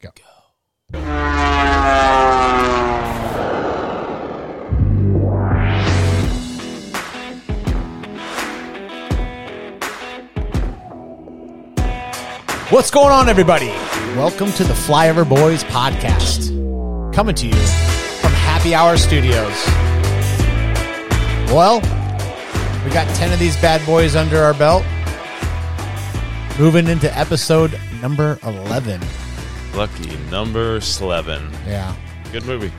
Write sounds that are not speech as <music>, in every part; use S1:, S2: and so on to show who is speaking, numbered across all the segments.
S1: Go.
S2: What's going on, everybody? Welcome to the Flyover Boys podcast, coming to you from Happy Hour Studios. Well, we got 10 of these bad boys under our belt. Moving into episode number 11.
S3: Lucky number eleven.
S2: Yeah.
S3: Good movie.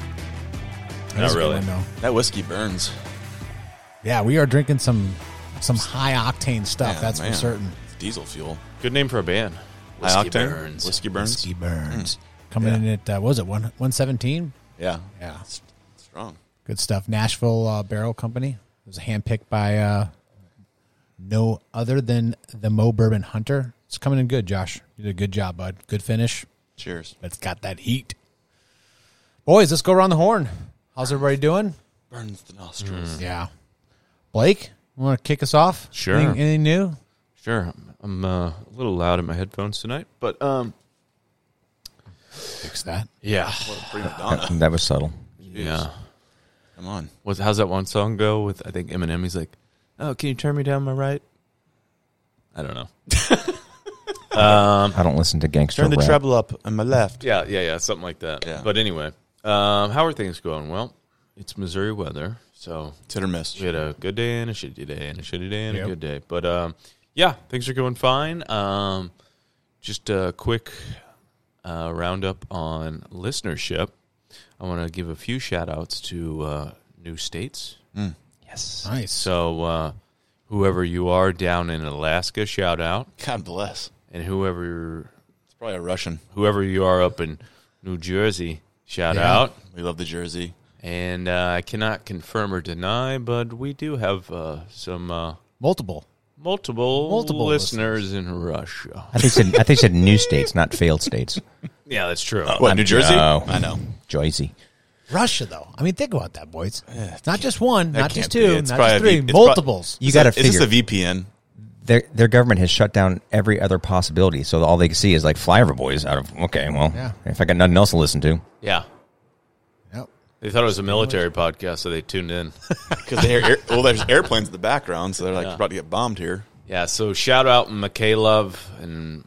S2: that
S3: Not
S2: is a good
S3: really.
S2: one, though.
S4: That whiskey burns.
S2: Yeah, we are drinking some some high octane stuff,
S4: Yeah,
S2: Oh, that's
S4: man.
S2: for certain.
S4: It's diesel fuel.
S3: Good name for a band.
S4: High
S3: Whiskey
S4: octane?
S3: Burns.
S4: Whiskey burns.
S2: Ski
S3: mm.
S2: burns. Coming in at, uh, what was it, one 117?
S4: Yeah.
S2: Yeah.
S4: Strong.
S2: Good stuff. Nashville uh, Barrel Company. It was handpicked by uh, no other than the Mo Bourbon Hunter. It's coming in good, Josh. You did a good job, bud. Good finish.
S4: Cheers.
S2: It's got that heat. Boys, let's go around the horn. How's everybody doing?
S4: Burns the nostrils.
S2: Yeah. Blake, you want to kick us off?
S3: Mm. Sure.
S2: Anything, anything new?
S3: Sure, I'm uh, a little loud in my headphones tonight, but um,
S2: Fix that.
S3: yeah,
S4: What a prima donna.
S5: That was subtle.
S3: yeah.
S4: Mm. Come on.
S3: What's how's that one song go with? I think Eminem. He's like, "Oh, can you turn me down my right?" I don't know.
S5: I don't listen to gangster
S4: Turn the
S5: rap.
S4: treble up on my left.
S3: Yeah, yeah, yeah, something like that.
S4: Yeah.
S3: But anyway, um, how are things going? Well, it's Missouri weather, so
S4: It's hit or miss.
S3: We had a good day and a shitty day and a shitty day and
S2: Yep.
S3: a good day. But um, yeah, things are going fine. Um, just a quick uh, roundup on listenership. I want to give a few shout outs to uh, new states.
S2: Nice.
S3: So uh, whoever you are down in Alaska, shout out.
S4: God bless.
S3: And whoever
S4: It's probably a Russian.
S3: whoever you are up in New Jersey, shout
S2: Yeah.
S3: out.
S4: We love the jersey.
S3: And uh, I cannot confirm or deny, but we do have uh, some. Uh,
S2: Multiple.
S3: multiple
S2: Multiple
S3: listeners, in Russia.
S5: I think said I think said new states, not failed states.
S3: Yeah, that's true.
S4: What, New Jersey?
S5: No.
S4: Oh, I know.
S5: Jersey.
S2: Russia, though. I mean, think about that, boys. not just one,
S4: That
S2: not just
S4: can't be.
S2: two,
S4: It's
S2: not
S4: probably
S2: just
S4: a V-
S2: three.
S4: it's prob-
S2: multiples.
S5: You
S4: Is
S5: got to
S4: that- Is
S5: figure
S4: this a VPN?
S5: their their government has shut down every other possibility, so all they can see is like flyover boys. Out of okay, well,
S2: Yeah.
S5: if I got nothing else to listen to,
S3: Yeah.
S2: Yep.
S3: They thought it was a military podcast, so they tuned in. <laughs>
S4: Because they hear air, <laughs> well, there's airplanes in the background, so they're like about to get bombed here.
S3: yeah, so shout out Mikhailov and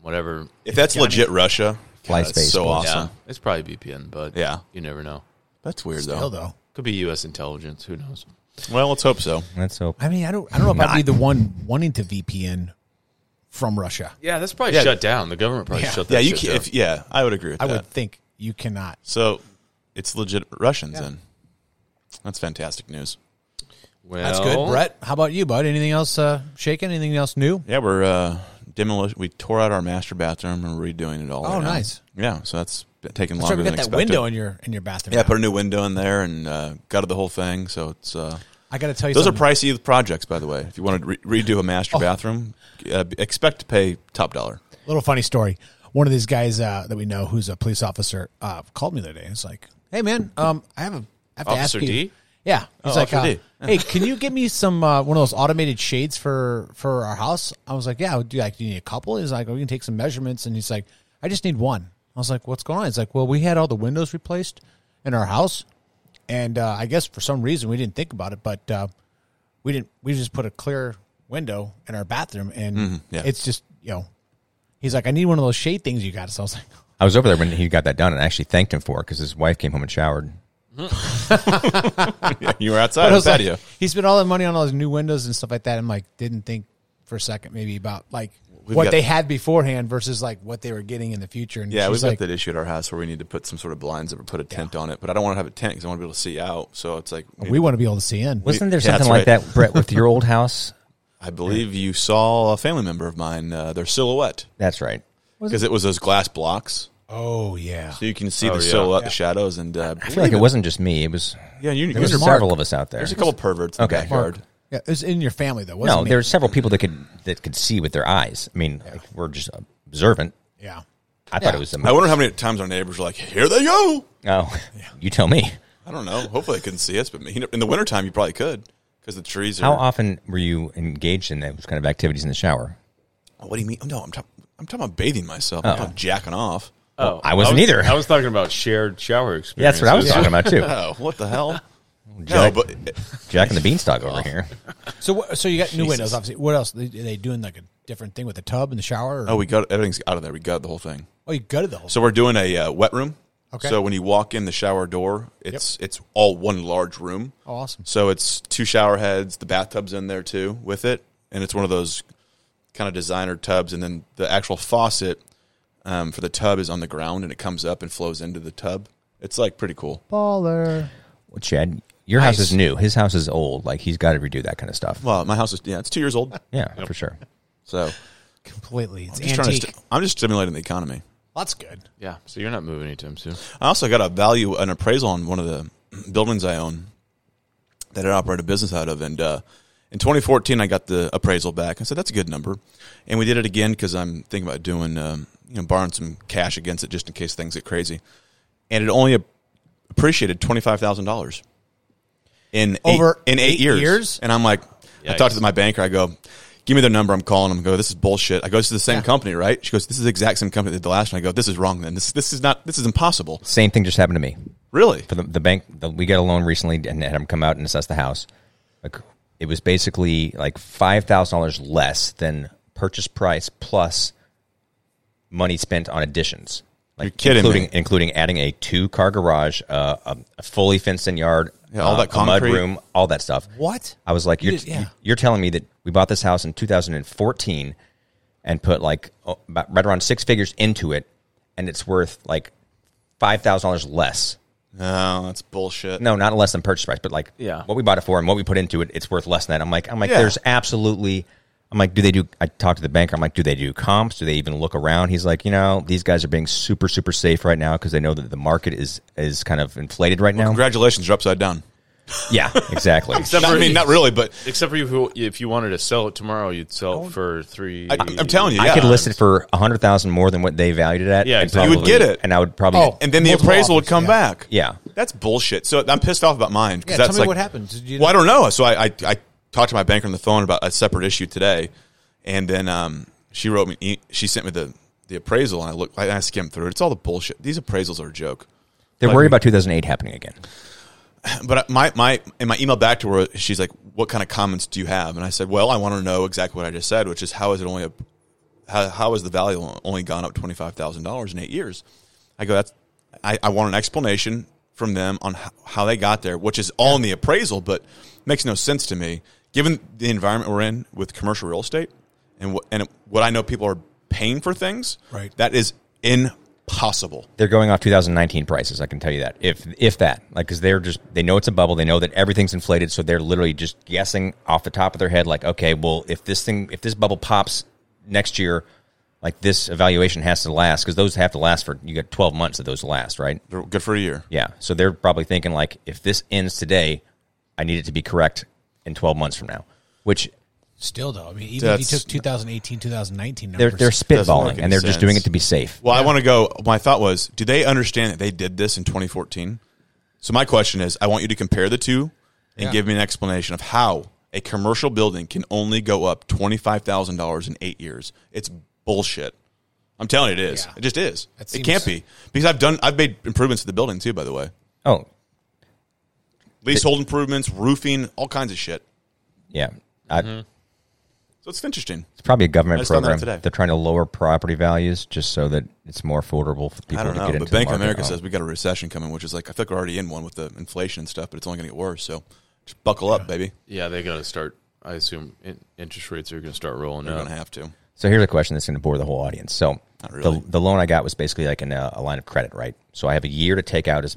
S3: whatever.
S4: If that's legit Russia,
S5: Fly
S4: God, that's
S5: space,
S4: so
S5: boys.
S4: awesome.
S3: Yeah, it's probably BPN, but
S4: Yeah.
S3: you never know.
S4: That's weird
S2: Still,
S4: though.
S2: though.
S3: Could be U.S. intelligence. Who knows?
S4: Well, let's hope so.
S5: let's hope.
S2: I mean, I don't, I don't know if I'd be the one wanting to VPN from Russia.
S3: Yeah, that's probably shut down. The government probably
S2: Yeah.
S3: shut that
S4: Yeah, you
S3: shit
S4: can,
S3: down.
S4: if yeah, I would agree with
S2: I
S4: that.
S2: would think you cannot.
S4: So it's legit Russians then. That's fantastic news.
S3: well,
S2: That's good, Brett. How about you, bud? Anything else uh, shaking? Anything else new?
S4: Yeah, we're uh demolition. We tore out our master bathroom and we're redoing it all.
S2: Oh,
S4: right now.
S2: nice.
S4: Yeah, so that's been taking
S2: Sorry,
S4: longer
S2: we
S4: than
S2: got that
S4: expected.
S2: window in your in your bathroom.
S4: yeah, I
S2: now.
S4: put a new window in there and uh, gutted the whole thing. So it's uh,
S2: I got to tell you,
S4: those are
S2: something. Oh.
S4: pricey projects, by the way. If you want to re- redo a master bathroom, uh, expect to pay top dollar. <laughs>
S2: little funny story. One of these guys uh, that we know, who's a police officer, uh, called me the other day. It's like, "Hey, man, um, I have a I have to
S3: Officer
S2: ask you."
S3: D?
S2: Yeah, he's like,
S4: Officer
S2: uh,
S4: D.
S2: "Hey, can you get me some uh, one of those automated shades for for our house?" I was like, "Yeah, do you like do you need a couple?" He's like, "Oh, "We can take some measurements," and he's like, "I just need one." I was like, "What's going on?" He's like, "Well, we had all the windows replaced in our house, and uh, I guess for some reason we didn't think about it, but uh, we didn't. We just put a clear window in our bathroom, and
S4: Mm-hmm, yeah.
S2: it's just you know." He's like, I need one of those shade things you got. <laughs> So I was like,
S5: I was over there when he got that done, and I actually thanked him for it because his wife came home and showered.
S4: you were outside
S2: I
S4: on the
S2: was like,
S4: patio.
S2: he spent all that money on all those new windows and stuff like that. I'm like, didn't think for a second maybe about like
S4: We've
S2: what
S4: got-
S2: they had beforehand versus like what they were getting in the future. And
S4: yeah,
S2: she's
S4: we've
S2: like,
S4: got that issue at our house where we need to put some sort of blinds up or put a tent on it. But I don't want to have a tent because I want to be able to see out. So it's like
S2: we want to be able to see in.
S5: Wasn't there
S4: Yeah, that's
S5: something like
S4: right.
S5: that, Brett, with your old house?
S4: I believe you saw a family member of mine, uh, their silhouette,
S5: That's right.
S4: because it was those glass blocks,
S2: Oh yeah,
S4: so you can see
S3: Oh,
S4: the
S3: yeah.
S4: silhouette, the shadows, and uh,
S5: I feel like it wasn't just me. It was
S4: Yeah, you,
S5: there was
S4: there's,
S5: several of us out there.
S4: there's a couple perverts in
S5: Okay.
S4: the backyard.
S2: yeah. It was in your family though, wasn't
S5: No,
S2: it?
S5: there were several people that could that could see with their eyes. I mean, like, we're just observant.
S2: yeah.
S5: I thought it was.
S4: I wonder how many times our neighbors were like, "Here they go."
S5: Oh, you tell me.
S4: I don't know. Hopefully, they couldn't see us, but you know, in the wintertime, you probably could because the trees are.
S5: How often were you engaged in those kind of activities in the shower?
S4: what do you mean? No, I'm talking. I'm talking about bathing myself. I'm talking jacking off.
S3: Oh,
S5: I wasn't
S3: was-
S5: either.
S3: I was talking about shared shower experience.
S5: Yeah, <laughs> that's what I was talking about too.
S4: Oh, what the hell? no,
S5: <laughs> Jack,
S4: but
S3: <laughs>
S5: Jack and the Beanstalk
S3: Oh.
S5: over here.
S2: So what, so you got new windows, obviously. What else? They, are they doing like a different thing with the tub and the shower? Or,
S4: oh, we got everything's out of there. We got the whole thing.
S2: oh, you gutted the whole.
S4: So we're doing a uh, wet room.
S2: Okay.
S4: So when you walk in the shower door, it's it's all one large room.
S2: Oh, awesome.
S4: So it's two shower heads. The bathtub's in there too with it, and it's one of those kind of designer tubs. And then the actual faucet um, for the tub is on the ground, and it comes up and flows into the tub. It's like pretty cool.
S2: baller.
S5: Well, Chad, your house is new. His house is old. Like he's got to redo that kind of stuff.
S4: Well, my house is yeah, it's two years old.
S5: yeah, for sure.
S2: <laughs>
S4: So
S2: Completely. It's
S4: just trying to
S2: antique.
S4: st- I'm just stimulating the economy.
S2: That's good.
S3: Yeah, so you're not moving anytime soon.
S4: I also got a value an appraisal on one of the buildings I own that I operate a business out of, and uh, in 2014 I got the appraisal back. I said that's a good number, and we did it again because I'm thinking about doing um, you know borrowing some cash against it just in case things get crazy, and it only appreciated twenty five thousand dollars in
S2: Over
S4: eight, in eight,
S2: eight
S4: years.
S2: years?
S4: and I'm like, I
S3: Yikes.
S4: talked to my banker, I go. Give me their number. I'm calling them. I Go. This is bullshit. I go. This is the same company, right? She goes. This is the exact same company that did the last one. I go. This is wrong. Then this this is not. This is impossible.
S5: Same thing just happened to me.
S4: Really?
S5: for the, the bank the, we got a loan recently and had them come out and assess the house like it was basically like $5000 less than purchase price plus money spent on additions like
S4: You're kidding
S5: including,
S4: me.
S5: including adding a two car garage uh, a, a fully fenced in yard
S4: Yeah, all
S5: uh,
S4: that
S5: a mud
S4: concrete.
S5: room all that stuff
S2: What?
S5: i was like
S2: You
S5: you're,
S2: did- yeah.
S5: you're telling me that we bought this house in 2014 and put like oh, about, right around six figures into it and it's worth like $5000 less
S4: No, that's bullshit.
S5: no, not less than purchase price, but like
S3: Yeah.
S5: what we bought it for and what we put into it, it's worth less than that. I'm like, I'm like,
S4: Yeah.
S5: there's absolutely. I'm like, do they do? I talked to the banker. I'm like, do they do comps? Do they even look around? He's like, you know, these guys are being super, super safe right now because they know that the market is is kind of inflated
S4: <laughs>
S5: right now.
S4: Congratulations, you're upside down.
S5: yeah,
S4: <laughs>
S5: exactly.
S4: I mean, not really, but
S3: Except for you, if you wanted to sell it tomorrow, you'd sell it for three.
S4: I, I'm telling you,
S5: I could
S4: yeah.
S5: list it for a hundred thousand more than what they valued it at.
S3: Yeah,
S5: and
S3: exactly.
S4: You would get it.
S5: and I would probably.
S2: Oh.
S4: And then the
S2: Multiple
S4: appraisal would
S2: offers,
S4: come
S2: yeah.
S4: back.
S5: Yeah.
S4: that's bullshit. So I'm pissed off about mine because
S2: Yeah, tell
S4: that's
S2: me
S4: like
S2: what happened. Did you
S4: Well, I don't know. So I, I I talked to my banker on the phone about a separate issue today, and then um she wrote me e- she sent me the the appraisal and I looked I, I skimmed through it. It's all the bullshit. These appraisals are a joke.
S5: They're worried about 2008 happening again.
S4: But my my in my email back to her, she's like, "What kind of comments do you have?" And I said, "Well, I want to know exactly what I just said, which is how is it only a, how how is the value only gone up twenty five thousand dollars in eight years?" I go, "That's I, I want an explanation from them on how, how they got there, which is all in the appraisal, but makes no sense to me given the environment we're in with commercial real estate and what and what I know people are paying for things.
S2: Right.
S4: that is impossible.
S5: they're going off 2019 prices. I can tell you that. If if that, like, because they're just they know it's a bubble. They know that everything's inflated, so they're literally just guessing off the top of their head. Like, okay, well, if this thing, if this bubble pops next year, like this evaluation has to last because those have to last for you got 12 months that those last, right?
S4: They're good for a year.
S5: Yeah. So they're probably thinking like, if this ends today, I need it to be correct in 12 months from now, which
S2: still though? I mean, even if you
S4: That's-
S2: took 2018, 2019
S5: they're
S2: numbers,
S5: they're
S4: Doesn't make
S5: spitballing
S4: any
S5: and they're
S4: sense.
S5: just doing it to be safe.
S4: Well, I want to go. My thought was, do they understand that they did this in 2014? So my question is, I want you to compare the two and
S2: Yeah.
S4: give me an explanation of how a commercial building can only go up twenty five thousand dollars in eight years. It's bullshit. I'm telling you, it is.
S2: Yeah.
S4: It just is.
S2: That
S4: it
S2: seems-
S4: can't be because I've done. I've made improvements to the building too. By the way,
S5: Oh,
S4: leasehold improvements, roofing, all kinds of shit.
S5: yeah. I,
S4: Mm-hmm. So it's interesting.
S5: It's probably
S4: I
S5: a government
S4: just found that
S5: program.
S4: out today.
S5: They're trying to lower property values just so that it's more affordable for people
S4: I
S5: to
S4: don't
S5: get
S4: know,
S5: into
S4: but
S5: the
S4: Bank of
S5: market.
S4: America
S5: Oh.
S4: says we got a recession coming, which is like I think we're already in one with the inflation and stuff, but it's only going to get worse. So just buckle up, baby.
S3: Yeah, they're going to start. I assume in, interest rates are going to start rolling
S4: You're
S3: up.
S4: going to have to.
S5: So here's a question that's going to bore the whole audience. So
S4: really.
S5: the the loan I got was basically like an, uh, a line of credit, right? So I have a year to take out as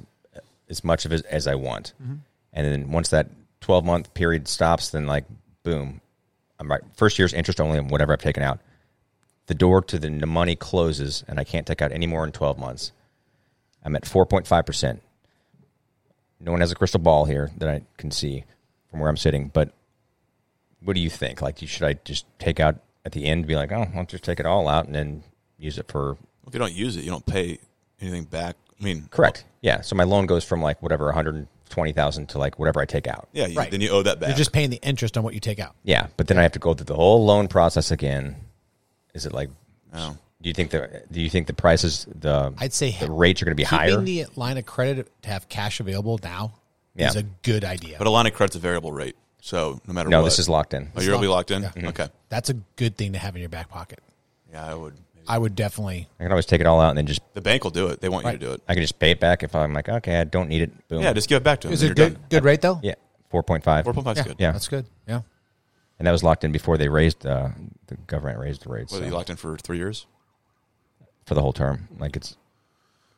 S5: as much of it as I want, and then once that twelve month period stops, then like boom, I'm right. First year's interest only on whatever I've taken out. The door to the money closes, and I can't take out any more in twelve months. I'm at four point five percent. No one has a crystal ball here that I can see from where I'm sitting, but what do you think? Like, you- should I just take out at the end? Be like, oh, I'll just take it all out and then use it for
S4: If you don't use it, you don't pay anything back. I mean,
S5: correct. Yeah. So my loan goes from like whatever one hundred twenty thousand to like whatever I take out.
S4: yeah, you,
S2: Right.
S4: then you owe that back.
S2: you're just paying the interest on what you take out.
S5: Yeah, but then I have to go through the whole loan process again. Is it like
S4: Oh.
S5: Do you think the Do you think the prices the
S2: I'd say
S5: the rates are going to be higher?
S2: keeping the line of credit to have cash available now
S5: Yeah.
S2: is a good idea.
S4: But a line of credit's a variable rate, so no matter
S5: no,
S4: what,
S5: this is locked in.
S4: Oh, you're already
S2: locked.
S4: locked in.
S2: Yeah. Mm-hmm.
S4: Okay,
S2: That's a good thing to have in your back pocket.
S4: yeah, I would.
S2: I would definitely.
S5: I can always take it all out and then just
S4: The bank will do it. They want
S2: Right.
S4: you to do it.
S5: I can just pay it back if I'm like, okay, I don't need it. Boom.
S4: Yeah, just give it back to them.
S2: Is
S4: then
S2: it
S4: you're
S2: good?
S4: done.
S2: Good rate though.
S5: yeah, four point five.
S4: Four point five is
S2: Yeah.
S4: good.
S5: Yeah.
S2: that's good. Yeah,
S5: and that was locked in before they raised uh, the government raised the rates
S4: What, are you
S5: so,
S4: locked in for three years?
S5: for the whole term. Like it's,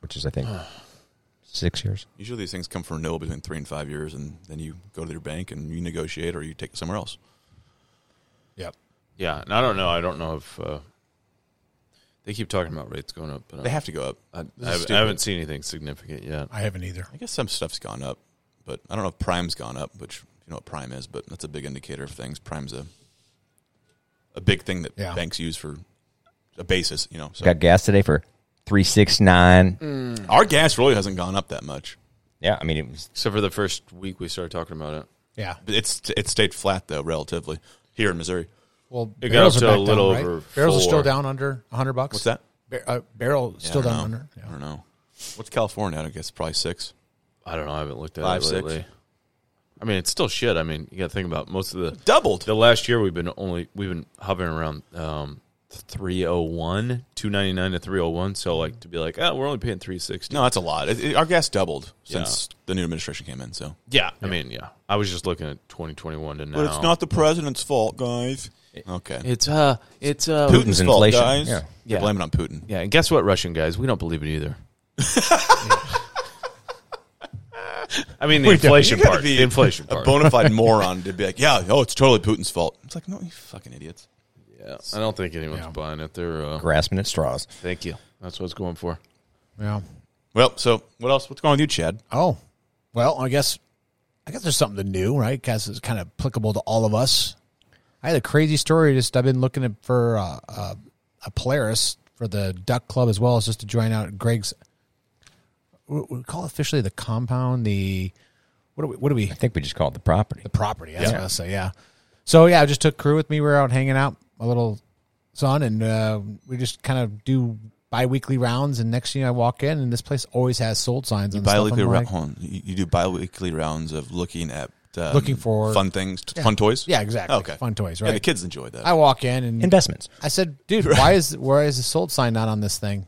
S5: which is I
S2: <sighs>
S5: think six years.
S4: Usually these things come for renewal between three and five years, and then you go to your bank and you negotiate or you take it somewhere else.
S2: yep.
S3: Yeah, and I don't know. I don't know if uh, they keep talking about rates going up. But
S4: They have to go up.
S3: I,
S4: This is
S3: I haven't, I
S4: stupid.
S3: haven't seen anything significant yet.
S2: I haven't either.
S4: I guess some stuff's gone up, but I don't know if prime's gone up, which you know what prime is, but that's a big indicator of things. Prime's a a big thing that
S2: Yeah.
S4: banks use for a basis, you know. So
S5: Got gas today for three six nine.
S2: Mm.
S4: our gas really hasn't gone up that much.
S5: Yeah, I mean it was
S3: Except for the first week we started talking about it.
S2: Yeah.
S4: But It's it stayed flat though, relatively here in Missouri.
S2: Well,
S3: It got
S2: barrels
S3: up to
S2: are back
S3: a
S2: down,
S3: little
S2: right?
S3: over
S2: Barrels are still
S3: four.
S2: down under hundred bucks.
S4: What's that?
S2: Bar- uh, barrel
S4: Yeah, I
S2: still
S4: don't
S2: down
S4: know.
S2: under. Yeah.
S4: I don't know. What's California? at? I guess probably six.
S3: I don't know. I haven't looked at
S4: Five,
S3: it
S4: six.
S3: lately. I mean, it's still shit. I mean, you got to think about most of the
S4: Doubled.
S3: the last year we've been only we've been hovering around um 301 299 to 301 so like to be like oh we're only paying 360
S4: No, that's a lot. It, it- our gas doubled since
S3: Yeah.
S4: the new administration came in. So,
S3: yeah, i mean yeah i was just looking at 2021 to now
S4: the president's fault, guys. Okay,
S3: it's uh it's uh
S4: Putin's
S5: Putin's
S4: fault,
S5: inflation,
S4: guys.
S5: yeah.
S4: Yeah,
S3: Yeah.
S4: blame it on Putin.
S3: yeah and guess what russian guys we don't believe it either <laughs> i mean the inflation
S4: You gotta
S3: part
S4: be
S3: the inflation
S4: a
S3: part
S4: bona
S5: <laughs>
S4: fide moron to be like, yeah, oh, it's totally Putin's fault. It's like, no, you fucking idiots.
S3: yeah, i don't think anyone's
S2: Yeah.
S3: buying it they're uh,
S5: grasping at straws.
S3: thank you that's what it's going for
S2: Yeah.
S4: Well, so what else? What's going on with you, Chad?
S2: Oh, well, I guess, I guess there's something new, right? Because it's kind of applicable to all of us. I had a crazy story. Just I've been looking at for uh, uh, a Polaris for the Duck Club as well as just to join out Greg's. We we call officially the compound. The what do we? What do we?
S5: I think we just call it the property.
S2: the property. That's what I say. Yeah. So yeah, I just took crew with me. We were out hanging out, my little son, and uh, we just kind of do bi-weekly rounds. And next thing I walk in, and this place always has sold signs. and stuff.
S4: Biweekly
S2: I'm like,
S4: round. hold on. You, you do biweekly rounds of looking at um,
S2: Looking for-
S4: fun things, fun toys.
S2: Yeah, exactly.
S4: okay,
S2: Fun toys,
S4: Yeah, the
S2: right.
S4: kids enjoy that.
S2: I walk in and
S5: Investments.
S2: I said, dude, why is why is the sold sign not on this thing?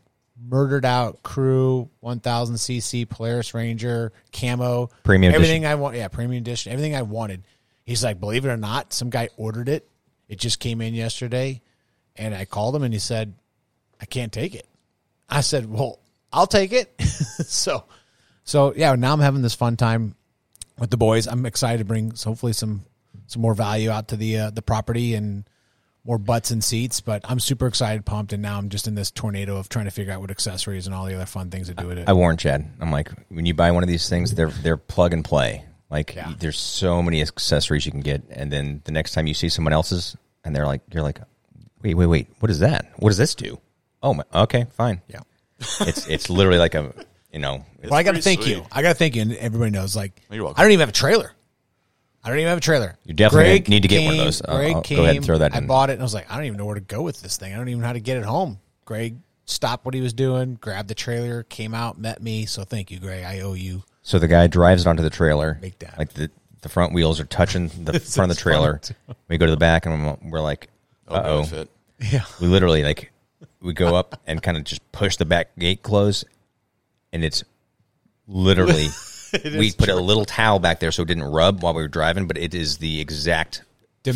S2: Murdered out crew, one thousand cc Polaris Ranger camo,
S5: Premium
S2: everything I want. Yeah, premium edition, everything I wanted. He's like, believe it or not, some guy ordered it. It just came in yesterday, and I called him and he said, I can't take it. I said, well, I'll take it. <laughs> so, so yeah, now I'm having this fun time with the boys. I'm excited to bring so hopefully some some more value out to the uh, the property and more butts and seats. But I'm super excited, pumped, and now I'm just in this tornado of trying to figure out what accessories and all the other fun things to do with it.
S5: I warn Chad. I'm like, when you buy one of these things, they're they're plug and play. Like,
S2: Yeah.
S5: there's so many accessories you can get, and then the next time you see someone else's, and they're like, you're like, wait, wait, wait, what is that? What does this do? Oh, my, okay, fine.
S2: yeah.
S5: It's it's literally like a, you
S2: <laughs>
S5: know,
S2: Well, I got to
S4: pretty
S2: thank
S4: sweet.
S2: you. I got to thank you, and everybody knows. Like,
S4: You're welcome.
S2: I don't even have a trailer. I don't even have a trailer.
S5: You definitely need to get one of those. I'll-
S2: Greg
S5: I'll
S2: came,
S5: go ahead and throw that
S2: I
S5: in.
S2: bought it, and I was like, I don't even know where to go with this thing. I don't even know how to get it home. Greg stopped what he was doing, grabbed the trailer, came out, met me. So thank you, Greg. I owe you.
S5: So the guy drives it onto the trailer.
S2: Make that.
S5: Like the, the front wheels are
S4: <laughs>
S5: touching the front of the trailer. We go to the back and we're like,
S4: Oh,
S5: uh oh.
S4: benefit.
S2: Yeah.
S5: We literally like, we go up and kind of just push the back gate close. And it's
S4: <laughs>
S5: literally, we put a little towel back there so it didn't rub while we were driving, but it is the exact fit.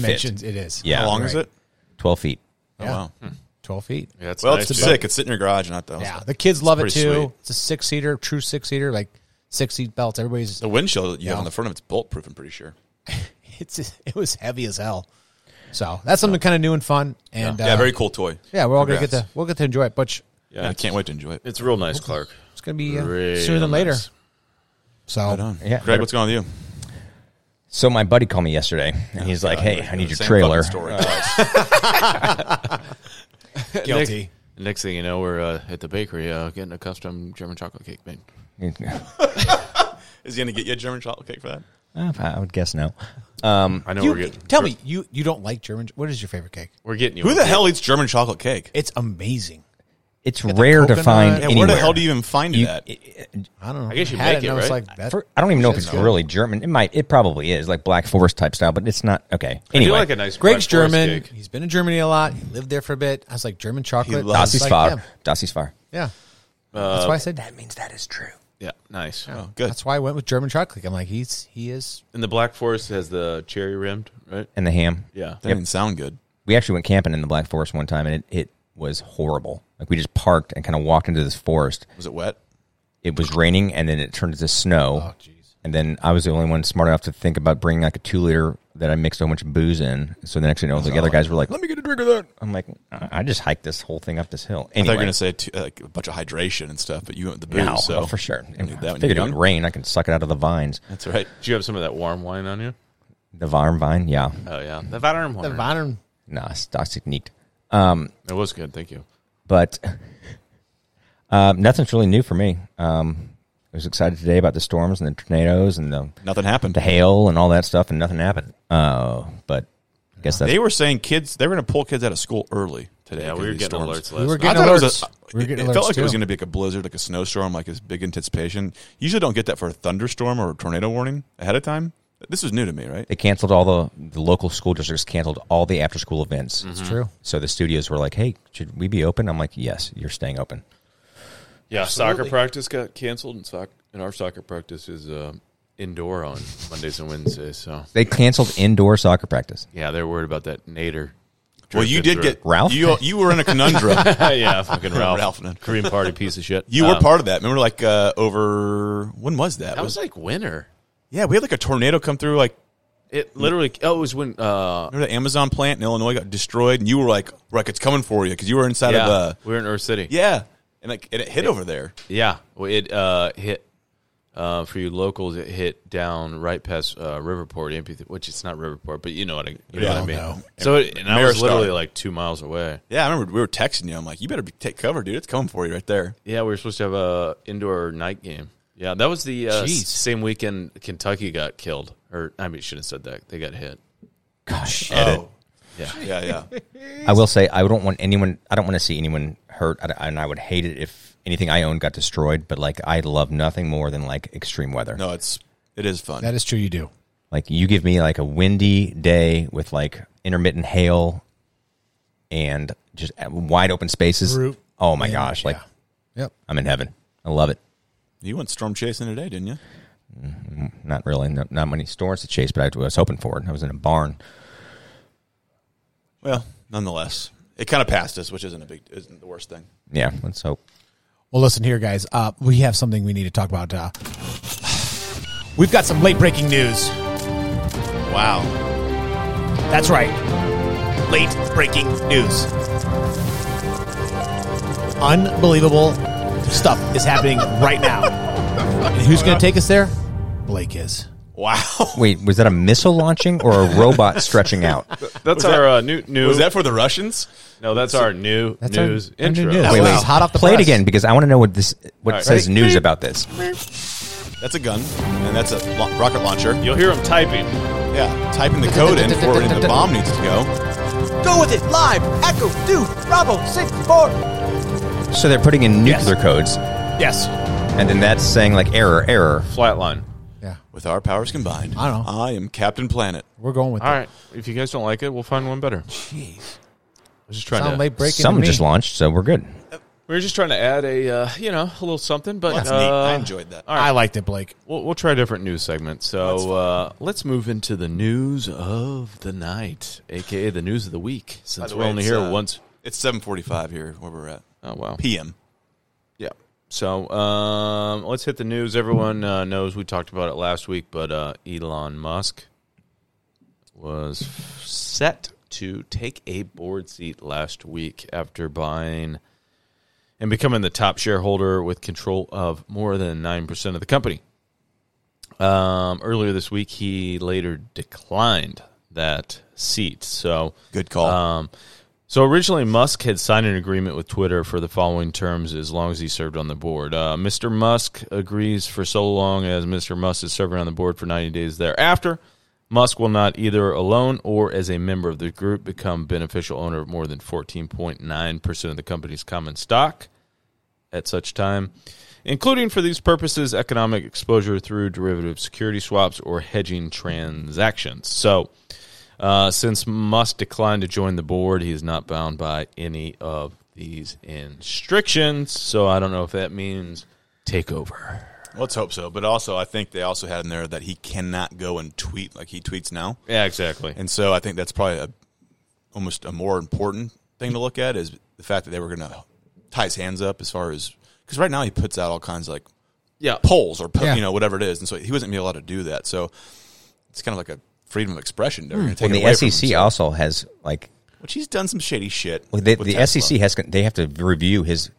S2: Dimensions, it is.
S5: Yeah.
S4: How long is
S2: Right.
S4: it?
S5: 12 feet.
S4: Oh,
S2: Yeah. Hmm.
S4: wow.
S2: Twelve feet.
S3: yeah, it's
S4: Well,
S3: nice,
S4: it's
S3: dude.
S4: sick. It's sitting in your garage, not the
S2: Yeah, the kids love it
S4: pretty
S2: too.
S4: sweet.
S2: It's a six seater, true six seater, like six seat belts. Everybody's
S4: The windshield you have
S2: Yeah.
S4: on the front of it's bolt proof. I'm pretty sure.
S2: <laughs> it's it was heavy as hell. So that's something kind of new and fun. And
S4: yeah,
S2: uh,
S4: very cool toy.
S2: Yeah, we're all gonna get
S4: Congrats.
S2: to we'll get to enjoy it, but
S4: Yeah, I can't wait to enjoy it.
S3: it's real nice <laughs> clark
S2: it's gonna be uh,
S3: Real
S2: sooner than later.
S3: nice.
S2: So
S4: Right
S2: <laughs>
S4: on.
S5: Yeah.
S4: Greg, what's going on with you?
S5: So my buddy called me yesterday and he's
S4: Oh,
S5: like, hey, I need your
S4: Same
S5: trailer.
S4: fucking
S5: <laughs>
S4: Story.
S2: guilty.
S3: Next, next thing you know, we're uh, at the bakery uh, getting a custom German chocolate cake made.
S4: Is he going to get you a German chocolate cake for that?
S5: I would guess no.
S3: I know
S2: You-
S3: we're getting.
S2: tell me, you you don't like German? What is your favorite cake?
S3: We're getting you.
S4: Who
S3: one.
S4: the hell eats German chocolate cake?
S2: It's amazing.
S5: it's rare to
S2: coconut.
S5: find
S4: Yeah,
S5: anywhere. e-
S4: where the hell do you even find it at?
S2: I don't know. I
S3: guess you
S2: had
S3: make
S2: and
S3: it,
S2: I was
S3: right?
S2: like, that,
S5: For- I don't even know if
S2: shit's
S5: it's
S2: good.
S5: really German. It might. It probably is like Black Forest type style, but it's not. Okay.
S3: I do
S5: Anyway,
S3: like a nice
S2: Greg's
S3: Black Forest
S2: German.
S3: cake.
S2: He's been in Germany a lot. He lived there for a bit. I was like, German chocolate.
S4: loves-
S5: Das
S2: That's
S5: ist
S2: like,
S5: wahr.
S2: yeah.
S5: Das ist wahr.
S2: Yeah.
S3: Uh,
S2: that's why I said that means that is true.
S3: Yeah, nice.
S4: Oh, good.
S2: That's why I went with German chocolate. I'm like, he's he is.
S3: And the Black Forest has the cherry rimmed, right?
S5: And the ham.
S3: Yeah.
S4: That didn't sound good.
S5: we actually went camping in the Black Forest one time, and it, it was horrible. Like we just parked and kind of walked into this forest.
S4: Was it wet?
S5: It was raining, and then it turned into snow.
S4: Oh,
S5: And then I was the only one smart enough to think about bringing like a two liter that I mixed so much booze in. So the next thing you know, the other guys were like, "Let me get a drink of that." I'm like, "I I just hiked this whole thing up this hill."
S4: I thought
S5: Anyway,
S4: you were going to say t- like a bunch of hydration and stuff, but you went with the booze.
S5: no,
S4: so
S5: oh, for sure.
S4: You
S5: I
S4: need that when
S5: figured it
S4: you
S5: would
S4: do.
S5: rain. I can suck it out of the vines,
S4: That's right.
S3: Did you have some of that warm wine on you?
S5: the varm vine. Yeah,
S3: Oh yeah, the Vaterm
S2: The
S3: wine.
S2: modern
S5: nah, toxic neat.
S3: It was good. Thank you.
S5: but <laughs> um, nothing's really new for me. Um, I was excited today about the storms and the tornadoes and the,
S4: Nothing happened.
S5: the hail and all that stuff, and nothing happened. Uh, but I guess that's
S4: They were saying kids, they were going to pull kids out of school early today.
S3: Yeah,
S4: because
S3: we were
S4: of these
S3: getting
S4: storms.
S3: alerts last
S2: We were
S3: night.
S2: getting
S4: I thought it
S2: alerts.
S4: was. A,
S2: we were
S4: it
S2: getting
S4: felt
S2: alerts
S4: like
S2: too.
S4: it was going to be like a blizzard, like a snowstorm, like this big anticipation. Usually, don't get that for a thunderstorm or a tornado warning ahead of time. This was new to me, right?
S5: they canceled all the the local school districts canceled all the after school events.
S2: It's true.
S5: So the studios were like, "Hey, should we be open?" I'm like, "Yes, you're staying open."
S3: Yeah, soccer practice got canceled, and soc- and our soccer practice is uh, indoor on Mondays and Wednesdays. So
S5: They canceled indoor soccer practice.
S3: yeah, they're worried about that Nader.
S4: Well, you did
S3: drifting
S4: get
S5: Ralph?
S4: You you were in a conundrum.
S3: <laughs> through. yeah, fucking Ralph,
S4: Ralph, no.
S3: Korean party piece of shit.
S4: You were
S3: Um,
S4: part of that. Remember, like uh, over when was that?
S3: That was
S4: was
S3: like winter.
S4: yeah, we had like a tornado come through. Like
S3: It literally. Oh, it was when. Uh,
S4: remember the Amazon plant in Illinois got destroyed, and you were like, "Rick, it's coming for you," because you were inside
S3: yeah,
S4: of uh,
S3: we were in Earth City.
S4: yeah, and like and it hit over there.
S3: Yeah, well, it uh, hit uh, for you locals. It hit down right past uh, Riverport, amphi- which it's not Riverport, but you know what I, you know what I
S4: don't
S3: mean.
S4: know.
S3: So, it, and I was
S4: Maristar.
S3: literally like two miles away.
S4: Yeah, I remember we were texting you. I'm like, "You better be, take cover, dude. It's coming for you right there."
S3: Yeah, we were supposed to have a indoor night game. Yeah, that was the uh, s-
S2: Jeez.
S3: same weekend Kentucky got killed, or I mean, shouldn't have said that. They got hit.
S5: Gosh,
S4: Oh,
S3: Yeah.
S4: yeah, yeah.
S5: I will say I don't want anyone. I don't want to see anyone hurt, I- and I would hate it if anything I owned got destroyed. But like, I love nothing more than like extreme weather.
S4: No, it's it is fun.
S2: That is true. You do.
S5: Like you give me like a windy day with like intermittent hail and just uh, wide open spaces.
S2: Brute.
S5: Oh my
S2: Yeah,
S5: gosh! Like
S2: yeah. Yep.
S5: I'm in heaven. I love it.
S4: You went storm chasing today, didn't you?
S5: Not really. No, not many stores to chase, but I was hoping for it. I was in a barn.
S4: Well, nonetheless, it kind of passed us, which isn't a big, isn't the worst thing. <laughs>
S5: Yeah. Let's hope.
S2: Well, listen here, guys. Uh, we have something we need to talk about. Uh, <sighs> we've got some late breaking news. Wow. That's right. Late breaking news. Unbelievable stuff is happening right now. And who's going to take us there? Blake is.
S4: Wow,
S5: Wait, was that a missile launching or a robot
S2: <laughs>
S5: stretching out?
S3: <laughs> That's our uh, new new.
S4: was that for the Russians?
S3: no, that's our new
S2: That's our-
S3: news
S2: our new
S3: intro.
S2: news.
S5: Wait,
S2: Wow.
S5: wait.
S2: It's hot off the
S5: Play
S2: press.
S5: it again because I want to know what this what
S3: All right.
S5: says
S3: Ready?
S5: news about this.
S4: That's a gun, and that's a lo- rocket launcher.
S3: You'll hear him typing.
S4: Yeah, typing the code in for where the bomb needs to go.
S1: Go with it live. Echo two Bravo six four.
S5: So they're putting in nuclear codes,
S2: Yes.
S5: and then that's saying like error, error.
S3: Flatline.
S2: Yeah.
S4: With our powers combined,
S2: I don't know.
S4: I am Captain Planet.
S2: We're going with
S3: All right. If you guys don't like it, we'll find one better. Jeez. I was just
S2: it.
S3: trying
S2: Sound
S3: to.
S2: late breaking. to
S5: Some
S2: me.
S5: just launched, so we're good.
S3: We were just trying to add a uh, you know a little something, but
S4: That's neat. I
S3: uh,
S4: enjoyed that.
S2: I liked it, Blake.
S3: We'll, we'll try a different news segment. So uh, let's move into the news of the night, aka the news of the week,
S4: By
S3: since
S4: the
S3: we're
S4: way,
S3: only
S4: it's,
S3: here
S4: uh,
S3: once.
S4: It's 7:45 here where we're at.
S3: Oh wow!
S4: PM.
S3: Yeah. So um, let's hit the news. Everyone uh, knows we talked about it last week, but uh, Elon Musk was set to take a board seat last week after buying and becoming the top shareholder with control of more than 9% of the company. Um, earlier this week, he later declined that seat. So
S4: Good call.
S3: um, so originally, Musk had signed an agreement with Twitter for the following terms as long as he served on the board. Uh, Mr. Musk agrees for so long as Mr. Musk is serving on the board for 90 days thereafter. Musk will not either alone or as a member of the group become beneficial owner of more than 14.9% of the company's common stock. at such time, including for these purposes economic exposure through derivative security swaps or hedging transactions. So, uh, since Musk declined to join the board, he is not bound by any of these instructions. So, I don't know if that means takeover.
S4: Let's hope so. But also, I think they also had in there that he cannot go and tweet like he tweets now.
S3: Yeah, exactly.
S4: And so I think that's probably a, almost a more important thing to look at is the fact that they were going to tie his hands up as far as because right now he puts out all kinds of like
S3: yeah,
S4: polls or po-
S2: Yeah.
S4: you know whatever it is, and so he wasn't going to be allowed to do that. So it's kind of like a freedom of expression. They're going to take
S5: And
S4: it away
S5: Hmm. the E
S4: from him,
S5: SEC
S4: so-
S5: also has like
S4: which he's done some shady shit.
S5: well, they,
S4: with
S5: the E
S4: Tesla.
S5: SEC has they have to review his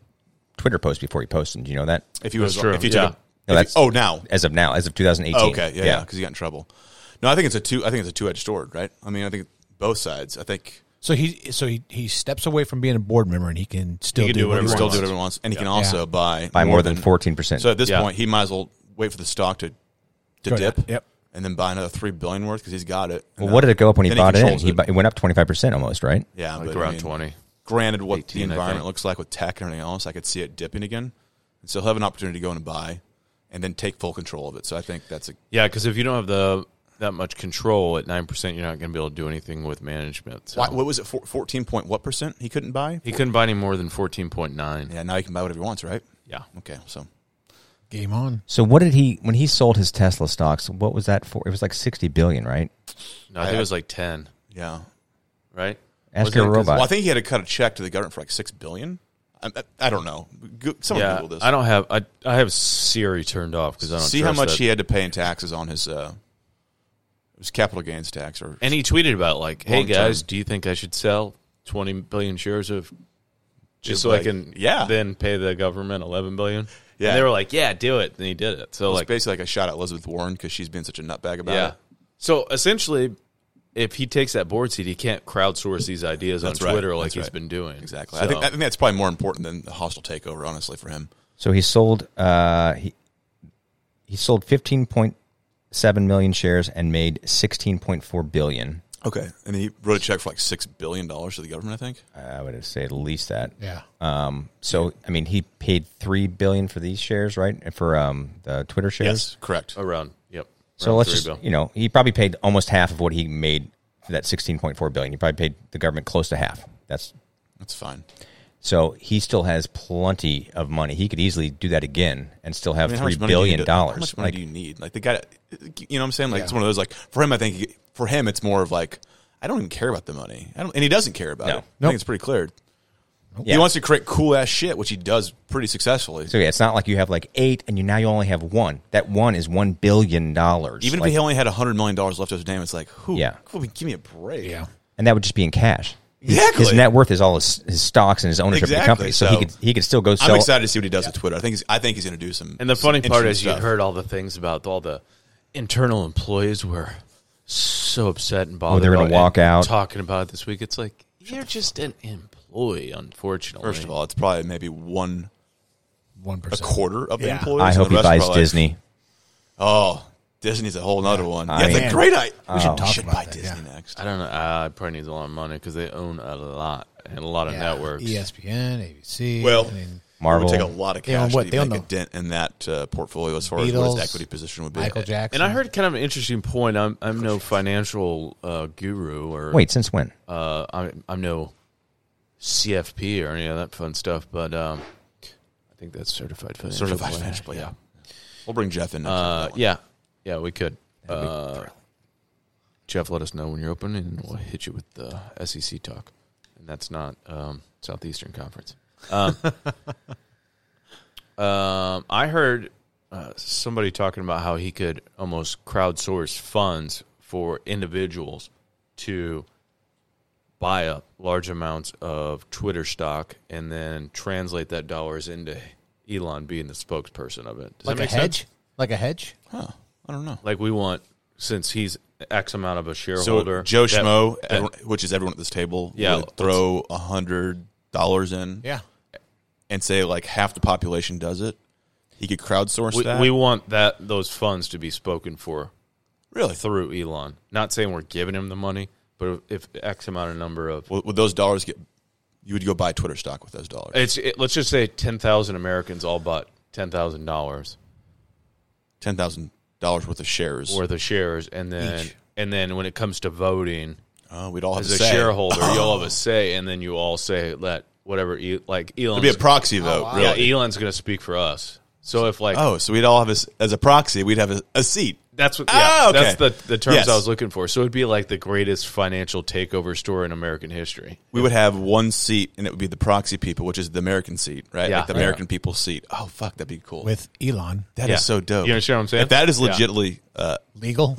S5: Twitter post before he posts them. Do you know that?
S4: if he was
S3: That's true,
S4: if he
S3: yeah.
S4: took a-
S5: No,
S4: if he-
S5: that's- E
S4: oh now
S5: As of now, as of 2018.
S4: Oh, okay, yeah, yeah, because he got in trouble. No, I think it's a two. I think it's a two-edged sword, right? I mean, I think both sides. I think
S2: So he so he, he steps away from being a board member and he can still
S3: He can
S2: do,
S3: do
S2: what he
S3: whatever
S4: he can
S2: wants.
S4: still do whatever he wants, and he can also
S2: Yeah.
S4: buy
S5: By more than 14%.
S4: So at this
S3: Yeah.
S4: point, he might as well wait for the stock to to
S2: Go down.
S4: dip,
S2: Yep.
S4: and then buy another three billion worth because he's got it.
S5: Well, what did it go up when he
S4: Then
S5: bought it? In?
S4: controls
S5: He bu- it went up 25 percent almost, right?
S4: yeah,
S3: like
S4: but I
S3: around
S4: mean,
S3: 20.
S4: Granted, what
S3: 18, I
S4: the
S3: think.
S4: environment looks like with tech and everything else, I could see it dipping again, and so he'll have an opportunity to go in and buy, and then take full control of it. So I think that's a
S3: Yeah, because if you don't have the that much control at nine percent, you're not going to be able to do anything with management. So.
S4: why, what was it fourteen point what percent he couldn't buy?
S3: he couldn't buy any more than fourteen point nine.
S4: Yeah, now he can buy whatever he wants, right?
S3: Yeah.
S4: Okay, so
S2: Game on.
S5: So what did he when he sold his Tesla stocks? What was that for? It was like 60 billion, right?
S3: no, I think it was like ten,
S4: yeah,
S3: right?
S5: Ask
S3: Was it-
S5: your
S3: 'cause-
S5: robot.
S4: Well, I think he had to cut a check to the government for like six billion. I, I, I don't know. Go, someone
S3: Yeah,
S4: Google this.
S3: I don't have I I have Siri turned off because I don't
S4: see how
S3: trust
S4: much
S3: that.
S4: he had to pay in taxes on his. Uh, it was capital gains tax, or
S3: And he tweeted about like, "Hey
S4: Long
S3: guys,
S4: term.
S3: do you think I should sell twenty billion shares of just
S4: Just
S3: so I
S4: like-
S3: can
S4: yeah.
S3: then pay the government eleven billion?
S4: Yeah.
S3: and they were like, "Yeah, do it." And he did it. So
S4: it's
S3: like,
S4: basically like a shot at Elizabeth Warren because she's been such a nutbag about
S3: yeah.
S4: it.
S3: So essentially, if he takes that board seat, he can't crowdsource these ideas
S4: That's
S3: on
S4: right.
S3: Twitter like
S4: That's
S3: he's
S4: right.
S3: been doing.
S4: Exactly.
S3: So-
S4: I think I think that's probably more important than the hostile takeover, honestly, for him.
S5: so he sold uh he he sold 15.7 million shares and made 16.4 billion.
S4: Okay, and he wrote a check for like six billion dollars to the government. I think.
S5: I would say at least that.
S2: Yeah.
S5: Um so I mean he paid 3 billion for these shares, right? For um the Twitter shares.
S4: correct.
S3: around. Yep.
S5: So
S3: Around
S5: let's
S3: three
S5: just,
S3: bill.
S5: you know, he probably paid almost half of what he made for that 16.4 billion. He probably paid the government close to half. That's
S4: That's fine.
S5: so he still has plenty of money. He could easily do that again and still have
S4: I mean, how
S5: three
S4: much money do you
S5: billion
S4: need to- How
S5: dollars.
S4: much money
S5: Like,
S4: do you need? Like the guy, you know what I'm saying? Like it's one of those. Like for him, I think he- for him it's more of like I don't even care about the money. I don't, and he doesn't care about
S5: No.
S4: it. I
S2: Nope.
S4: think it's pretty clear.
S5: Yeah.
S4: He wants to create cool ass shit, which he does pretty successfully.
S5: so yeah, it's not like you have like eight and you now you only have one. That one is one billion dollars.
S4: Even
S5: Like-
S4: if he only had hundred million dollars left to his name, it's like, who?
S5: Yeah.
S4: who- give me a break.
S2: Yeah.
S5: and that would just be in cash. His-
S4: Exactly.
S5: His net worth is all his, his stocks and his ownership of the
S4: Exactly.
S5: company. So,
S4: So-
S5: he could he could still go
S4: I'm
S5: sell.
S4: excited to see what he does with Twitter. I think he's, I think he's going to do some.
S3: And the funny
S4: some
S3: part is,
S4: interesting
S3: you
S4: stuff.
S3: heard all the things about all the internal employees were so upset and bothered.
S5: they're gonna
S3: about-
S5: walk
S3: and
S5: out.
S3: talking about it this week. It's like you're just an employee, unfortunately.
S4: First of all, it's probably maybe one
S2: One
S4: a
S2: percent.
S4: quarter of the
S2: Yeah.
S4: employees.
S5: I
S4: and
S5: hope
S4: the
S5: he
S4: rest are
S5: buys
S4: like,
S5: Disney.
S4: Oh, Disney's a whole other one.
S5: I
S4: yeah, it's
S5: mean- oh.
S4: a great idea. we should,
S2: talk
S4: we should
S2: about
S4: buy
S2: that,
S4: Disney
S2: yeah.
S4: next.
S3: I don't know. I probably needs a lot of money because they own a lot and a lot of networks.
S2: E ESPN, ABC.
S4: Well,
S2: I mean,
S4: It
S5: Marvel.
S4: would take a lot of
S2: They own
S4: cash
S2: what?
S4: to
S2: They
S4: make
S2: own
S4: a
S2: the-
S4: dent in that uh, portfolio as far as
S2: Beatles,
S4: what his equity position would be.
S2: Michael Jackson.
S3: And I heard kind of an interesting point. I'm I'm no financial uh, guru or
S5: Wait, since when?
S3: uh, I'm, I'm no CFP or any of that fun stuff, but um, I think that's certified financial
S4: Certified
S3: planner.
S4: financial, yeah. We'll bring Jeff in. next on
S3: Uh,
S4: that one.
S3: yeah, yeah, we could. Uh, Jeff, let us know when you're open, and we'll hit you with the SEC talk. And that's not um, Southeastern Conference. Um, <laughs> um, I heard uh, somebody talking about how he could almost crowdsource funds for individuals to buy up large amounts of Twitter stock and then translate that dollars into Elon being the spokesperson of it. Does that
S2: like a
S3: make sense?
S2: hedge. Like a hedge.
S4: Huh. I don't know.
S3: Like we want, since he's X amount of a
S4: So
S3: shareholder.
S4: Joe
S3: that-
S4: Schmo,
S3: that-
S4: everyone- which is everyone at this table,
S3: Yeah,
S4: would throw a hundred dollars in
S2: Yeah.
S4: and say like half the population does it. He could crowdsource
S3: we,
S4: that.
S3: we want that those funds to be spoken for
S4: really?
S3: through Elon. Not saying we're giving him the money, but if X amount of number of
S4: Would, would those dollars get you would go buy Twitter stock with those dollars.
S3: It's it, let's just say ten thousand Americans all bought ten thousand dollars
S4: Ten thousand dollars worth of shares.
S3: worth of shares, and then
S4: Each.
S3: and then when it comes to voting
S4: oh, we'd all have
S3: as
S4: to
S3: a
S4: say.
S3: shareholder, you all have
S4: <clears throat>
S3: a say, and then you all say let whatever E- like Elon
S4: It'd be a proxy vote,
S3: Oh, yeah e-
S4: really.
S3: Elon's going to speak for us. So if like
S4: Oh, so we'd all have a, s- as a proxy, we'd have a, a seat.
S3: That's what. Yeah,
S4: Ah, okay.
S3: That's the the terms
S4: Yes.
S3: I was looking for. So it'd be like the greatest financial takeover story in American history.
S4: We would have one seat, and it would be the proxy people, which is the American seat, right?
S3: Yeah.
S4: Like the
S3: Yeah.
S4: American people's seat. Oh, fuck, that'd be cool.
S2: with Elon.
S4: That is
S3: Yeah.
S4: so dope.
S3: You understand what I'm saying?
S4: If that is
S3: Yeah.
S4: legitimately uh,
S2: Legal.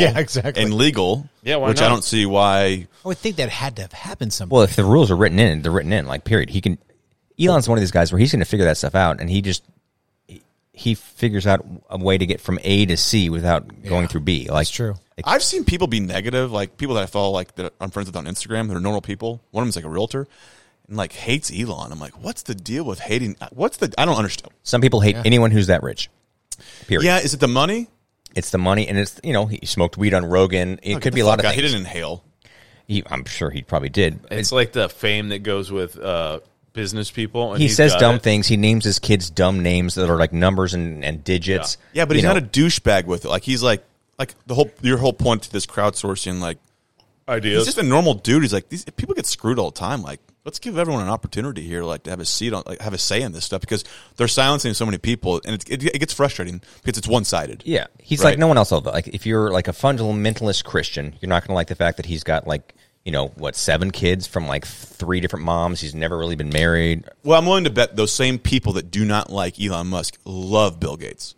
S2: <laughs> yeah, exactly.
S4: and legal,
S3: Yeah, why
S4: which I
S3: not?
S4: don't see why.
S2: I would think that had to have happened somewhere.
S5: Well, if the rules are written in, they're written in. Like, period. He can. Elon's one of these guys where he's going to figure that stuff out, and he just he- he figures out a way to get from A to C without going through B. Like,
S2: true.
S5: like,
S4: I've seen people be negative, like people that I follow, like that I'm friends with on Instagram. They're normal people. One of them's like a realtor, and like hates Elon. I'm like, what's the deal with hating? What's the? I don't understand.
S5: some people hate anyone who's that rich. Period.
S4: Yeah, is it the money?
S5: It's the money, and it's you know he smoked weed on Rogan. It could be a lot of
S4: God, he
S5: things.
S4: didn't inhale.
S5: He- I'm sure he probably did.
S3: It's like the fame that goes with uh, business people. And
S5: he
S3: he's
S5: says
S3: got
S5: dumb
S3: it.
S5: things. He names his kids dumb names that are like numbers and, and digits.
S4: Yeah, but
S5: You
S4: he's
S5: know,
S4: not a douchebag with it. Like he's like like the whole your whole point to this crowdsourcing. Like he's
S3: ideas.
S4: just a normal dude. He's like these people get screwed all the time. Like let's give everyone an opportunity here, like to have a seat on, like, have a say in this stuff because they're silencing so many people, and it, it, it gets frustrating because it's one sided.
S5: Yeah, he's
S4: Right.
S5: like no one else. will, though. Like if you're like a fundamentalist Christian, you're not going to like the fact that he's got like you know what seven kids from like three different moms. He's never really been married.
S4: Well, I'm willing to bet those same people that do not like Elon Musk love Bill Gates.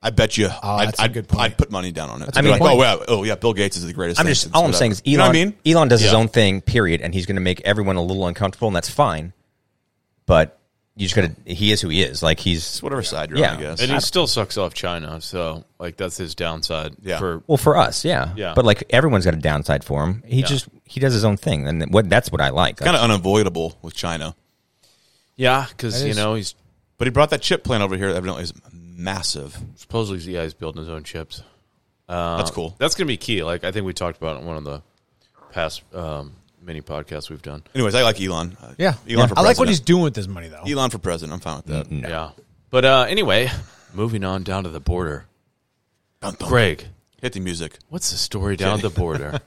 S4: I bet you. I'd,
S2: that's a
S4: I'd-
S2: good point.
S4: I'd put money down on it.
S5: a
S4: I'd be like,
S5: good point.
S4: oh yeah, oh yeah, Bill Gates is the greatest.
S5: I'm
S4: thing
S5: just
S4: since
S5: all I'm
S4: whatever.
S5: saying is Elon.
S4: You know what I mean?
S5: Elon does his
S4: Yeah.
S5: own thing, period, and he's going to make everyone a little uncomfortable, and that's fine. But you just got to. He is who he is. Like he's
S4: It's whatever side you're
S5: Yeah.
S4: on, I guess.
S3: and he still sucks off China. So like that's his downside.
S4: Yeah.
S3: For
S5: well for us, yeah.
S3: Yeah.
S5: But like everyone's got a downside for him. He just he does his own thing, and what that's what I like.
S4: kind of unavoidable with China.
S3: yeah, because you
S2: is-
S3: know he's
S4: But he brought that chip plant over here. that Evidently, is massive.
S3: supposedly the guy's building his own chips.
S4: That's cool.
S3: That's going to be key. Like I think we talked about it in one of the past um, mini podcasts we've done.
S4: Anyways, I like Elon. Uh,
S2: yeah.
S4: Elon
S2: Yeah.
S4: for president.
S2: I like what he's doing with his money, though.
S4: Elon for president. I'm fine with that.
S3: Yeah. But uh, anyway, <laughs> moving on down to the border.
S4: Dun, dun.
S3: Greg,
S4: Hit the music.
S3: what's the story down at the border?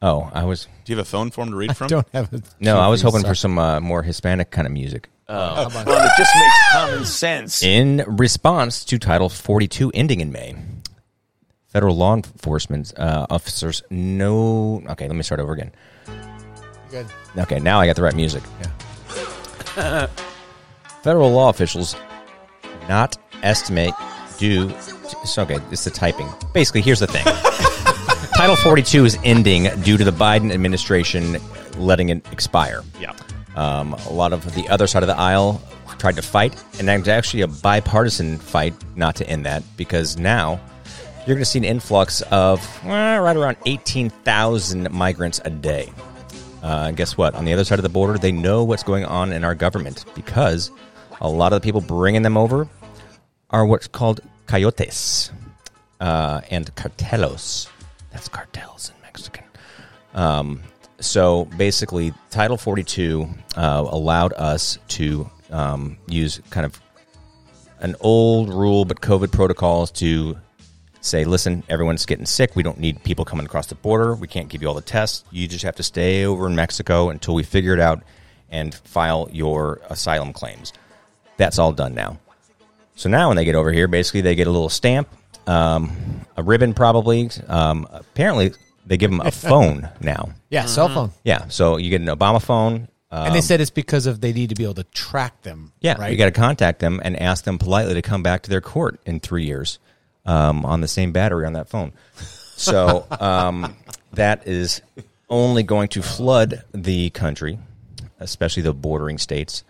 S5: oh, I was
S4: Do you have a phone for him to read from?
S2: Don't have a
S5: no, I was hoping for some uh, more Hispanic kind of music.
S6: Well, it just makes common sense.
S5: In response to Title 42 ending in May, federal law enforcement uh, officers no. Okay, let me start over again.
S2: Good.
S5: Okay, now I got the right music. <laughs> federal law officials not estimate due. It's okay, it's the typing. Basically, here's the thing Title 42 is ending due to the Biden administration letting it expire.
S3: yeah.
S5: Um, a lot of the other side of the aisle tried to fight, and there's actually a bipartisan fight not to end that because now you're going to see an influx of eh, right around 18,000 migrants a day. Uh, and guess what? On the other side of the border, they know what's going on in our government because a lot of the people bringing them over are what's called coyotes uh, and cartelos. That's cartels in Mexican. Um, so basically, Title 42 uh, allowed us to um, use kind of an old rule, but COVID protocols to say, listen, everyone's getting sick. We don't need people coming across the border. We can't give you all the tests. You just have to stay over in Mexico until we figure it out and file your asylum claims. That's all done now. So now when they get over here, basically they get a little stamp, um, a ribbon, probably. Um, apparently, they give them a phone now.
S2: Yeah, cell
S4: Mm-hmm.
S2: phone.
S5: Yeah. So you get an Obama phone. Uh,
S2: and they said it's because of they need to be able to track them.
S5: yeah.
S2: right.
S5: You got to contact them and ask them politely to come back to their court in three years um, on the same battery on that phone. So um, that is only going to flood the country, especially the bordering states,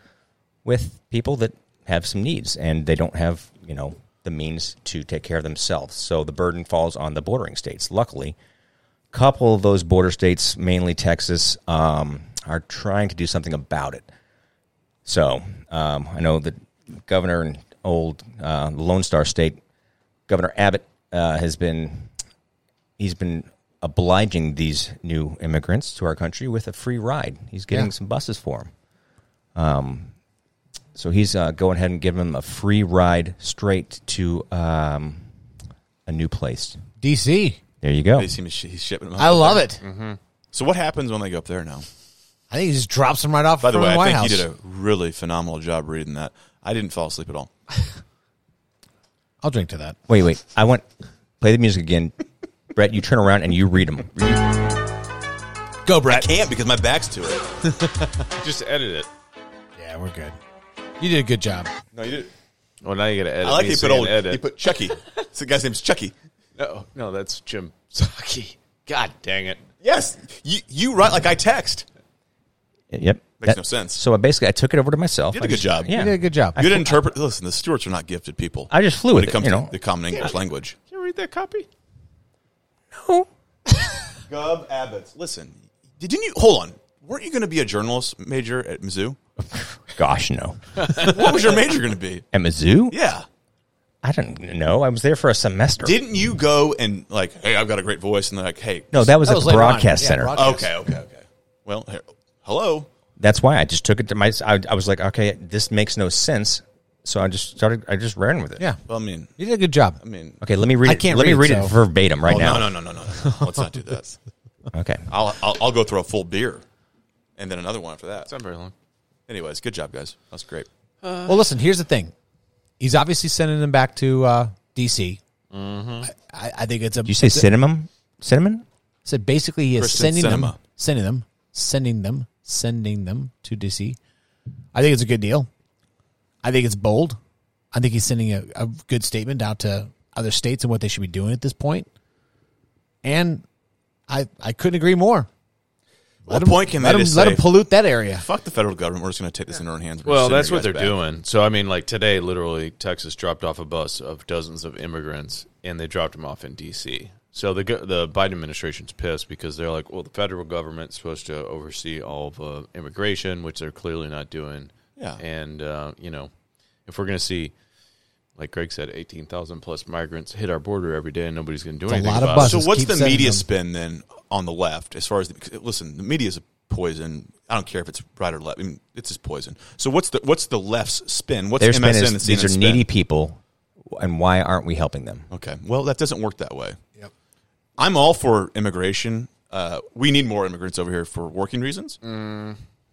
S5: with people that have some needs and they don't have, you know, the means to take care of themselves. So the burden falls on the bordering states. Luckily, couple of those border states, mainly Texas, um, are trying to do something about it. So um, I know that governor in old uh, Lone Star State, Governor Abbott, uh, has been he's been obliging these new immigrants to our country with a free ride. He's getting
S2: Yeah.
S5: some buses for them. Um, so he's uh, going ahead and giving them a free ride straight to um, a new place.
S2: DC.
S5: There you go.
S4: They seem to sh- he's shipping them.
S2: I
S4: out.
S2: love it.
S4: Mm-hmm. So what happens when they go up there now?
S2: I think he just drops them right off.
S4: By the
S2: in
S4: way,
S2: front
S4: I
S2: of the White
S4: think you did
S2: House.
S4: a really phenomenal job reading that. I didn't fall asleep at all.
S2: I'll drink to that.
S5: Wait, wait. I want play the music again. <laughs> Brett, you turn around and you read them.
S2: Go, Brett.
S4: Can't because my back's to it.
S3: Just edit it.
S2: Yeah, we're good. You did a good job.
S4: No, you did.
S3: Well, now you got to edit.
S4: I like
S3: me
S4: he put
S3: saying
S4: old.
S3: edit.
S4: He put <laughs> Chucky. the guy's name's Chucky.
S3: no, no, that's Jim Saki. God dang it!
S4: Yes, you you write like I text.
S5: Yep.
S4: Makes no sense.
S5: So I basically I took it over to myself.
S4: You did a
S5: I
S4: good
S5: just-
S4: job.
S5: Yeah.
S2: You did a good job.
S5: I
S4: Good
S5: fl-
S4: interpret. Listen, the Stewarts are not gifted people.
S5: I just flew
S4: when
S5: with
S4: it
S5: it,
S4: comes
S5: you
S4: to
S5: know.
S4: the common English language.
S3: Did you read that copy?
S4: <laughs> Gub Abbots. Listen, didn't you hold on? Weren't you going to be a journalist major at Mizzou?
S5: Gosh, no.
S4: What was your major going to be?
S5: At Mizzou?
S4: Yeah.
S5: I don't know. I was there for a semester.
S4: Didn't you go and like, hey, I've got a great voice, and they're like, hey,
S5: no, that was
S2: That
S5: at
S2: was
S5: the
S2: later on.
S5: broadcast
S2: Yeah,
S5: center.
S2: broadcast.
S4: okay, okay, okay. Well, here, hello.
S5: That's why I just took it to my. I, I was like, okay, this makes no sense. So I just started. I just ran with it.
S2: Yeah,
S4: Well, I mean,
S2: you did a good job.
S4: I mean,
S5: Okay, let me read.
S2: I
S5: it.
S2: can't
S5: let me
S2: read
S5: read
S2: it,
S5: it
S2: so-
S5: verbatim right
S4: oh,
S5: now.
S4: no, no, no, no, no, no. Let's not do this.
S5: no. Okay.
S4: I'll, I'll I'll go throw a full beer, and then another one after that.
S3: It's not very long.
S4: Anyways, good job, guys. That's great.
S2: well, listen. Here's the thing. He's obviously sending them back to uh, DC.
S4: Mm-hmm.
S2: I, I- I think it's a.
S5: Did you say cinnamon? Cinnamon?
S2: So basically, he is
S4: Christian
S2: sending them,
S4: cinema.
S2: sending them, sending them, sending them to DC. I think it's a good deal. I think it's bold. I think he's sending a, a good statement out to other states and what they should be doing at this point. And I I couldn't agree more.
S4: What
S2: him-
S4: point can
S2: let
S4: they
S2: him,
S4: just
S2: let
S4: say,
S2: him pollute that area.
S4: fuck the federal government? We're just going to take this into our own hands. We're
S3: Well, that's
S4: just sending
S3: what
S4: you
S3: they're
S4: guys back.
S3: doing. So I mean, like today, literally, Texas dropped off a bus of dozens of immigrants, and they dropped them off in D.C. So the go- the Biden administration's pissed because they're like, well, the federal government's supposed to oversee all of uh, immigration, which they're clearly not doing.
S4: Yeah.
S3: and uh, you know, if we're gonna see, like Greg said, eighteen thousand plus migrants hit our border every day, and nobody's gonna do
S2: a
S3: anything
S2: lot of
S3: about it.
S2: buses.
S4: So what's
S2: keep
S4: the
S2: sending
S4: media
S2: them.
S4: spin then on the left as far as the, listen, the media's a poison. I don't care if it's right or left. I mean, it's just poison. So what's the what's the left's spin? What's
S5: Their
S4: MSN
S5: spin is
S4: and
S5: these
S4: CNN
S5: are
S4: spin?
S5: needy people, and why aren't we helping them?
S4: Okay. Well, that doesn't work that way. Yep. I'm all for immigration. Uh, we need more immigrants over here for working reasons.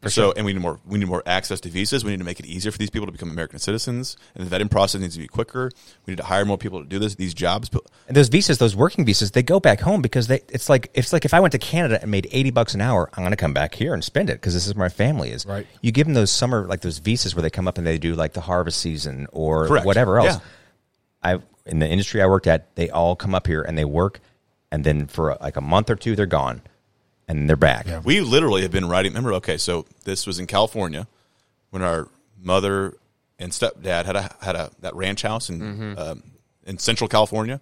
S4: so, and we need more. We need more access to visas. We need to make it easier for these people to become American citizens. And the vetting process needs to be quicker. We need to hire more people to do this. These jobs.
S5: And those visas, those working visas, they go back home because they it's like it's like if I went to Canada and made eighty bucks an hour, I'm going to come back here and spend it because this is where my family is.
S2: Right.
S5: You give them those summer like those visas where they come up and they do like the harvest season or
S4: Correct.
S5: whatever else.
S4: Yeah.
S5: I in the industry I worked at, they all come up here and they work, and then for like a month or two, they're gone, and they're back.
S4: We literally have been writing. Remember, okay, so this was in California when our mother and stepdad had a had a that ranch house in
S3: Mm-hmm.
S4: um, in Central California.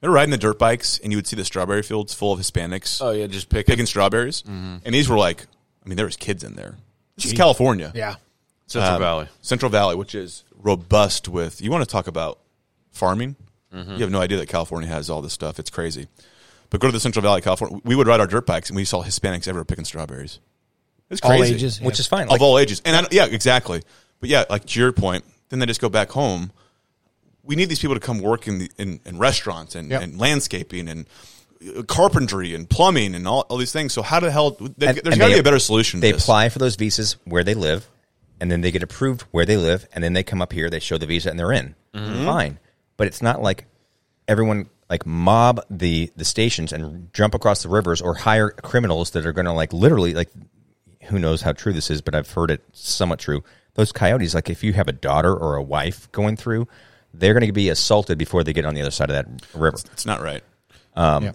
S4: They were riding the dirt bikes, and you would see the strawberry fields full of Hispanics
S3: Oh yeah, just Mm-hmm. pick it.
S4: picking strawberries, and these were like, I mean, there was kids in there. This is California,
S2: Yeah.
S3: Central
S5: Um,
S3: Valley.
S4: Central Valley, which is robust with. You want to talk about farming? You have no idea that California has all this stuff. It's crazy. But go to the Central Valley, California. We would ride our dirt bikes, and we saw Hispanics everywhere picking strawberries. It's
S2: All
S4: crazy
S2: ages.
S5: Which
S2: yeah.
S5: is fine.
S4: of all ages. And I, don't- yeah, exactly. But yeah, like to your point, then they just go back home. We need these people to come work in the, in, in restaurants and,
S2: Yep.
S4: and landscaping and uh, carpentry and plumbing and all, all these things. So how the hell? They,
S5: And-
S4: there's
S5: and
S4: got to
S5: they-
S4: be a better solution. to
S5: They
S4: this.
S5: apply for those visas where they live, and then they get approved where they live, and then they come up here, they show the visa, and they're in. Fine, but it's not like everyone like mob the the stations and jump across the rivers or hire criminals that are going to like literally like who knows how true this is, but I've heard it somewhat true. Those coyotes, like if you have a daughter or a wife going through, they're going to be assaulted before they get on the other side of that river.
S4: It's not right.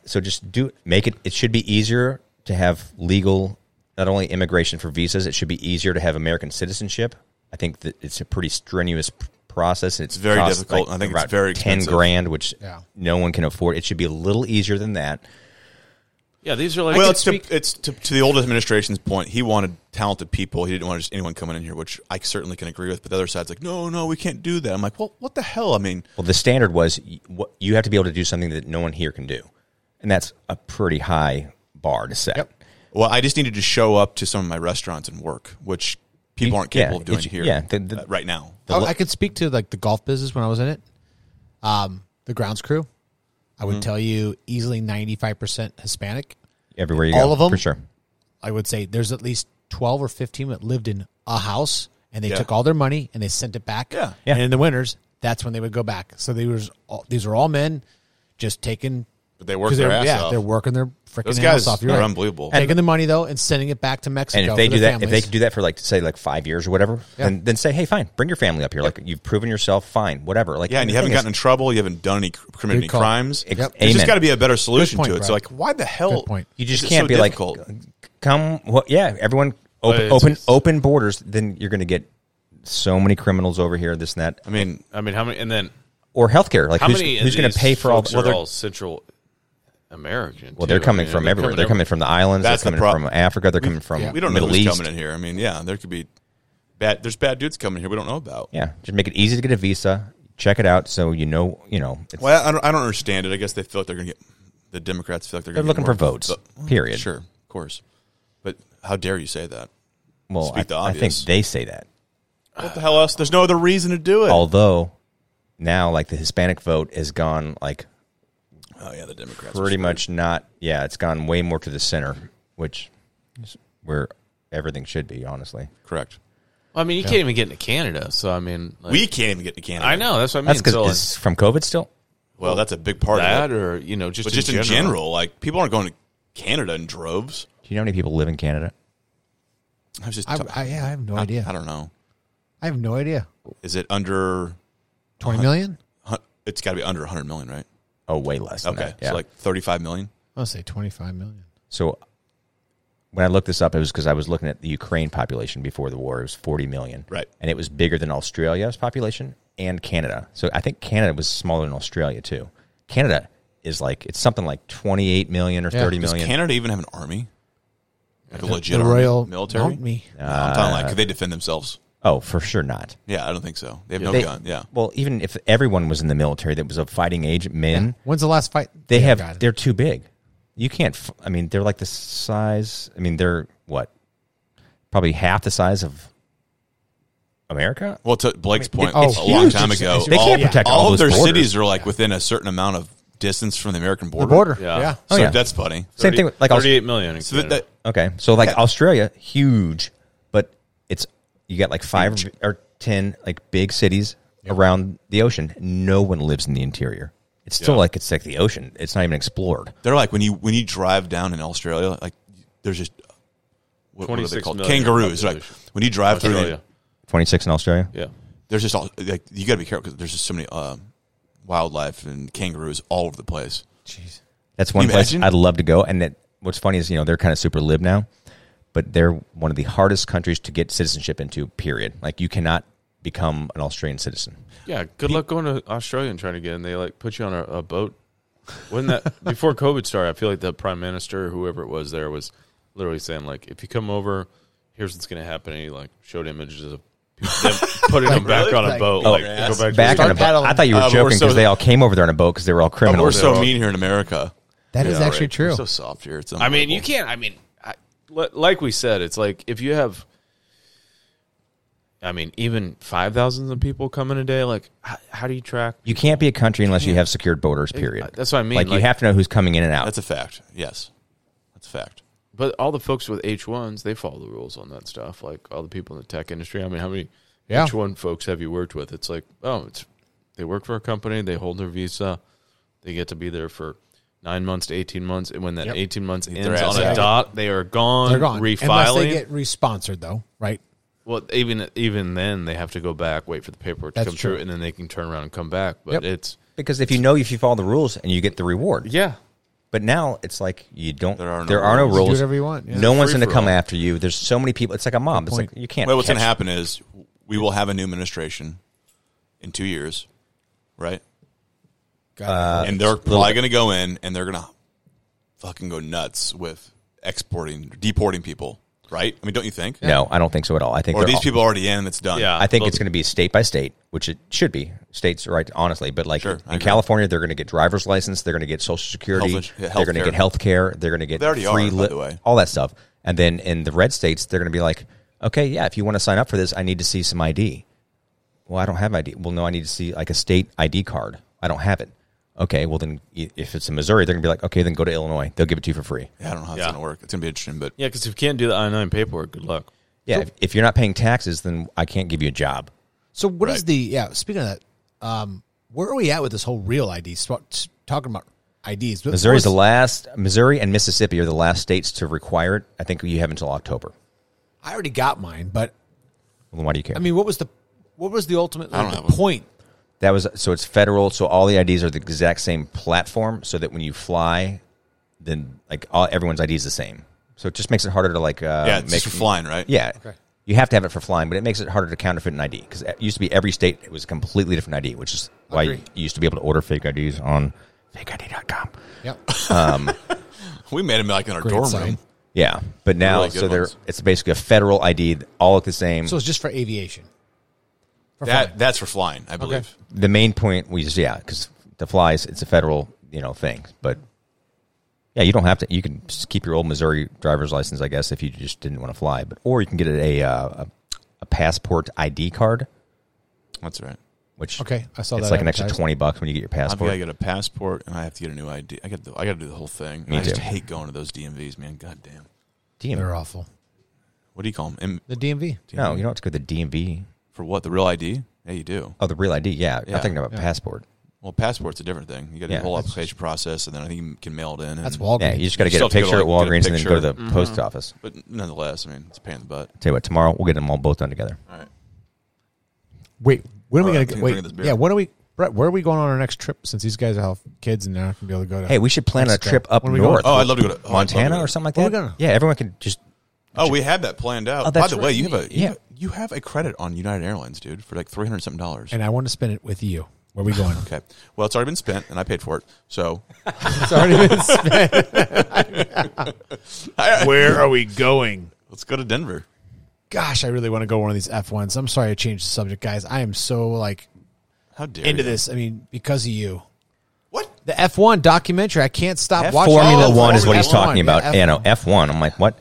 S5: So just do make it. It should be easier to have legal, not only immigration for visas. It should be easier to have American citizenship. I think that it's a pretty strenuous p- process. It's
S4: very
S5: costs,
S4: difficult. I think it's
S5: about
S4: very
S5: ten
S4: expensive.
S5: grand, which
S2: Yeah.
S5: no one can afford. It should be a little easier than that.
S3: Yeah, these are like
S4: well, it's to, it's to, to the old administration's point. He wanted talented people. He didn't want just anyone coming in here, which I certainly can agree with. But the other side's like, no, no, we can't do that. I'm like, well, what the hell? I mean,
S5: Well, the standard was y- what- you have to be able to do something that no one here can do. and that's a pretty high bar to set.
S4: Well, I just needed to show up to some of my restaurants and work, which people aren't capable
S5: yeah,
S4: of doing
S5: it's-
S4: here
S5: yeah, the- the-
S4: uh, right now.
S2: Oh, I, I could speak to like the golf business when I was in it. Um, the grounds crew, I
S4: Mm-hmm.
S2: would tell you easily ninety five percent Hispanic.
S5: Everywhere you go,
S2: All of 'em?
S5: for sure.
S2: I would say there's at least twelve or fifteen that lived in a house and they
S4: Yeah.
S2: took all their money and they sent it back.
S4: Yeah.
S5: Yeah.
S2: And in the winters, that's when they would go back. So they was all, these were all men just taking.
S4: But they work
S2: 'cause
S4: their
S2: they're-
S4: ass
S2: yeah,
S4: off.
S2: they're working their freaking
S4: Those
S2: ass
S4: guys
S2: off. You're
S4: are
S2: right.
S4: unbelievable.
S2: Taking the money though and sending it back to Mexico.
S5: And if
S2: for
S5: they
S2: their
S5: do that, if they
S2: families.
S5: can do that for like say like five years or whatever, then then say, hey, fine, bring your family up here. Like you've proven yourself, fine, whatever. Like
S4: yeah, and you
S5: the
S4: haven't
S5: thing is-
S4: gotten in trouble. You haven't done any committed
S2: Good
S4: any
S2: call.
S4: crimes.
S5: Ex-
S2: Yep.
S4: There's
S5: Amen.
S4: just got to be a better solution
S2: point,
S4: to it. So,
S2: bro.
S4: like, why the hell?
S2: Good point.
S5: You
S4: is
S5: just
S4: it
S5: can't
S4: so
S5: be
S4: difficult?
S5: like, come. Well, yeah, everyone open
S3: it's-
S5: open open borders. Then you're going to get so many criminals over here, this and that,
S4: I mean,
S3: I mean, how many? And then
S5: or healthcare. Like
S3: how
S5: who's,
S3: many? of
S5: who's going
S3: these
S5: to pay for all?
S3: folks
S5: Well,
S3: Are
S5: they're,
S3: all Central American.
S5: well, they're
S3: too. I
S5: coming
S3: mean,
S5: from everywhere. They're coming from the islands.
S4: That's the
S5: they're coming
S4: prob-
S5: from Africa. They're coming from
S4: we don't
S5: Middle
S4: know who's
S5: East.
S4: coming in here. I mean, yeah, there could be bad. There's bad dudes coming here we don't know about.
S5: Yeah, just make it easy to get a visa. Check it out, so you know you know it's,
S4: Well, I don't, I don't understand it. I guess they feel like they're going to get the Democrats feel like they're
S5: they're
S4: gonna get
S5: looking for
S4: more-
S5: votes.
S4: Well,
S5: Period.
S4: Sure, of course. But how dare you say that?
S5: Well,
S4: Speak
S5: I,
S4: the
S5: I think
S4: obvious.
S5: they say that.
S4: What the hell else? There's no other reason to do it.
S5: Although now, like the Hispanic vote has gone like
S4: oh yeah, the Democrats.
S5: pretty much not. Yeah, it's gone way more to the center, which is where everything should be. Honestly,
S4: correct.
S3: I mean, you can't even get into Canada. So I mean, like,
S4: We can't even get to Canada.
S3: I know that's what I mean.
S5: that's because
S3: so,
S5: it's from COVID still.
S4: Well, that's a big part
S3: that
S4: of it.
S3: or you know just
S4: But just in general, like people aren't going to Canada in droves.
S5: Do you know how many people live in Canada?
S4: I was just.
S2: I,
S4: t-
S2: I, I have no idea.
S4: I don't know.
S2: I have no idea.
S4: Is it under?
S2: Twenty million?
S4: hun- It's got to be under 100 million, right?
S5: Oh, way less. Than
S4: Okay,
S5: that, yeah.
S4: so like 35 million.
S2: I'll say twenty five million.
S5: So when I looked this up, it was because I was looking at the Ukraine population before the war. It was 40 million.
S4: Right.
S5: And it was bigger than Australia's population and Canada. So I think Canada was smaller than Australia, too. Canada is like, it's something like 28 million or
S2: Yeah.
S5: 30
S2: Does
S4: Does
S5: million.
S4: Canada even have an army? Like a legit
S2: the
S4: army?
S2: royal
S4: military?
S2: Mount me.
S4: No, I'm talking
S5: Uh,
S4: like could they defend themselves?
S5: oh, for sure not.
S4: Yeah, I don't think so. They have no
S5: They-
S4: gun. Yeah,
S5: Well, even if everyone was in the military that was of fighting age, men,
S2: When's the last fight?
S5: they
S2: Yeah,
S5: have,
S2: got it.
S5: they're too big. You can't, f- I mean, they're like the size, I mean, they're what? Probably half the size of America?
S4: Well, to Blake's point,
S2: oh,
S4: a long
S2: huge.
S4: time ago,
S2: They
S4: all,
S5: can't protect
S4: all
S5: all
S4: of
S5: those
S4: their
S5: borders.
S4: cities are like within a certain amount of distance from the American border.
S2: the border.
S3: Yeah.
S2: yeah.
S5: Oh,
S4: So
S5: yeah.
S4: that's funny.
S5: Same thing with like Aus-
S3: thirty-eight million. in
S4: So that,
S3: Canada.
S4: that-
S5: Okay, so like Australia, huge, but it's you got like five or ten like big cities around the ocean. No one lives in the interior. It's still
S3: Yeah.
S5: like it's like the ocean. It's not even explored.
S4: they're like when you when you drive down in Australia, like there's just what, what are they
S3: 26
S4: called?
S3: million
S4: Kangaroos. Like
S3: population.
S4: when you drive through,
S3: Australia.
S5: Twenty six in Australia.
S3: Yeah.
S4: there's just all like you got to be careful because there's just so many uh, wildlife and kangaroos all over the place.
S2: Jeez.
S5: That's one
S4: you
S5: place
S4: imagine?
S5: I'd love to go. And it, what's funny is you know they're kind of super lib now, but they're one of the hardest countries to get citizenship into. Period. Like you cannot become an Australian citizen.
S3: Yeah. Good luck going to Australia and trying to get in. They like put you on a, a boat. Wasn't
S2: <laughs>
S3: that before COVID started? I feel like the prime minister, whoever it was, there was literally saying like, if you come over, here's what's going to happen. And he like showed images of
S2: <laughs>
S3: people, them putting them back on a
S2: Like,
S3: boat.
S5: oh,
S3: like
S5: yes.
S3: go back to
S5: Back
S3: the-
S5: on a boat.
S2: paddling.
S5: I thought you were
S4: Uh, but we're
S5: joking because
S4: so-
S5: they all came over there on a boat because they were all
S4: But we're
S5: criminals.
S4: so mean here in America.
S2: That is
S4: Yeah,
S2: actually
S4: right.
S2: true.
S4: We're so soft here. It's
S3: I mean, you can't. I mean, I, li- like we said, it's like if you have, I mean, even five thousands of people coming a day, like how, how do you track?
S5: You can't be a country unless you have secured borders. Period.
S3: That's what I mean,
S5: Like, you
S3: like-
S5: have to know who's coming in and out.
S4: That's a fact. Yes, that's a fact.
S3: But all the folks with H ones, they follow the rules on that stuff. Like all the people in the tech industry. I mean, how many
S2: Yeah.
S3: H one folks have you worked with? It's like, oh, it's they work for a company, they hold their visa, they get to be there for. Nine months to eighteen months, and when that
S2: Yep.
S3: eighteen months ends
S4: ass
S3: on a
S4: out.
S3: dot, they are gone.
S2: They're gone. Unless
S3: Refiling.
S2: they get responsored though, right?
S3: Well, even even then, they have to go back, wait for the paperwork
S2: That's
S3: to come through,
S2: true.
S3: and then they can turn around and come back. But
S2: Yep.
S3: it's
S5: because if you know if you follow the rules and you get the reward.
S3: yeah,
S5: But now it's like you don't.
S4: There are no
S5: rules.
S4: rules.
S2: Do whatever you want, yeah.
S5: No one's
S3: Free
S5: going to
S3: for
S5: come
S3: all.
S5: after you. There's so many people. It's like a mob. It's like you can't.
S4: Well, what's going
S5: catch-
S4: to happen is we will have a new administration in two years, right?
S5: Uh,
S4: and they're probably going to go in and they're going to fucking go nuts with exporting, deporting people. right? I mean, don't you think?
S5: No, I don't think so at all. I think
S4: Or are
S5: they're
S4: these
S5: all-
S4: people already in and it's done?
S3: Yeah.
S5: I think
S3: Those-
S5: it's going to be state by state, which it should be. States, right? Honestly, but like
S4: Sure, I
S5: in
S4: agree.
S5: California, they're going to get driver's license, they're going to get social security,
S4: Health ins- yeah,
S5: they're going to
S4: healthcare.
S5: get health care, they're going to get
S4: They already
S5: free
S4: are, by
S5: li-
S4: the way.
S5: all that stuff. And then in the red states, they're going to be like, okay, yeah, if you want to sign up for this, I need to see some ID. Well, I don't have ID. Well, no, I need to see like a state ID card. I don't have it. Okay, well then, i- if it's in Missouri, they're going to be like, okay, then go to Illinois. They'll give it to you for free.
S4: Yeah, I don't know how it's
S3: Yeah.
S4: gonna work. It's gonna be interesting, but
S3: Yeah, because if you can't do the I nine paperwork, good luck.
S5: Yeah, if, if you're not paying taxes, then I can't give you a job.
S2: So what is the yeah? Speaking of that, um, where are we at with this whole real ID? sp- s- Talking about IDs, But
S5: Missouri's the
S2: what's-
S5: last. Missouri and Mississippi are the last states to require it. I think you have until October.
S2: I already got mine, but
S5: Well, why do you care?
S2: I mean, what was the what was the ultimate
S4: don't
S2: like,
S4: have
S2: the
S4: one.
S2: point?
S5: that was so it's federal. So all the IDs are the exact same platform. So that when you fly, then like all everyone's ID is the same. So it just makes it harder to like uh,
S4: yeah, it's
S5: make
S4: just for flying, right?
S5: Yeah. You have to have it for flying, but it makes it harder to counterfeit an ID because it used to be every state it was a completely different ID, which is why you
S2: Agree.
S5: you used to be able to order fake IDs on fakeid.com.
S4: <laughs>
S2: Yep.
S4: we made them like in our
S2: Great
S4: dorm
S2: sign.
S4: room.
S5: Yeah, but now
S4: Really good
S5: so they're
S4: ones.
S5: it's basically a federal ID, all look the same.
S2: So it's just for aviation. For
S4: That
S2: fun.
S4: that's for flying, I believe.
S5: the main point was yeah, because the flies it's a federal you know thing, but yeah, you don't have to. You can just keep your old Missouri driver's license, I guess, if you just didn't want to fly, but or you can get a uh, a, a passport ID card,
S4: That's right.
S5: which
S2: Okay, I saw
S5: it's
S2: that
S5: like an extra
S2: advertised.
S5: twenty bucks when you get your
S4: I've
S5: passport.
S4: got to get a passport and I have to get a new ID. I got to, I got to do the whole thing.
S5: Me
S4: I just
S5: too.
S4: hate going to those DMVs, man. God damn.
S5: DMV.
S2: They're awful.
S4: What do you call them?
S2: The DMV.
S5: No, you don't have to go to the DMV.
S4: For what? The real ID? Yeah, you do.
S5: Oh, the real ID. Yeah,
S4: Yeah.
S5: I'm thinking about passport.
S4: Well, passport's a different thing. You got to do
S5: Yeah.
S4: the whole
S5: That's
S4: application process, and then I think you can mail it in. and-
S2: That's Walgreens.
S5: Yeah, you just got to
S4: You
S5: get
S4: still
S5: a
S4: have to go to,
S5: picture at
S4: like, get a
S5: Walgreens and then go to the
S4: picture. Mm-hmm.
S5: post office.
S4: But nonetheless, I mean, it's a pain in the butt.
S5: Tell you what, tomorrow we'll get them all both done together.
S4: All right.
S2: Wait, when
S5: Oh,
S2: are we
S4: All
S2: going
S4: right,
S2: to
S4: I'm
S2: wait?
S4: drinking this beer.
S2: Yeah, when are we? Brett, where are we going on our next trip? Since these guys have kids and they're not going to be able to go to.
S5: Hey, we should plan a
S2: Mexico.
S5: trip up
S2: When are we
S5: north.
S2: going?
S4: Oh, I'd love to go to oh, I'd love to
S5: Montana
S4: go
S5: or
S4: to-
S5: something like
S2: Where
S5: that.
S2: we gonna-
S5: Yeah, everyone could just
S4: Oh, we had that planned out.
S5: Oh,
S4: By
S5: that's
S4: the
S5: right.
S4: way, you have a you,
S5: Yeah.
S4: have, you have a credit on United Airlines, dude, for like three hundred something dollars.
S2: and I want to spend it with you. Where are we going?
S4: Okay. Well, it's already been spent, and I paid for it.
S2: <laughs>
S4: So
S2: it's already <laughs> been spent.
S7: Where are we going?
S4: <laughs> let's go to Denver.
S2: Gosh, I really want to go one of these F ones. I'm sorry I changed the subject, guys. I am so like
S4: How dare
S2: into
S4: you.
S2: this. I mean, because of you.
S4: What?
S2: The F1 documentary. I can't stop watching.
S5: Formula
S2: Oh,
S5: One is what he's
S2: F1,
S5: talking about.
S2: yeah,
S5: Yeah, no, F one. I'm like, what?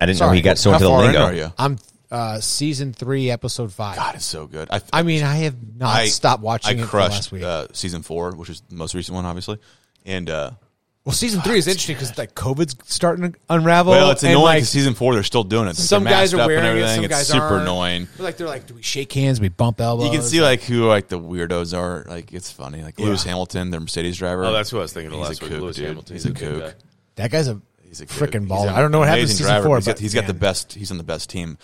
S5: I didn't know
S2: Sorry.
S5: he got so
S4: How
S5: into the
S4: far in
S5: lingo.
S4: are you?
S2: I'm uh, season three, episode five.
S4: God, it's so good. I,
S2: I mean, I have not stopped watching
S4: I
S2: it for
S4: crushed
S2: last week.
S4: Uh, season four, which is the most recent one, obviously. And uh,
S2: well, season three is interesting because like COVID's starting to unravel.
S4: well, it's
S2: and,
S4: annoying.
S2: like,
S4: because season four, they're still doing it. Like,
S2: some
S4: they're
S2: guys
S4: masked
S2: are
S4: up and
S2: wearing it,
S4: everything.
S2: some
S4: it's
S2: guys
S4: super
S2: aren't.
S4: annoying.
S2: But, like they're like, do we shake hands? We bump elbows.
S4: You can see like who like the weirdos are. Like it's funny. Like Lewis Hamilton, their Mercedes driver.
S3: Oh, that's who I was thinking of
S4: He's
S3: last
S4: a
S3: week,
S4: kook,
S3: Lewis
S4: dude.
S3: Hamilton.
S4: He's a
S3: He's a good
S4: kook.
S3: guy.
S2: that guy's a
S4: He's a good-
S2: freaking
S4: he's
S2: baller.
S4: an
S2: I don't know what happened in
S4: amazing
S2: season
S4: driver,
S2: four, but
S4: but he's got, he's got the
S2: man.
S4: best. He's on the best team.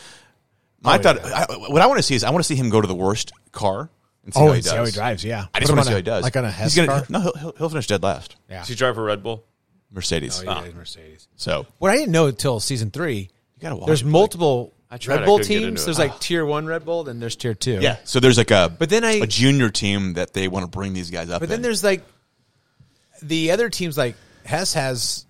S4: I thought I, what I want to see is I want to see him go to the worst car and see
S2: Oh,
S4: how he
S2: and see
S4: does.
S2: how he drives, yeah.
S4: I
S2: Put
S4: just
S2: him on
S4: want to see
S2: a-
S4: how he does.
S2: like on a
S4: he's
S2: Hess
S4: gonna,
S2: car?
S4: No, he'll, he'll, he'll finish dead last.
S2: Yeah.
S3: Does he drive a Red Bull?
S4: Mercedes.
S2: Oh, yeah, it's Mercedes.
S4: So
S2: What I didn't know until season three,
S4: You gotta watch
S2: there's
S4: it, like-
S2: multiple
S3: I tried,
S2: Red
S3: I
S2: Bull
S3: couldn't get into
S2: teams.
S3: it.
S2: There's like tier one Red Bull, then there's tier two.
S4: yeah. So there's like a
S2: But then I-
S4: a junior team that they want to bring these guys up.
S2: But then
S4: in.
S2: there's like the other teams, like Hess has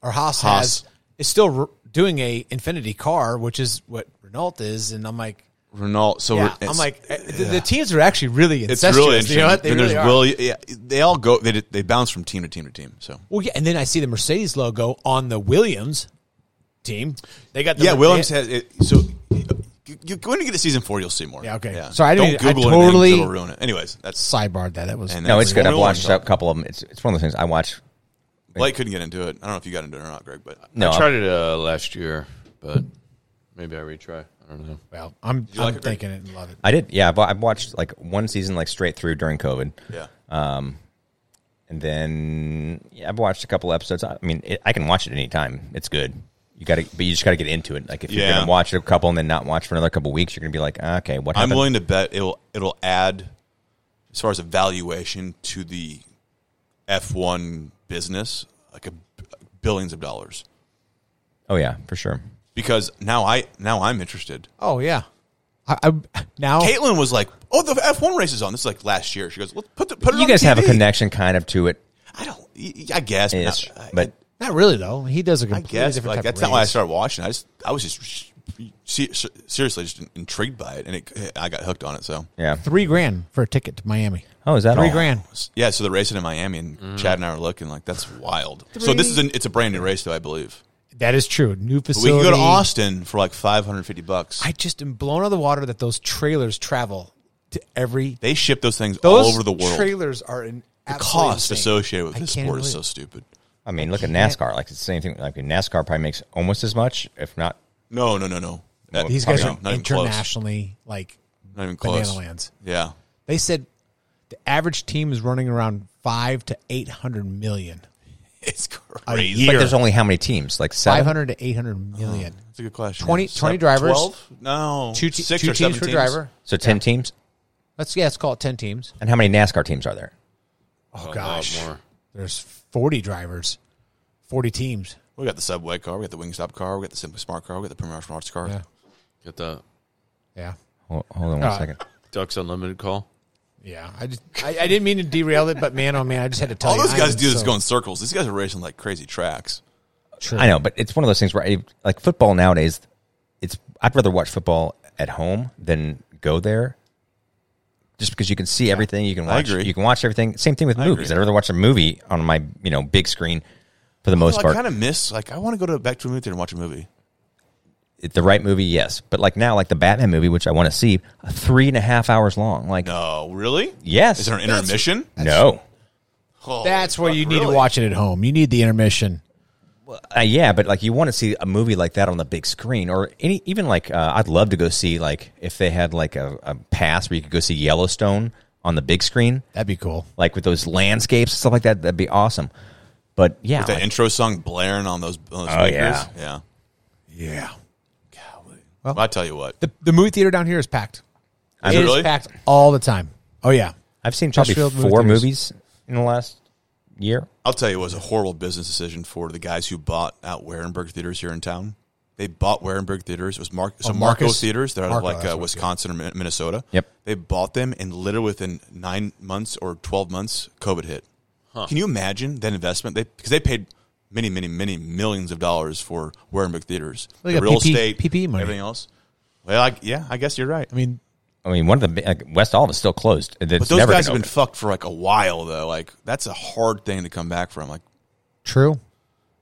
S2: or Haas,
S4: Haas.
S2: has is still r doing a Infinity car, which is what Renault is, and I'm like,
S4: Renault. So
S2: yeah,
S4: it's-
S2: I'm like, eh, the, the teams are actually really
S4: it's
S2: incestuous.
S4: really interesting.
S2: You know what? They
S4: then
S2: really
S4: there's
S2: are.
S4: William. Yeah, they all go. They they bounce from team to team to team. So
S2: well, yeah, and then I see the Mercedes logo on the Williams team. They got the
S4: yeah,
S2: Mer-
S4: Williams
S2: they-
S4: has. It, so you, you, when you get to season four, you'll see more.
S2: Yeah, okay. So I
S4: don't
S2: didn't- I
S4: Google it,
S2: totally-
S4: it'll ruin it. Anyways, that's
S2: sidebarred that. That was
S4: And
S5: No, it's good. I've
S4: Formula
S5: watched
S4: One.
S5: a couple of them. It's it's one of those things I watch.
S4: Blake couldn't get into it. I don't know if you got into it or not, Greg, but
S5: No,
S3: I tried it uh, last year, but maybe I retry. I don't know.
S2: well. I'm,
S4: like
S2: I'm
S4: it, Greg?
S2: thinking it and love it.
S5: I did. Yeah, I've, I've watched like one season like straight through during COVID,
S4: yeah.
S5: and then yeah, I've watched a couple episodes. I mean, it, I can watch it anytime. It's good. You got to, but you just got to get into it. Like if you're
S4: Yeah.
S5: gonna watch a couple and then not watch for another couple weeks, you're gonna be like, ah, okay, what
S4: I'm
S5: happened?
S4: willing to bet it'll it'll add as far as evaluation to the F1 business like a, billions of dollars
S5: oh yeah, for sure.
S4: because now I now I'm interested.
S2: Oh yeah, I, I now
S4: Caitlin was like, "Oh, the F1 race is on." This is like last year. She goes, "Let's put the, put it
S5: You
S4: on
S5: guys have a
S4: TV."
S5: connection kind of to it.
S4: I don't. y- y- I guess,
S5: Yes,
S4: but, not- I-
S5: but-
S2: Not really though. He does a
S4: I
S2: completely
S4: guess
S2: different type
S4: like that's
S2: of
S4: not why I
S2: raise.
S4: started watching. I just I was just se- seriously just intrigued by it, and it, I got hooked on it. So
S5: Yeah.
S2: Three grand for a ticket to Miami.
S5: Oh, is that
S2: Three
S5: all?
S2: grand.
S4: yeah, so they're racing in Miami, and
S2: Mm-hmm.
S4: Chad and I were looking like that's wild. So this is an, it's a brand new race, though I believe.
S2: That is true. New
S4: But
S2: facility.
S4: we can go to Austin for like five hundred fifty bucks.
S2: I just am blown out of the water that those trailers travel to every.
S4: they ship those things
S2: Those
S4: all over the world.
S2: Trailers are in
S4: the cost associated with this sport is so stupid.
S5: I mean, look at NASCAR. Like it's the same thing. Like NASCAR probably makes almost as much, if not.
S4: No, no, no, no. That-
S2: These guys
S4: no,
S2: are
S4: not even close.
S2: internationally like
S4: Not even
S2: banana
S4: close.
S2: lands. <laughs>
S4: Yeah,
S2: They said the average team is running around five to eight hundred million.
S4: it's
S2: A
S4: crazy.
S5: But
S2: year.
S5: there's only how many teams? Like
S2: Five
S5: seven.
S2: hundred to eight hundred million.
S4: That's a good question.
S2: 20
S4: Seven-
S2: 20 drivers.
S4: Twelve? No,
S2: Two, te-
S4: Oh. six
S2: two
S4: or seven
S2: teams per driver.
S5: So ten teams.
S2: Let's yeah, let's call it ten teams.
S5: And how many NASCAR teams are there?
S2: Oh,
S3: A
S2: gosh,
S3: lot more.
S2: there's forty drivers, forty teams.
S4: We got the subway car. We got the Wingstop car. We got the Simply Smart car. We got the Premier Arts car.
S2: Yeah.
S3: Get the
S2: Yeah,
S5: Hold, hold on one
S2: Uh,
S5: second.
S3: Ducks Unlimited call.
S2: yeah. I just I, I didn't mean to derail it, but man, oh man, I just had to tell
S4: All
S2: you.
S4: those
S2: I
S4: guys
S2: am
S4: do is
S2: so-
S4: go in circles. These guys are racing like crazy tracks.
S5: I know, but it's one of those things where, I, like football nowadays, it's I'd rather watch football at home than go there, just because you can see everything, you can watch,
S4: agree.
S5: you can watch everything. Same thing with movies. I'd rather watch a movie on my you know big screen, for the most
S4: So I
S5: part.
S4: kind of miss. Like, I want to go to back to a movie theater and watch a movie.
S5: It- the right movie, yes, but like now, like the Batman movie, which I want to see, uh, three and a half hours long. Like
S2: Oh,
S4: No, really?
S5: yes,
S4: Is there an intermission?
S5: no,
S4: Holy
S2: That's where
S4: fuck,
S2: you need to
S4: really?
S2: watch it at home. You need the intermission.
S5: uh, yeah, but like you want to see a movie like that on the big screen, or any even like uh, I'd love to go see like if they had like a, a pass where you could go see Yellowstone on the big screen,
S2: That'd be cool.
S5: like with those landscapes and stuff like that. That'd be awesome. But yeah,
S4: With that
S5: like-
S4: intro song blaring on those. On those
S5: Oh,
S4: speakers.
S5: yeah.
S4: yeah.
S2: Yeah.
S4: Well, I tell you what,
S2: The the movie theater down here is packed. It
S5: I'm-
S2: is
S4: really?
S2: packed all the time. Oh yeah.
S5: I've seen probably
S2: Chesterfield movie
S5: four
S2: theaters.
S5: movies in the last year.
S4: I'll tell you, it was a horrible business decision for the guys who bought out Warenberg theaters here in town. They bought Warenberg theaters. It was Mark, so
S2: Oh,
S4: Marco
S2: Marcus.
S4: theaters. They're out
S2: Marco,
S4: of
S2: that's
S4: like uh,
S2: what it's
S4: Wisconsin or Min- Minnesota.
S5: Yep.
S4: They bought them, and literally within nine months or twelve months, COVID hit. Can you imagine that investment? They because they paid many, many, many millions of dollars for Warenberg theaters,
S2: They
S4: the
S2: got
S4: real
S2: PP
S4: estate,
S2: PP money.
S4: everything else. Well, I, yeah, I guess you're right.
S2: I mean,
S5: I mean, one of the bi- like, West Olive is still closed. It's
S4: But those
S5: never
S4: guys
S5: been
S4: have been
S5: open.
S4: fucked for like a while though. Like that's a hard thing to come back from. Like
S2: true.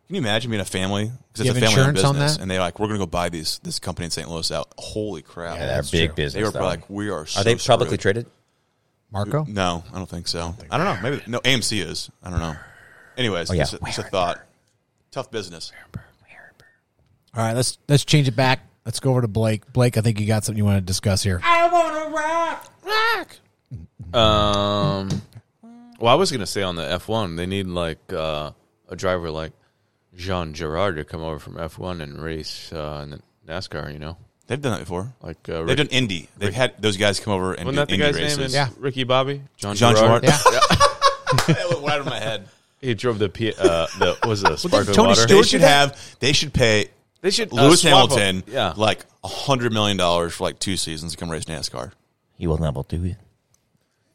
S4: Can you imagine being a family? Because
S2: You
S4: it's a
S2: have
S4: family owned
S2: insurance on
S4: business,
S2: that?
S4: and they're like, we're going to go buy these this company in St. Louis out. Holy crap!
S5: Yeah, they're big business.
S4: they were
S5: though.
S4: probably like, we are. So
S5: are they publically
S4: screwed.
S5: traded?
S2: Marco?
S4: No, I don't think so. I don't, know. Maybe no. AMC is. I don't know. Anyways,
S2: Oh,
S5: yeah.
S4: it's, a, it's a thought. Tough business.
S2: All right, let's let's change it back. Let's go over to Blake. Blake, I think you got something you want to discuss here.
S3: Um, well, I was gonna say on the F one, they need like uh, a driver like Jean Girard to come over from F one and race uh, in the NASCAR. You know,
S4: They've done that before.
S3: like uh,
S4: They've
S3: Rick,
S4: done Indy. They've had those guys come over and
S3: wasn't
S4: do
S3: that the
S4: Indy
S3: guy's
S4: races.
S3: name? Is
S4: <laughs>
S2: Yeah.
S3: Ricky Bobby John,
S4: John Girard.
S2: Yeah.
S4: that went right over
S2: <laughs>
S4: my head.
S3: <laughs> He drove the P- uh, the was it a sparkling
S2: Tony
S3: water.
S4: They
S2: Stewart-
S4: should have. They should pay.
S3: They should uh,
S4: Lewis
S3: swap 'em.
S4: Hamilton,
S3: Yeah,
S4: like hundred million dollars for like two seasons to come race NASCAR.
S5: He will not do it.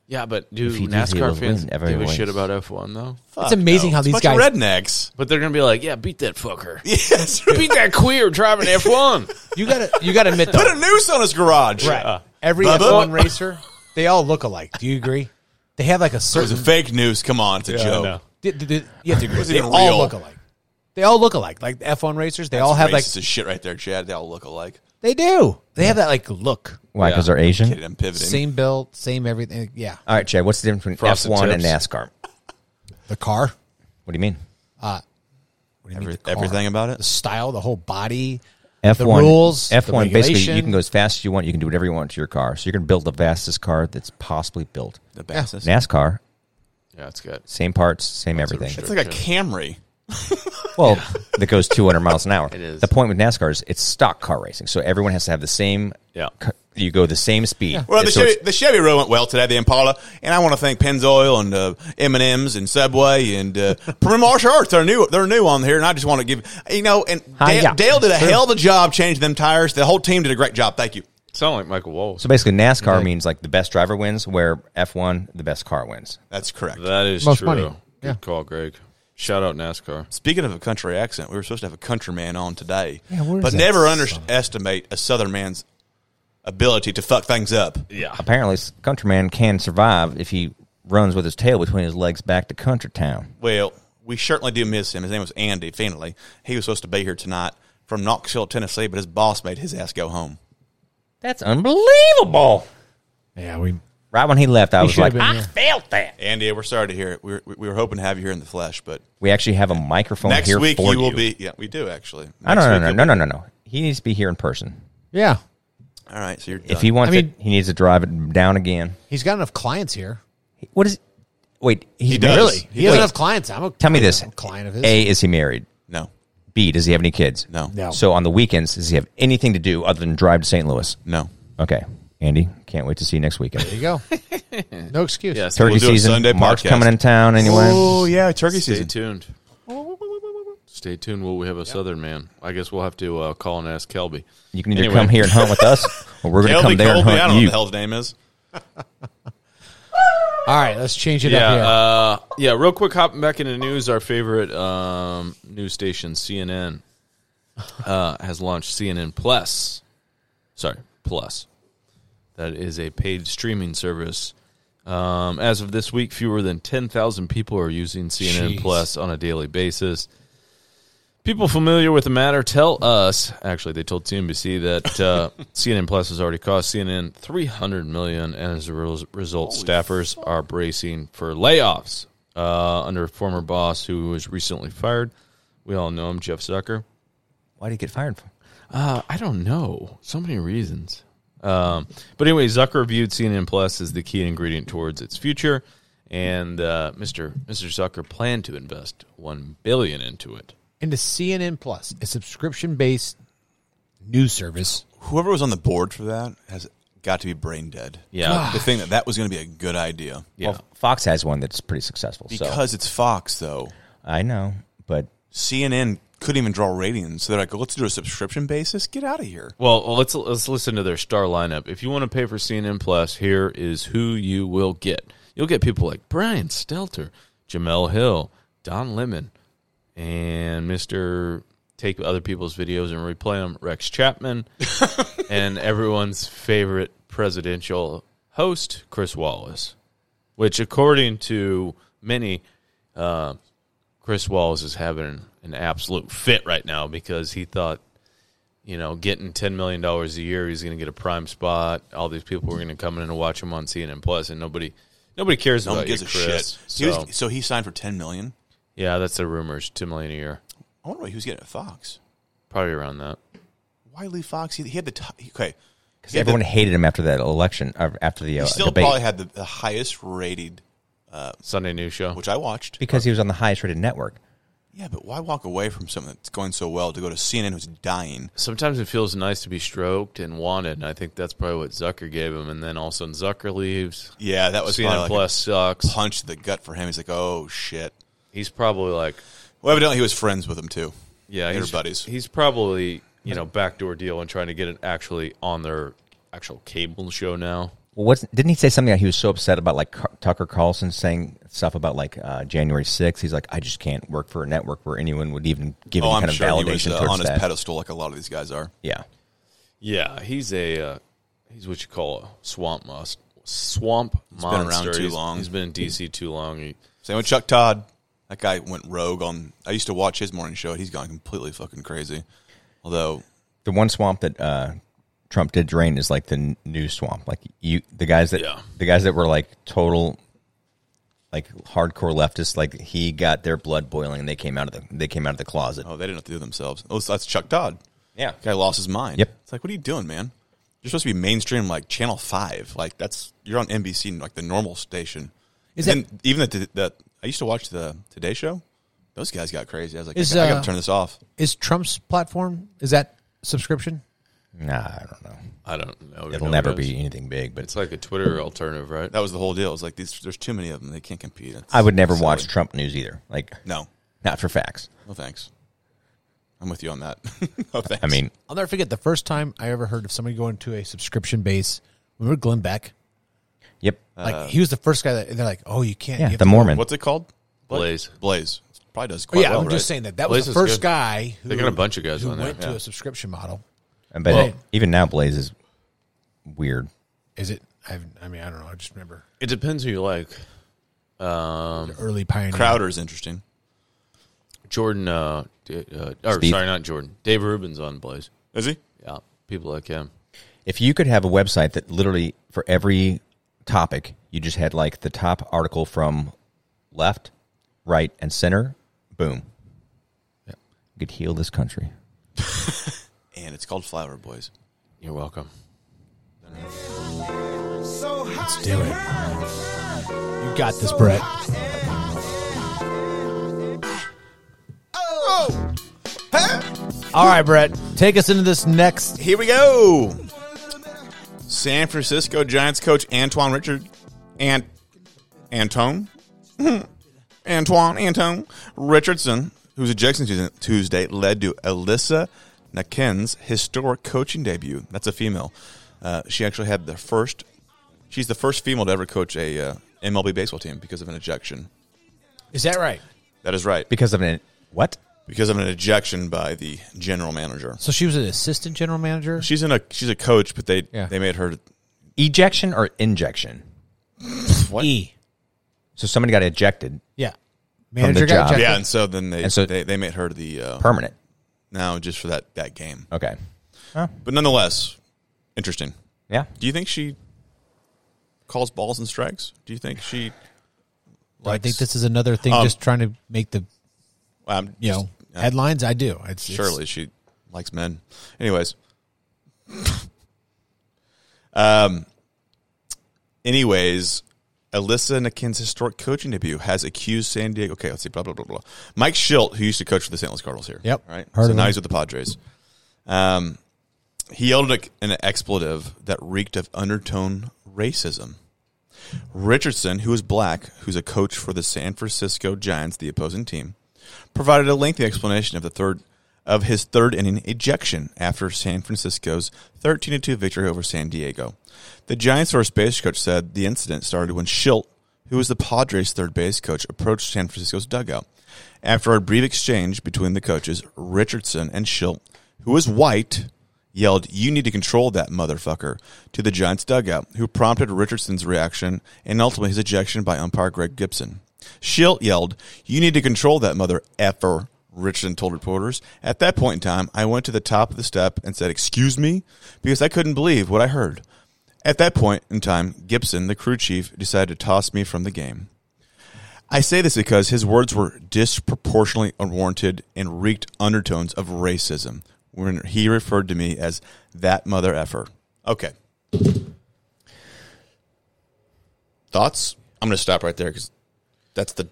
S3: yeah, but do
S5: he does, he will
S3: NASCAR fans
S5: win.
S3: give
S5: Everyone
S3: a shit
S5: wins.
S3: about F one though?
S2: It's amazing how
S4: It's a
S2: these
S4: bunch of
S2: guys
S4: rednecks. <laughs>
S3: But they're gonna be like, <laughs> yeah, beat that fucker,
S4: Yes,
S3: beat that queer driving F one.
S2: you gotta you gotta admit
S4: Put a
S2: though.
S4: noose on his garage. Uh, <laughs>
S2: Right. Every
S4: Bubba.
S2: F1 racer, they all look alike. Do you agree? They have like a
S4: It was a
S2: certain
S4: fake noose. Come on, it's a joke.
S3: no.
S2: D- d- d- you have to agree.
S4: Was it
S2: they
S4: even
S2: all
S4: real?
S2: look alike. They all look alike. Like the F1 racers, they all have like
S4: Racist as shit right there, Chad. They all look alike.
S2: they do. They have that like look.
S5: Why? Because they're Asian.
S4: Kidding, I'm pivoting.
S2: Same build, same everything. Yeah.
S5: All right, Chad. What's the difference between F
S3: Frosted
S5: one and
S3: tips.
S5: NASCAR?
S2: The car.
S5: What do you mean?
S2: What do you mean
S4: Every-
S2: the car?
S4: everything about
S2: The
S4: it.
S2: style, the whole body,
S5: F
S2: the
S5: one
S2: rules,
S5: F one
S2: the
S5: basically you
S2: regulation.
S5: can go as fast as you want. You can do whatever you want to your car. So you're gonna build the fastest car that's possibly built.
S4: The bastards.
S5: NASCAR,
S3: Yeah, it's good.
S5: same parts, same everything.
S4: It's like a Camry.
S5: Well, <laughs> that goes 200 miles an hour. It
S3: is.
S5: The point with NASCAR is it's stock car racing, so everyone has to have the same.
S3: Yeah.
S5: ca- You go the same speed.
S4: Well,
S5: And
S4: the
S5: so
S4: Chevy,
S5: it's-
S4: the Chevy road went well today, the Impala, and I want to thank Pennzoil and uh, M and M's and Subway
S2: <laughs>
S4: and uh, Prim Martial Arts. They're new, they're new on here, and I just want to give you know. And Dale,
S5: Hi-ya.
S4: Dale did a hell of a job changing them tires. The whole team did a great job. Thank you.
S3: Sound like Michael Walsh.
S5: so basically, NASCAR means like the best driver wins, where F1 the best car wins.
S4: That's correct.
S3: That is
S2: Most
S3: true.
S2: money.
S3: Good
S2: Yeah.
S3: call, Greg. Shout out NASCAR.
S4: Speaking of a country accent, we were supposed to have a countryman on today,
S2: Yeah, where is
S4: but
S2: that
S4: never
S2: son of a-
S4: underestimate a southern man's ability to fuck things up.
S3: Yeah.
S5: Apparently, s- Countryman can survive if he runs with his tail between his legs back to Country Town.
S4: Well, we certainly do miss him. His name was Andy Finley. He was supposed to be here tonight from Knoxville, Tennessee, but his boss made his ass go home.
S5: That's unbelievable.
S2: Yeah, we.
S5: Right when he left, I was
S2: should have
S5: like,
S2: been
S5: "Ah."
S2: here.
S4: Andy, we're sorry to hear it. We were, we were hoping to have you here in the flesh, but
S5: we actually have a microphone
S4: next
S5: here
S4: week
S5: for
S4: you will be.
S5: you.
S4: Yeah, we do actually.
S5: I don't
S4: Next
S5: know,
S4: week
S5: no,
S4: you'll
S5: no,
S4: be-
S5: no, no, no. He needs to be here in person.
S2: Yeah,
S4: All right, so you're
S5: If
S4: done.
S5: he wants
S2: I mean-
S5: it, he needs to drive it down again.
S2: he's got enough clients here.
S5: What is? Wait, he's
S4: He does.
S5: married?
S4: Really?
S2: He doesn't
S5: Wait,
S2: have clients. I'm a,
S5: Tell me this:
S2: I'm a client of his.
S5: A is he married?
S4: no,
S5: B does he have any kids?
S4: no,
S2: No.
S5: So on the weekends, does he have anything to do other than drive to St. Louis?
S4: no.
S5: Okay, Andy, can't wait to see you next weekend.
S2: there you
S4: <laughs>
S2: go. No excuse.
S3: Yes.
S5: Turkey
S4: We'll do a
S5: season.
S4: Sunday
S5: Mark's
S4: podcast.
S5: coming in town anyway.
S4: yeah, turkey
S3: Stay tuned. Stay tuned. Well, we have a Southern man. I guess we'll have to uh, call and ask Kelby.
S5: You can either
S3: Anyway.
S5: come here and hunt with us, or we're going to
S4: Kelby
S5: come there
S4: Colby, I
S5: and
S4: don't know
S5: hunt
S4: what
S5: you.
S4: the hell his name is.
S2: All right, let's change it
S3: Yeah,
S2: up here.
S3: uh, yeah. Real quick, hopping back into news. Our favorite um, news station, CNN, uh, has launched CNN Plus. Sorry, Plus. That is a paid streaming service. Um, as of this week, fewer than ten thousand people are using CNN
S2: Jeez.
S3: Plus on a daily basis. People familiar with the matter tell us. Actually, they told CNBC that uh, CNN Plus has already cost CNN three hundred million, and as a res- result, staffers are bracing for layoffs uh, under a former boss who was recently fired. We all know him, Jeff Zucker.
S5: Why do you get fired for?
S3: Uh, I don't know. So many reasons. Um, but anyway, Zucker viewed CNN Plus as the key ingredient towards its future, and uh, Mr. Mr. Zucker planned to invest one billion into it.
S2: Into CNN Plus, a subscription-based news service.
S4: Whoever was on the board for that has got to be brain dead.
S3: Yeah.
S4: to think that that was going to be a good idea
S3: Yeah.
S5: Well, Fox has one that's pretty successful. so
S4: because it's Fox though.
S5: I know, but
S4: CNN couldn't even draw ratings, so they're like, "Let's do a subscription basis. Get out of here."
S3: Well, let's let's listen to their star lineup. If you want to pay for CNN Plus, here is who you will get. You'll get people like Brian Stelter, Jamel Hill, Don Lemon, and Mister Take other people's videos and replay them. Rex
S4: <laughs>
S3: Chapman, and everyone's favorite presidential host, Chris Wallace, which, according to many, uh, Chris Wallace is having an absolute fit right now because he thought you know, getting ten million dollars a year, he's going to get a prime spot. All these people were going to come in and watch him on CNN Plus, and nobody, nobody cares
S4: No one
S3: about you,
S4: gives a shit.
S3: Chris.
S4: He
S3: So,
S4: was- so he signed for ten million.
S3: yeah, that's the rumors. Two million a year,
S4: I wonder what he was getting at Fox.
S3: probably around that.
S4: Why leave Fox? He, he had the top. Okay,
S5: because
S4: He had the-
S5: everyone hated him after that election, uh, after the uh,
S4: he still
S5: debate,
S4: probably had the, the highest rated,
S3: Sunday news show.
S4: which I watched.
S5: because he was on the highest rated network.
S4: Yeah, but why walk away from something that's going so well to go to CNN, who's dying?
S3: Sometimes it feels nice to be stroked and wanted. And I think that's probably what Zucker gave him. And then all of a sudden Zucker leaves.
S4: Yeah, that was
S3: CNN
S4: probably like
S3: Plus sucks.
S4: a punch to the gut for him. He's like, "Oh shit."
S3: He's probably like,
S4: Well, evidently he was friends with him too.
S3: yeah,
S4: They were
S3: he's,
S4: buddies.
S3: He's probably you know backdoor deal and trying to get it actually on their actual cable show now.
S5: Well, what's, didn't he say something that he was so upset about, like Car- Tucker Carlson saying stuff about like uh, January 6th? He's like, I just can't work for a network where anyone would even give
S4: Oh,
S5: any
S4: I'm
S5: kind
S4: sure
S5: of
S4: he was
S5: validation
S4: uh,
S5: towards
S4: on his
S5: that.
S4: pedestal, like a lot of these guys are.
S5: yeah,
S3: Yeah, he's a uh, he's what you call a swamp must swamp monster.
S4: around too
S3: He's-
S4: long.
S3: He's been in DC too long. He,
S4: Same with Chuck Todd. That guy went rogue on. I used to watch his morning show. and He's gone completely fucking crazy. Although
S5: the one swamp that uh, Trump did drain is like the n- new swamp. Like you, the guys that
S3: Yeah.
S5: the guys that were like total, like hardcore leftists. Like he got their blood boiling, and they came out of the they came out of the closet.
S4: Oh, they didn't know what to do themselves. Oh, so that's Chuck Todd.
S5: Yeah.
S4: Guy lost his mind.
S5: Yep.
S4: It's like, what are you doing, man? You're supposed to be mainstream, like Channel Five. Like that's you're on NBC, like the normal station. Is and then even the, the I used to watch the Today Show. Those guys got crazy. I was like,
S2: Is,
S4: I, got- I
S2: uh,
S4: gotta turn this off.
S2: Is Trump's platform is that subscription?
S5: Nah, I don't know.
S3: I don't know.
S5: It'll
S3: know
S5: never
S3: what it is.
S5: be anything big, but
S3: It's like a Twitter alternative, right?
S4: That was the whole deal. It was like these, there's too many of them. They can't compete. It's
S5: I would never
S4: silly.
S5: watch Trump news either. Like
S4: No,
S5: not for facts.
S4: no thanks. I'm with you on that. <laughs> no thanks.
S5: I mean,
S2: I'll never forget the first time I ever heard of somebody going to a subscription base. Remember Glenn Beck?
S5: yep.
S3: Uh,
S2: Like he was the first guy that they're like, oh, Uh, you can't. you
S5: yeah,
S2: have
S5: the
S2: to go-
S5: Mormon.
S4: what's it called?
S3: Blaze.
S4: Blaze. probably does quite
S2: Oh, yeah,
S4: well.
S2: I'm just
S4: right?
S2: saying that that
S3: Blaze
S2: was the
S3: is
S2: first
S3: good.
S2: guy who
S3: They got a bunch of guys
S2: who
S3: on there,
S2: went to
S3: yeah.
S2: I a subscription model.
S5: I bet
S2: Well-
S5: even now Blaze is weird.
S2: Is it? I've, I mean, I don't know. I just remember
S3: It depends who you like.
S2: the
S3: Um,
S2: early pioneer.
S4: Crowder's interesting.
S3: Jordan, uh, D- uh or
S5: Steve.
S3: sorry, not Jordan. Dave Rubin's on Blaze.
S4: Is he?
S3: Yeah, people like him.
S5: If you could have a website that literally for every topic, you just had like the top article from left, right, and center, boom. You could heal this country.
S4: And it's called Flower Boys.
S3: You're welcome.
S2: Let's do it. You got this, Brett. All right, Brett. Take us into this next.
S4: Here we go. San Francisco Giants coach Antoine Richard and Antone <laughs> Antoine Antone Richardson, who's a Jackson Tues- Tuesday, led to Alyssa Nakin's historic coaching debut. That's a female. Uh, she actually had the first. She's the first female to ever coach a uh, MLB baseball team because of an ejection.
S2: Is that right?
S4: That is right.
S5: Because of an what?
S4: Because of an ejection by the general manager.
S2: So she was an assistant general manager.
S4: She's in a she's a coach, but they
S2: Yeah.
S4: they made her
S5: Ejection or injection?
S2: E.
S5: So somebody got ejected.
S2: Yeah. Manager
S5: the
S2: got
S5: job.
S2: ejected?
S4: Yeah, and so then they
S5: And so-
S4: they, they made her the uh,
S5: Permanent.
S4: now just for that that game.
S5: Okay.
S4: But nonetheless, interesting.
S5: Yeah.
S4: Do you think she calls balls and strikes? Do you think she?
S2: I think this is another thing,
S4: Um,
S2: just trying to make the
S4: Um,
S2: you
S4: just-
S2: know headlines. I do. It's, it's-
S4: surely she likes men. Anyways, <laughs> um, anyways, Alyssa Nakin's historic coaching debut has accused San Diego. Okay, let's see. Blah blah blah blah. Mike Schilt, who used to coach for the St. Louis Cardinals here.
S2: Yep.
S4: Right.
S2: Heard
S4: so
S2: of
S4: now
S2: him.
S4: he's with the Padres. Um, he yelled a, an expletive that reeked of undertone racism. Richardson, who is black, who's a coach for the San Francisco Giants, the opposing team, provided a lengthy explanation of the third of his third inning ejection after San Francisco's 13-2 victory over San Diego. The Giants first base coach said the incident started when Schilt, who was the Padres' third base coach, approached San Francisco's dugout. After a brief exchange between the coaches, Richardson and Schilt, who was white, yelled, You need to control that motherfucker, to the Giants' dugout, who prompted Richardson's reaction and ultimately his ejection by umpire Greg Gibson. Schilt yelled, You need to control that mother effer, Richardson told reporters. At that point in time, I went to the top of the step and said, Excuse me? Because I couldn't believe what I heard. At that point in time, Gibson, the crew chief, decided to toss me from the game. I say this because his words were disproportionately unwarranted and reeked undertones of racism when he referred to me as that mother effer. Okay. Thoughts? I'm going to stop right there because that's the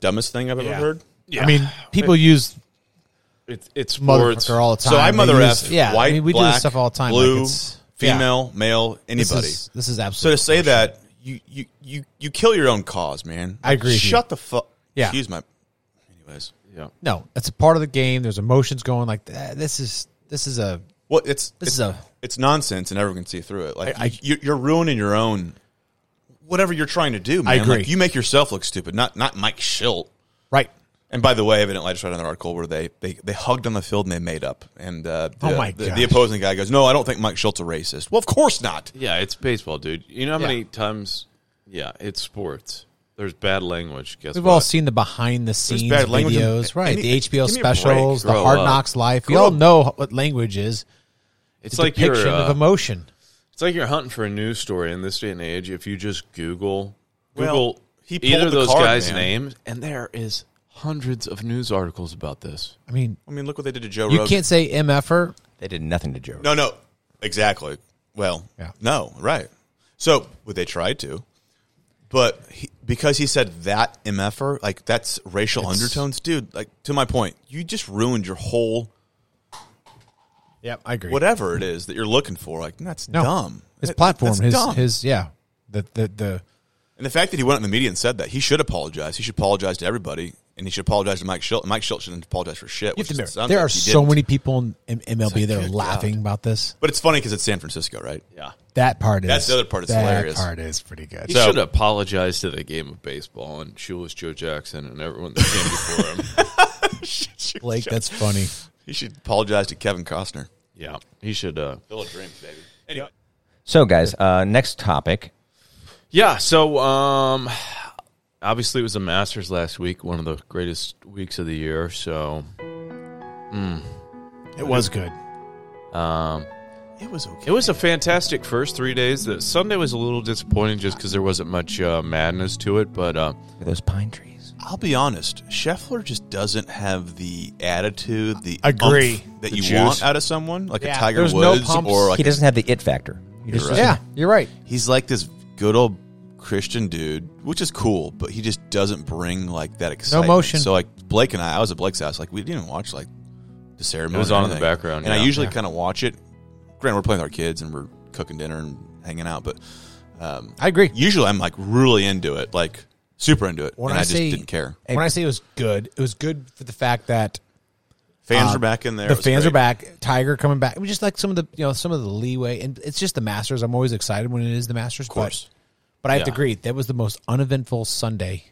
S4: dumbest thing I've ever heard.
S2: I mean, people use
S3: It's it's words.
S2: motherfucker all the time.
S4: So I
S2: They
S4: mother
S2: use-
S4: f
S2: Yeah,
S4: white,
S2: I mean, we do
S4: black,
S2: this stuff all the time. like
S4: Blue,
S2: it's- yeah.
S4: female, male,
S2: This
S4: anybody.
S2: is, this is
S4: So
S2: absolutely
S4: to say that you you you you kill your own cause, man.
S2: I agree with you.
S4: Shut the fuck.
S2: Yeah.
S4: Excuse my. Anyways,
S3: Yeah.
S2: no. It's a part of the game. There's emotions going. Like "Ah, this is this is a
S4: well, it's
S2: This
S4: it's,
S2: is a-
S4: it's nonsense, and everyone can see through it. Like
S2: I- I-
S4: you, you're ruining your own whatever you're trying to do, man.
S2: I agree.
S4: Like, you make yourself look stupid, not not Mike Schilt.
S2: right.
S4: And by the way, evidently, I just read another article where they, they, they hugged on the field and they made up. And uh, the,
S2: Oh my
S4: the,
S2: gosh.
S4: the opposing guy goes, "No, I don't think Mike Schilt's a racist." Well, of course not.
S3: Yeah, it's baseball, dude. You know how
S2: Yeah.
S3: many times? Yeah, it's sports. There's bad language. Guess
S2: We've
S3: what?
S2: all seen the behind the scenes
S4: bad language in
S2: videos, right?
S4: any-
S2: the HBO
S4: give me a break.
S2: specials, the
S3: Grow
S2: Hard
S3: up.
S2: Knocks Life. We
S4: Grow
S2: all
S4: up.
S2: know what language is.
S3: it's
S2: the
S3: like you're
S2: depiction
S3: uh,
S2: of emotion.
S3: it's like you're hunting for a news story in this day and age. If you just Google
S4: Well,
S3: Google
S4: he pulled
S3: either of
S4: the
S3: those
S4: card,
S3: guys'
S4: man.
S3: names, and there is hundreds of news articles about this.
S2: I mean,
S4: I mean, look what they did to Joe
S2: you
S4: Rogan.
S2: can't say mf'er.
S5: They did nothing to Joe.
S4: No, no, exactly. Well,
S2: Yeah.
S4: no, right. So, would they try to? But he, because he said that mf'er, like that's racial undertones, dude. Like to my point, you just ruined your whole
S2: Yep, I agree.
S4: whatever it is that you're looking for. Like that's
S2: No.
S4: dumb.
S2: His
S4: That-
S2: platform,
S4: that's
S2: his
S4: dumb.
S2: his yeah, the the the
S4: and the fact that he went out in the media and said that he should apologize. He should apologize to everybody and he should apologize to Mike Schilt. Mike Schilt shouldn't apologize for shit.
S2: You have
S4: which
S2: to
S4: it
S2: remember,
S4: sounds
S2: there
S4: like
S2: are
S4: he
S2: so
S4: didn't.
S2: many people in in MLB that are
S4: good
S2: laughing
S4: God.
S2: about this.
S4: But it's funny because it's San Francisco, right?
S3: Yeah.
S2: That part is
S4: That's the other part that's
S2: that
S4: hilarious.
S2: Part is pretty good.
S3: He should apologize to the game of baseball and shoeless Joe Jackson and everyone that came before him.
S2: Blake, that's funny.
S4: He should apologize to Kevin Costner.
S3: Yeah, he should. Uh,
S4: Still a dream, baby.
S5: So, guys, uh, next topic.
S3: yeah. So, um, obviously, it was the Masters last week, one of the greatest weeks of the year. So,
S2: It was good.
S4: It was okay.
S3: It was a fantastic first three days. The Sunday was a little disappointing just because there wasn't much uh, madness to it, but uh,
S5: Look at those pine trees.
S4: I'll be honest. Scheffler just doesn't have the attitude, the
S2: Agree.
S4: oomph that
S3: The
S4: you
S3: juice.
S4: want out of someone, like
S2: Yeah,
S4: a Tiger
S2: there's
S4: Woods
S2: no pumps.
S4: or like
S5: He doesn't have the it factor. He just doesn't-
S2: Yeah, you're right.
S4: he's like this good old Christian dude, which is cool, but he just doesn't bring like that excitement.
S2: motion.
S4: So like Blake and I, I was at Blake's house, like we didn't watch like the ceremony.
S3: It was
S4: or
S3: on in the
S4: anything.
S3: background,
S4: and I
S3: yeah.
S4: usually
S2: Yeah.
S4: kind of watch it. Granted, we're playing with our kids and we're cooking dinner and hanging out, but um,
S2: I agree.
S4: usually I'm like really into it, like super into it,
S2: When
S4: and
S2: I uh,
S4: I, just
S2: say-
S4: didn't care.
S2: When I say it was good, it was good for the fact that
S4: Fans
S2: uh,
S4: are back in there.
S2: The
S4: It was
S2: fans are
S4: great.
S2: back. Tiger coming back. We just like some of the you know some of the leeway, and it's just the Masters. I'm always excited when it is the Masters. Of
S4: course.
S2: but, but I have to
S3: Yeah.
S2: agree that was the most uneventful Sunday.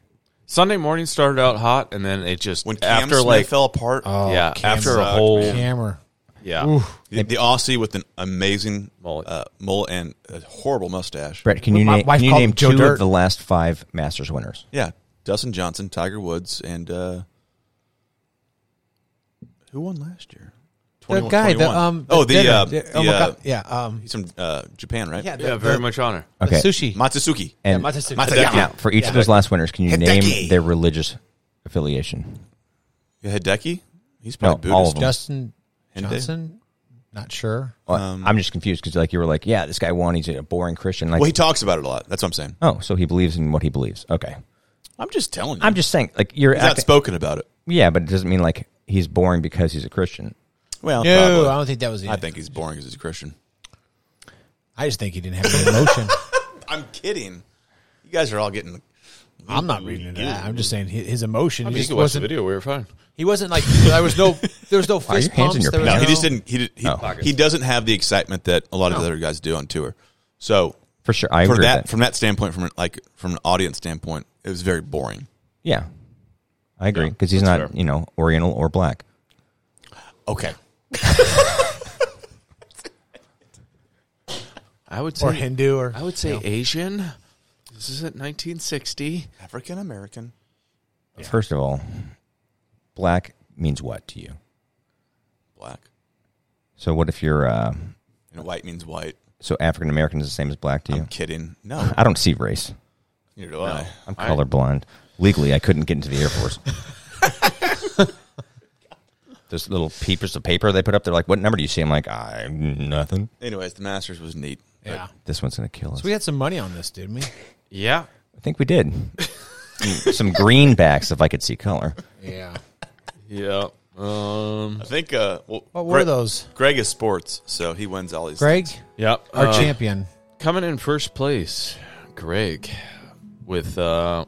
S3: Sunday morning started out hot, and then it just
S4: When Cam
S3: after
S4: Smith
S3: like oh.
S4: fell apart,
S3: yeah
S2: Cam
S3: after a
S2: sucked,
S3: whole
S2: Hammer.
S3: yeah
S4: the, the Aussie with an amazing
S3: Mullet.
S4: uh, mullet and a horrible mustache.
S5: Brett, can you,
S2: My
S5: name,
S2: wife
S5: can you
S2: called
S5: name
S2: him Joe
S5: two
S2: Dirt.
S5: of the last five Masters winners?
S4: Yeah, Dustin Johnson, Tiger Woods, and uh, who won last year?
S2: The guy, the um,
S4: oh the,
S2: dinner. Yeah,
S4: uh, the,
S2: oh my
S4: uh,
S2: God. yeah, um,
S4: he's from uh, Japan, right?
S2: yeah, the,
S3: yeah very
S2: the-
S3: much honor.
S2: the
S5: Okay.
S2: sushi.
S4: Matsusuki.
S5: And
S2: Yeah, Matsusuki.
S4: Matsuyama.
S5: now, for each of those last winners, can you name their religious affiliation?
S4: Yeah, Hideki. He's
S5: No,
S4: probably
S5: all of
S4: Buddhist.
S2: Justin
S5: them.
S4: Hinde?
S2: Johnson. Not sure.
S5: Well, I'm just confused because, like, you were like, "Yeah, this guy won. He's a boring Christian." Like,
S4: Well, he talks about it a lot. That's what I'm saying.
S5: oh, so he believes in what he believes. Okay,
S4: I'm just telling you.
S5: I'm just saying, like, you're
S4: he's
S5: acting-
S4: outspoken about it.
S5: yeah, but it doesn't mean like he's boring because he's a Christian.
S4: Well,
S2: No,
S4: probably.
S2: I don't think that was. It.
S4: I think he's boring because he's a Christian.
S2: I just think he didn't have any emotion.
S4: I'm kidding. You guys are all getting.
S2: I'm not reading into that. I'm just saying his, his emotion.
S3: I mean,
S2: he
S3: you
S2: just
S3: can watch the
S2: wasn't.
S3: video. We were fine.
S2: He wasn't like there was no there <laughs> was no
S5: are
S2: fist
S5: your hands
S2: pumps.
S5: in your
S2: there was
S4: No,
S5: pants?
S4: he just didn't. He did, he,
S5: Oh.
S4: he doesn't have the excitement that a lot of the other guys do on tour. So
S5: For sure, I
S4: from
S5: agree. with
S4: that,
S5: that.
S4: from that standpoint, from an- like from an audience standpoint, it was very boring.
S5: yeah, I agree because he's not,
S3: fair.
S5: you know, Oriental or black.
S4: Okay,
S3: I would say
S2: or Hindu or
S3: I would say Asian. This isn't 1960.
S4: African American.
S5: First of all, black means what to you?
S4: black.
S5: So what if you're uh,
S4: You know, white means white.
S5: so African American is the same as black to
S4: I'm
S5: you?
S4: kidding. No,
S5: I don't see race.
S4: neither do I.
S5: I'm colorblind. Legally, I couldn't get into the
S2: <laughs>
S5: Air Force. Those little papers of paper they put up, they're like, "What number do you see?" I'm like, "I nothing."
S4: Anyways, the Masters was neat.
S2: yeah.
S5: This one's gonna kill us.
S2: So we had some money on this, didn't we?
S3: Yeah,
S5: I think we did. Some- Some greenbacks, if I could see color.
S2: Yeah.
S3: yeah. Um,
S4: I think. Uh, well,
S2: What were
S4: Gre-
S2: those?
S4: Greg is sports, so he wins all these.
S2: Greg,
S3: yeah.
S2: our
S3: uh,
S2: champion.
S3: Coming in first place, Greg, with uh,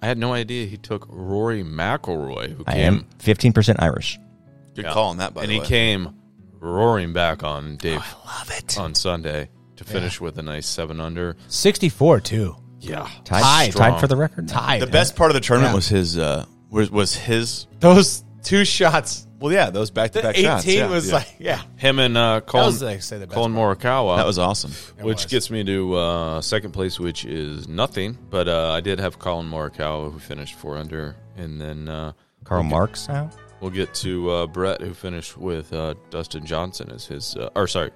S3: I had no idea he took Rory McIlroy, who
S5: I
S3: came
S5: am 15% Irish.
S4: Good call on that. By
S3: and
S4: the
S3: he
S4: way,
S3: came roaring back on Dave.
S2: Ah.
S3: I love it on Sunday to finish with a nice seven under.
S2: 64 too.
S3: Yeah,
S5: Tied,
S2: Strong.
S5: tied for the record.
S2: Tied.
S4: the best part of the tournament
S2: Yeah.
S4: was his. Uh, was, was his.
S2: Those two shots.
S4: Well, yeah, those back to
S2: The
S4: back
S2: 18
S4: shots. yeah.
S2: was
S4: Yeah.
S2: like, yeah.
S3: him and uh, Colin,
S2: was, like, say, the best
S3: Colin Morikawa.
S4: that was awesome.
S3: which
S2: was.
S3: gets me to uh, second place, which is nothing. But uh, I did have Colin Morikawa who finished four under, and then uh,
S5: Karl Marx.
S3: we'll get to uh, Brett who finished with uh, Dustin Johnson as his, uh, or sorry,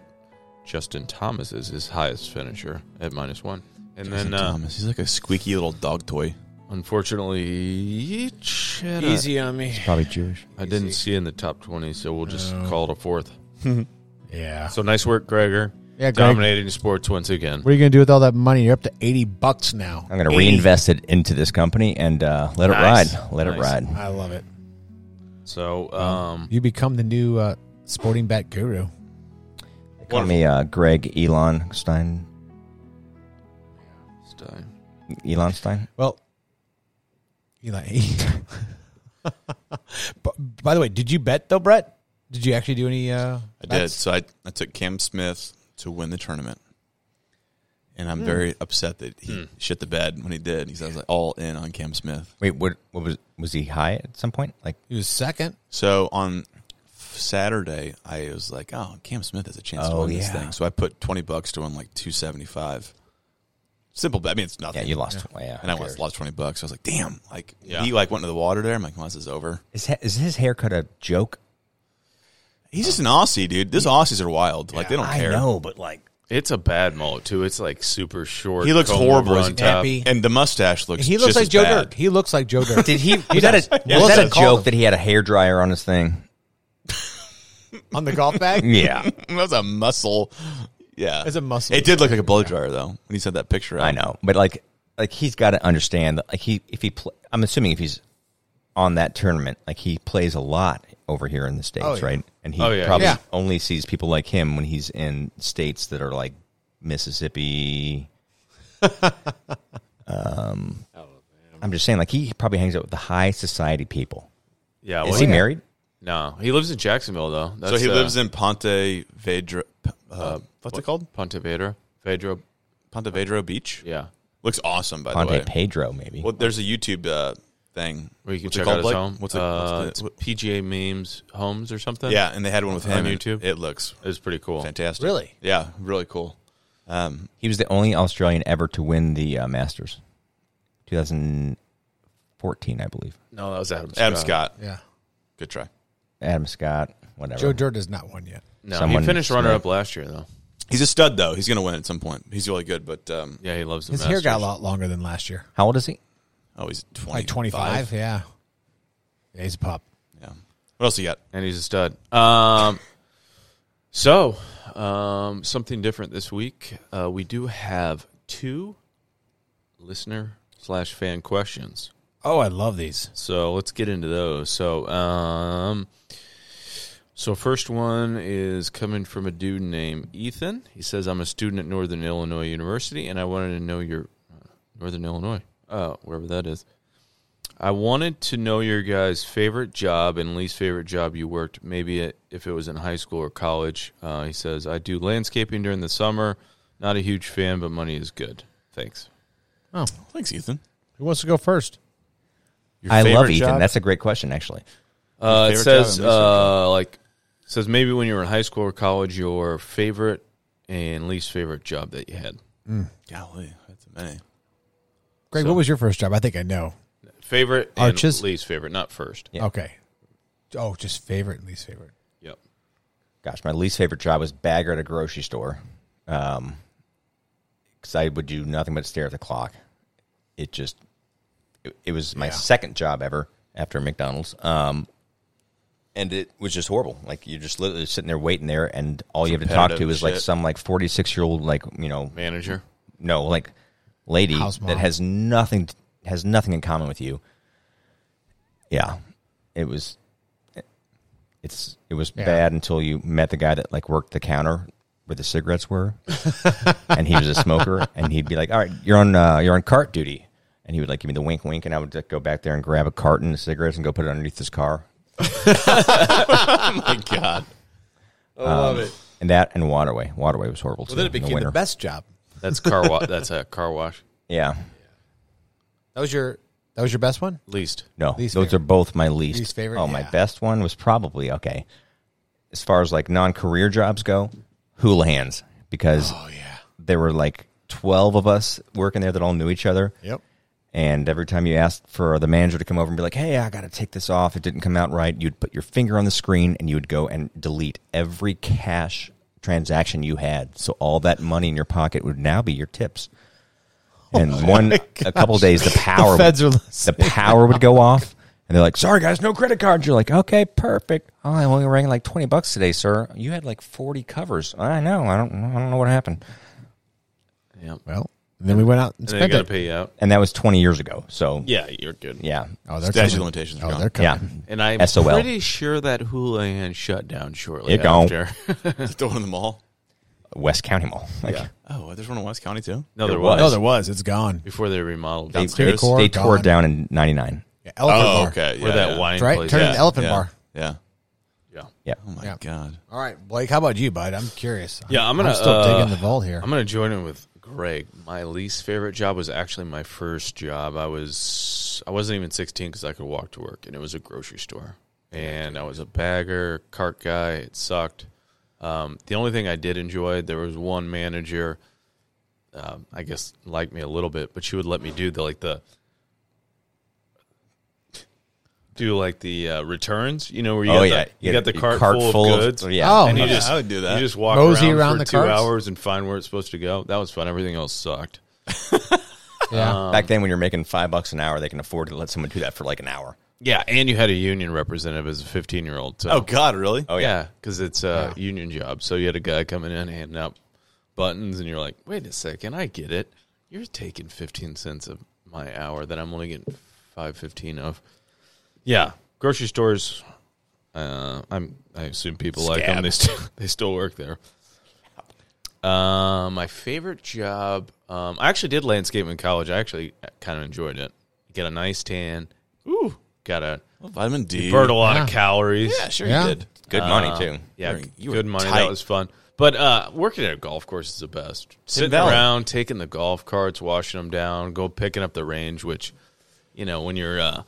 S3: Justin Thomas is his highest finisher at minus one, and then uh,
S4: Thomas, he's like a squeaky little dog toy.
S3: unfortunately each had a-
S2: Easy on me.
S5: Probably Jewish.
S3: I didn't see in the top 20, so we'll just call it a fourth.
S2: Yeah.
S3: So nice work, Gregor.
S2: Yeah, Greg.
S3: Dominating sports once again.
S2: What are you going to do with all that money? You're up to 80 bucks now.
S5: I'm going to reinvest it into this company and uh, let it
S3: Nice.
S5: ride. Let it
S3: Nice.
S5: ride.
S2: I love it.
S3: So, um,
S2: You become the new uh, sporting bet guru.
S5: They call me uh, Greg Elon Stein.
S3: Stein.
S5: Elon Stein?
S2: <laughs> Well, Eli. By the way, did you bet though, Brett? Did you actually do any? Uh,
S4: I did.
S2: bets?
S4: So I, I took Cam Smith to win the tournament. And
S5: Hmm.
S4: I'm very upset that he shit the bed when he did because I was like all in on Cam Smith.
S5: Wait, what? What was? Was he high at some point? Like,
S2: He was second.
S4: So on Saturday, I was like, oh, Cam Smith has a chance to
S5: Oh,
S4: win this
S5: yeah.
S4: thing. So I put 20 bucks to win like 275. Simple bet. I mean, it's
S5: yeah,
S4: nothing.
S5: you lost. Yeah, yeah
S4: And I
S5: who
S4: lost,
S5: cares?
S4: lost 20 bucks. I was like, damn. Like,
S3: Yeah.
S4: he like went into the water there. I'm like, well, this is over.
S5: Is, ha- is his haircut a joke?
S4: He's just an Aussie, dude. Those Aussies are wild. Like, they don't
S5: I
S4: care.
S5: know, but like,
S3: It's a bad mullet too. It's like super short.
S4: He looks
S3: comb
S4: horrible.
S3: over
S4: as
S3: on
S4: a
S3: top.
S2: Happy.
S4: And the mustache looks
S2: He looks
S4: just
S2: like
S4: as
S2: Joe
S4: bad.
S2: Dirt. He looks like Joe
S4: <laughs>
S2: Dirt.
S5: <laughs> did he? Was that a, was
S2: That's
S5: that
S2: what
S5: a
S2: I call
S5: joke
S2: him.
S5: that he had a hair dryer on his thing?
S2: on the golf
S4: <laughs>
S2: bag?
S5: <laughs> Yeah,
S4: that was a muscle. Yeah,
S2: It's a muscle.
S4: It did look like a blow dryer though when he said that picture.
S5: I know, but like, like he's got to understand that like he if he pl- I'm assuming if he's on that tournament, like he plays a lot over here in the states,
S2: Oh, yeah.
S5: right? And he
S3: Oh, yeah.
S5: probably
S2: Yeah.
S5: only sees people like him when he's in states that are like Mississippi. um, I'm just saying, like he probably hangs out with the high society people.
S3: Yeah.
S5: Is
S3: Oh, well,
S5: he
S3: yeah.
S5: married?
S3: No, he lives in Jacksonville though. That's,
S4: So he
S3: uh,
S4: lives in Ponte Vedra. Uh, what's it called?
S3: Ponte Vedra. Vedra.
S4: Ponte Vedra Beach.
S3: Yeah.
S4: Looks awesome by the way.
S5: Ponte Pedro, maybe.
S4: well, there's a YouTube uh, thing
S3: Where you can
S4: What's it
S3: check out
S4: called,
S3: his
S4: Blake?
S3: home.
S4: What's it?
S3: uh,
S4: what's the-
S3: it's PGA memes homes or something?
S4: yeah, and they had one with him
S3: On
S4: and
S3: YouTube?
S4: It looks
S3: It was pretty cool.
S4: fantastic.
S2: Really?
S4: Yeah, really cool.
S5: He was the only Australian ever to win the uh, Masters, 2014, I believe.
S3: No, that was Adam. Scott.
S4: Adam Scott,
S2: Yeah.
S4: good try.
S5: Adam Scott, whatever.
S2: Joe Dirt is not one yet.
S3: No,
S5: Someone
S3: he finished runner up
S5: smoked.
S3: last year though.
S4: He's a stud though. He's gonna win at some point. He's really good, but um,
S3: Yeah, he loves the
S2: His hair
S3: Masters.
S2: got a lot longer than last year.
S5: How old is he?
S4: oh, he's 25.
S2: Like 25. Yeah. Yeah, he's a pup.
S4: Yeah. What else you got?
S3: and he's a stud. Um, so um, something different this week. Uh, we do have two listener slash fan questions.
S2: Oh, I love these.
S3: So let's get into those. So, um, so first one is coming from a dude named Ethan. He says, "I'm a student at Northern Illinois University, and I wanted to know your uh, Northern Illinois, uh, wherever that is. I wanted to know your guys' favorite job and least favorite job you worked. Maybe it, if it was in high school or college." Uh, he says, "I do landscaping during the summer. Not a huge fan, but money is good. Thanks."
S4: Thanks, Ethan.
S2: Who wants to go first?
S4: Your
S5: I love
S4: favorite
S5: Ethan.
S4: job?
S5: That's a great question, actually.
S3: Uh, it
S4: favorite job
S3: says
S4: and least favorite
S3: uh, like it says maybe when you were in high school or college, your favorite and least favorite job that you had.
S4: golly, that's amazing.
S2: Greg, what was your first job? I think I know.
S3: Favorite and
S2: Arches?
S3: least favorite, not first.
S5: Yeah.
S2: Okay. Oh, just favorite and least favorite.
S3: Yep.
S5: Gosh, my least favorite job was bagger at a grocery store, because I would do nothing but stare at the clock. It just, it, it was my second job ever after McDonald's, um, and it was just horrible. Like you're just literally sitting there waiting there, and all you have to talk to
S4: Repetitive
S5: is like
S4: shit.
S5: some like 46 year old like you know
S3: Manager. <laughs>
S5: no like lady
S2: House mom.
S5: that has nothing has nothing in common with you yeah it was it's it was bad until you met the guy that like worked the counter where the cigarettes were and he was a smoker <laughs> and he'd be like all right you're on uh, you're on cart duty and he would like give me the wink wink and i would like, go back there and grab a carton of cigarettes and go put it underneath his car
S4: My God.
S3: I love it.
S5: and that and waterway waterway was horrible too
S2: Well, then it
S5: in the
S2: became the,
S5: winter.
S2: best job.
S3: That's car wash. that's a car wash.
S5: yeah
S2: That was your that was your best one?
S3: Least.
S5: No,
S2: Least
S5: those
S2: favorite.
S5: are both my least.
S2: Least favorite,
S5: Oh, my
S2: yeah.
S5: best one was probably okay. As far as like non-career jobs go, hula hands because
S2: Oh,
S5: there were like twelve of us working there that all knew each other.
S2: Yep.
S5: And every time you asked for the manager to come over and be like, "Hey, I got to take this off. It didn't come out right," you'd put your finger on the screen and you would go and delete every cash transaction you had. So all that money in your pocket would now be your tips.
S2: Oh
S5: And one,
S2: <laughs>
S5: a couple days, the power
S2: feds are
S5: the
S2: listening.
S5: power
S2: <laughs>
S5: would go off, and they're like, "Sorry, guys, no credit cards." You're like, "Okay, perfect. Oh, I only rang like twenty bucks today, sir. You had like forty covers. I know. I don't. I don't know what happened."
S3: Yep.
S2: Well, then we went out and
S3: And they
S2: spent
S3: gotta
S2: it.
S3: pay you out.
S5: And that was twenty years ago. So
S3: Yeah, you're good.
S5: yeah,
S2: Oh, they're
S4: Statute
S2: coming.
S4: of limitations are
S2: Oh,
S4: gone.
S2: they're
S5: yeah.
S2: coming.
S3: And I'm
S5: SOL.
S3: pretty sure that Hula Hand shut down shortly
S5: It gone.
S3: after. <laughs>
S4: the one in the mall.
S5: West County Mall. Like,
S4: Oh, there's one in West County too.
S3: no, there
S5: was.
S3: was.
S2: No, there was. It's gone.
S3: Before they remodeled.
S5: They,
S2: Oh,
S4: Downstairs.
S5: they, they
S2: Decor
S5: tore it
S2: gone.
S5: down in '99.
S2: Yeah, elephant
S4: Oh,
S2: bar.
S4: okay. Yeah,
S3: Where that
S4: yeah.
S3: wine
S2: Right?
S3: place
S2: Turn
S3: is.
S2: it an elephant
S4: yeah,
S2: bar.
S4: Yeah.
S3: Yeah.
S5: Yeah.
S4: Oh my
S2: Yeah.
S4: god.
S2: All right, Blake. How about you, bud? I'm curious.
S3: Yeah, I'm gonna
S2: still
S3: uh,
S2: digging the vault here.
S3: I'm gonna join in with Greg. My least favorite job was actually my first job. I was I wasn't even 16 because I could walk to work, and it was a grocery store. And I was a bagger, cart guy. It sucked. Um, the only thing I did enjoy there was one manager. Um, I guess liked me a little bit, but she would let me do the like the do like the uh, returns. You know where you
S5: Oh,
S3: got
S5: yeah.
S3: the, you got the
S5: your
S3: cart, full, of goods.
S5: yeah.
S2: Oh,
S3: and you
S2: okay.
S3: just
S4: I would do that.
S3: You just walk
S2: Mosey
S3: around,
S2: around
S3: for
S2: the
S3: two
S2: carts?
S3: hours and find where it's supposed to go. That was fun. Everything else sucked.
S2: yeah.
S4: Um,
S5: Back then, when you're making five bucks an hour, they can afford to let someone do that for like an hour.
S3: Yeah, and you had a union representative as a 15 year old. So.
S4: Oh god, really?
S5: Oh, yeah.
S3: yeah, because it's a union job. So you had a guy coming in handing out buttons, and you're like, "Wait a second, I get it. You're taking 15 cents of my hour that I'm only getting five fifteen of." Yeah, grocery stores. Uh, I'm. I assume people like them. They still <laughs> they still work there. Uh, my favorite job. Um, I actually did landscape in college. I actually kind of enjoyed it. Get a nice tan. Ooh, got a
S4: Well, vitamin D.
S3: burn a lot
S2: Yeah.
S3: of calories.
S4: Yeah, sure
S2: Yeah.
S4: you did. Uh,
S5: Good money, too.
S3: Yeah,
S4: Very- you
S3: good
S4: were
S3: money.
S4: tight.
S3: That was fun. But uh, working at a golf course is the best. Sitting
S4: Valley.
S3: around, taking the golf carts, washing them down, go picking up the range. Which, you know, when you're, uh,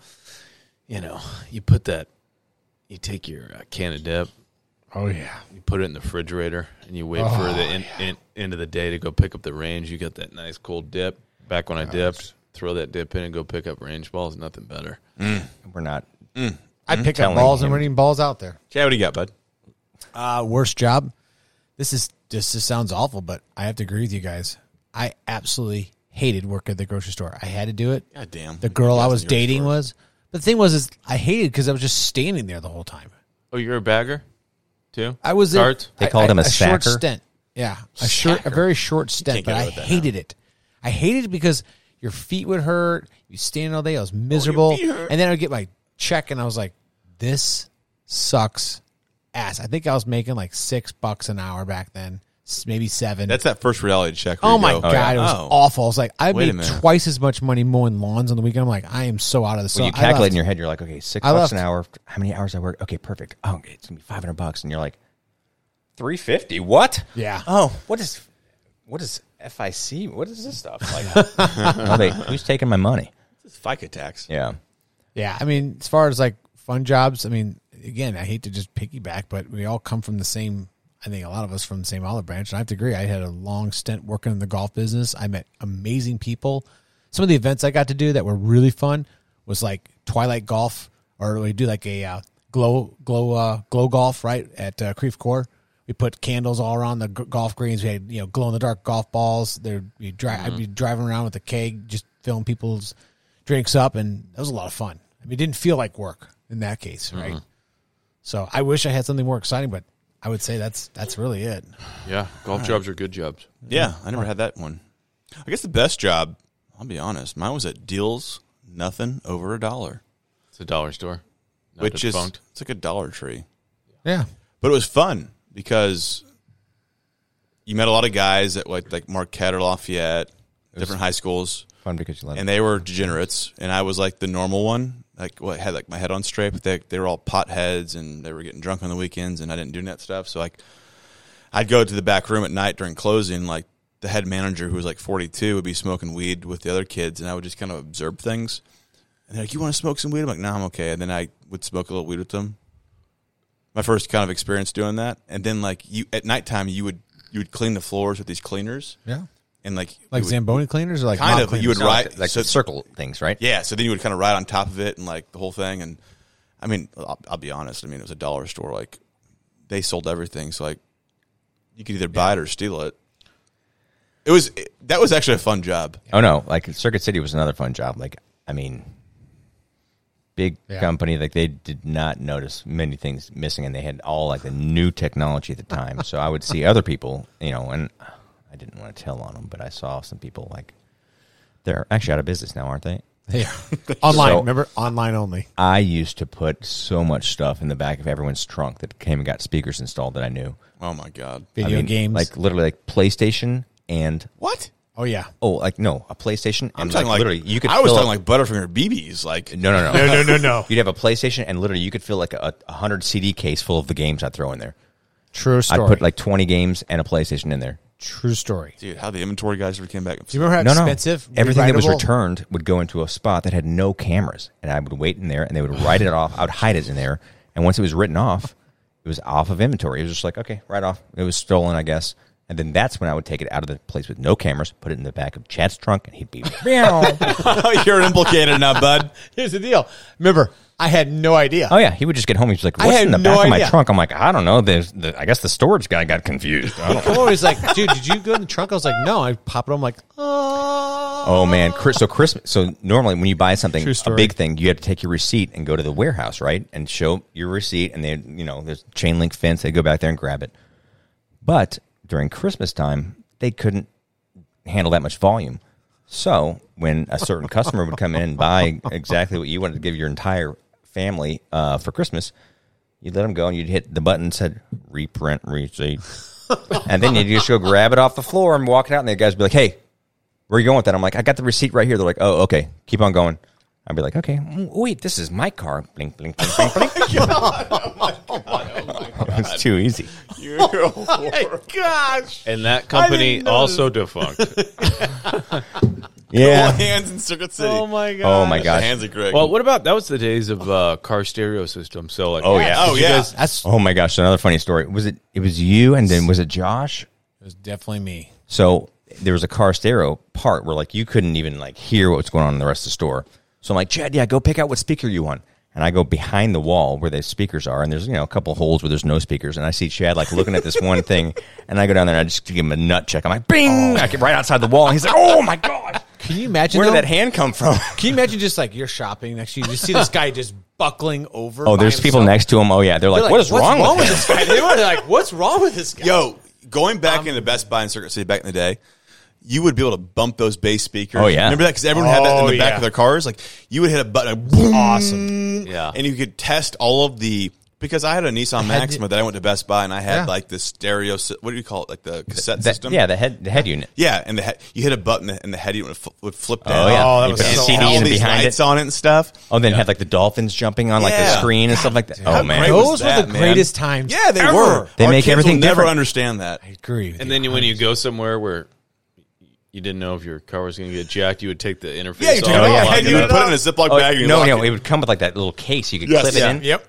S3: you know, you put that, you take your uh, can of dip,
S2: Oh yeah.
S3: you put it in the refrigerator, and you wait for the in, in, end of the day to go pick up the range. You got that nice cold dip. Back when I dipped, throw that dip in and go pick up range balls. Nothing better.
S5: We're not.
S2: I pick up
S5: telling
S2: balls and
S5: him.
S2: we're eating balls out there.
S4: Yeah, what do you got, bud?
S2: Uh, worst job. This is this just sounds awful, but I have to agree with you guys. I absolutely hated work at the grocery store. I had to do it.
S4: God damn.
S2: The girl I was
S4: Your story.
S2: dating was. But the thing was, is I hated because I was just standing there the whole time.
S3: Oh, you're a bagger, too.
S2: I was in-
S3: Carts?
S5: They
S2: I-
S5: called
S2: I-
S5: him a
S2: short
S5: sacker?
S2: stint. Yeah, a short, a very short stint.
S4: can't get
S2: But I
S4: away with that
S2: hated it. I hated it because your feet would hurt. You stand all day. I
S4: Oh,
S2: was miserable, and then I would get my check, and I was like, "This sucks ass." I think I was making like six bucks an hour back then, s- maybe seven.
S4: That's that first reality check. where
S2: Oh
S4: you
S2: my
S4: go,
S2: god, it was
S4: oh.
S2: awful. I was like, I
S4: Wait a
S2: made
S4: minute.
S2: twice as much money mowing lawns on the weekend. I'm like, I am so out of this.
S5: When
S2: So
S5: you
S2: I
S5: calculate
S2: left.
S5: in your head, you're like, okay, six
S2: I left.
S5: bucks an hour. How many hours I work? Okay, perfect. Oh, okay, it's gonna be five hundred bucks, and you're like, three fifty. What?
S2: Yeah.
S5: Oh, what is, what is FIC? What is this stuff? Like, <laughs> oh, they, who's taking my money?
S4: It's FICA tax.
S5: Yeah.
S2: Yeah, I mean, as far as like fun jobs, I mean, again, I hate to just piggyback, but we all come from the same. I think a lot of us from the same olive branch, and I have to agree. I had a long stint working in the golf business. I met amazing people. Some of the events I got to do that were really fun was like Twilight Golf, or we do like a uh, glow glow uh, glow golf right at uh, Creve Coeur. We put candles all around the g- golf greens. We had you know glow in the dark golf balls. There, we dri- I'd be driving around with a keg, just filling people's drinks up, and that was a lot of fun. I mean, it didn't feel like work in that case, right?
S5: Mm-hmm.
S2: So I wish I had something more exciting, but I would say that's that's really it.
S3: Yeah, golf jobs are good jobs.
S4: Yeah, I never had that one. I guess the best job, I'll be honest, mine was at Deals Nothing Over a Dollar,
S3: It's a dollar store, Not
S4: which is
S3: defunct.
S4: it's like a Dollar Tree.
S2: Yeah,
S4: But it was fun because you met a lot of guys at like, like Marquette or Lafayette, different high schools,
S5: Fun because you love
S4: and they were degenerates, and I was like the normal one. Like, well, I had like my head on straight, but they, they were all potheads, and they were getting drunk on the weekends, and I didn't do that stuff. So like, I'd go to the back room at night during closing, like. The head manager, who was like 42, would be smoking weed with the other kids, and I would just kind of observe things. And they're like, "You want to smoke some weed?" I'm like, "No, I'm okay." And then I would smoke a little weed with them, my first kind of experience doing that. And then like you at nighttime you would you would clean the floors with these cleaners.
S2: yeah.
S4: And like
S2: Like
S4: you would-
S2: Zamboni cleaners, or like
S4: Kind
S2: mop
S4: of, but
S2: cleaners?
S4: you would
S5: No,
S4: ride
S5: like, like
S4: so-
S5: circle things, right?
S4: Yeah, so then you would kind of ride on top of it and like the whole thing and I mean, I'll, I'll be honest, I mean it was a dollar store like they sold everything so like you could either buy it or steal it. It was it- that was actually a fun job.
S5: Oh no, like Circuit City was another fun job. Like I mean, big
S2: Yeah.
S5: company, like they did not notice many things missing, and they had all like the new technology at the time. so I would see other people, you know, and I didn't want to tell on them, but I saw some people like they're actually out of business now, aren't they?
S2: yeah. online.
S5: <laughs> So-
S2: remember, online only.
S5: I used to put so much stuff in the back of everyone's trunk that came and got speakers installed that I knew.
S4: Oh my god.
S5: I
S2: Video
S5: mean,
S2: games,
S5: like literally like PlayStation and
S4: What?
S2: Oh yeah.
S5: Oh, like no, a PlayStation.
S4: I'm
S5: and,
S4: talking like,
S5: literally you could.
S4: I was
S5: fill
S4: talking
S5: up-
S4: like Butterfinger BBs. Like
S5: no, no, no,
S7: No, no, no, no.
S5: <laughs> You'd have a PlayStation, and literally you could fill like a, a hundred CD case full of the games I'd throw in there.
S2: True story.
S5: I'd put like twenty games and a PlayStation in there.
S2: true story.
S4: <laughs> dude, how the inventory guys ever came back.
S2: Do
S5: <laughs>
S4: <laughs>
S2: you remember how
S5: No, no,
S2: expensive
S5: everything that was
S2: rewritable-
S5: returned would go into a spot that had no cameras, and I would wait in there, and they would write it off. I would hide it in there, and once it was written off, it was off of inventory. It was just like okay, right off. It was stolen, I guess. And then that's when I would take it out of the place with no cameras, put it in the back of Chad's trunk, and he'd be <laughs>
S4: Oh, You're implicated now, bud.
S2: Here's the deal. Remember, I had no idea. <laughs>
S5: Oh yeah, he would just get home. He's like,
S2: I
S5: "What's
S2: had
S5: in the
S2: no
S5: back of my
S2: idea.
S5: trunk?" I'm like, "I don't know." There's, the, I guess the storage guy got confused. I don't know.
S2: Come over, he's like, dude, did you go in the trunk? I was like, no. I pop it. I'm like, oh.
S5: oh man, Chris, so Christmas. So normally when you buy something,
S2: True
S5: a
S2: story.
S5: big thing, you have to take your receipt and go to the warehouse, right, and show your receipt. And they, you know, there's chain link fence. They go back there and grab it. But during Christmas time, they couldn't handle that much volume. So when a certain customer would come in and buy exactly what you wanted to give your entire family uh, for Christmas, you'd let them go and you'd hit the button that said reprint receipt. and then you'd just go grab it off the floor and walk it out. And the guys would be like, hey, where are you going with that? I'm like, I got the receipt right here. They're like, oh, okay, keep on going. I'd be like, okay, mm, wait, this is my car. Blink, blink, blink,
S2: <laughs>
S5: blink, blink.
S2: Oh
S5: It's too easy.
S2: Gosh.
S3: And that company also defunct.
S2: <laughs>
S5: Yeah.
S4: Hands in Circuit City.
S2: Oh my god.
S5: Oh my
S4: The
S5: gosh.
S4: hands of Greg.
S3: well, what about that was the days of uh, car stereo system. So like,
S5: Oh yeah.
S4: oh yeah.
S2: That's
S5: Oh my gosh, another funny story. Was it it was you and then was it Josh?
S2: it was definitely me.
S5: So there was a car stereo part where like you couldn't even like hear what was going on in the rest of the store. So I'm like, Chad, yeah, go pick out what speaker you want. And I go behind the wall where the speakers are, and there's you know a couple holes where there's no speakers, and I see Chad like looking at this one thing, and I go down there and I just give him a nut check. I'm like, bing! I get right outside the wall, and he's like, oh my god,
S2: Can you imagine?
S5: where
S2: though?
S5: did that hand come from?
S2: Can you imagine just like you're shopping next to you, you just see this guy just buckling over?
S5: Oh,
S2: by
S5: there's people
S2: himself.
S5: next to him. Oh yeah, they're like,
S2: They're like,
S5: what is
S2: what's
S5: wrong,
S2: with,
S5: with, him?
S2: this guy? They were like, what's wrong with this guy?
S4: Yo, going back
S5: Um,
S4: into Best Buy and Circuit City back in the day, you would be able to bump those bass speakers.
S5: Oh, yeah.
S4: remember that because everyone had that in
S7: Oh,
S4: the back
S7: yeah.
S4: of their cars. Like you would hit a button, like, boom,
S2: Awesome.
S3: Yeah.
S4: and you could test all of the. Because I had a Nissan Maxima that I went to Best Buy and I had
S2: Yeah.
S4: like the stereo. sy- What do you call it? Like the cassette
S5: That-
S4: system.
S5: yeah, the head, the head unit.
S4: yeah. And the he- you hit a button and the head unit would, fl- would flip down.
S5: Oh yeah,
S7: Oh, that
S5: You
S7: was
S5: put the
S7: so
S5: CD
S4: and all
S5: in
S4: these
S5: behind
S4: lights
S5: it.
S4: on it and stuff.
S5: Oh, then had like the dolphins jumping on like the
S4: Yeah.
S5: screen and stuff like that.
S4: How
S5: Oh man,
S4: great
S2: Those
S4: was
S2: were
S4: that,
S2: the
S4: man?
S2: greatest times
S4: Yeah, they
S2: ever.
S4: were.
S5: They
S4: Our
S5: make
S4: kids will
S5: everything
S4: Never
S5: different.
S4: understand that.
S2: I agree. With
S3: and
S2: you.
S3: then you, when you go somewhere where you didn't know if your car was going to get jacked, you would take the interface.
S4: oh, Yeah, you took
S3: off,
S4: it
S5: yeah.
S4: off
S3: lock
S4: and you
S3: up.
S4: would put it in a Ziploc
S5: Oh,
S4: bag. And you
S5: no,
S4: lock
S5: no,
S4: it.
S5: it would come with like that little case you could
S4: Yes,
S5: clip
S4: yeah.
S5: it in.
S2: Yep.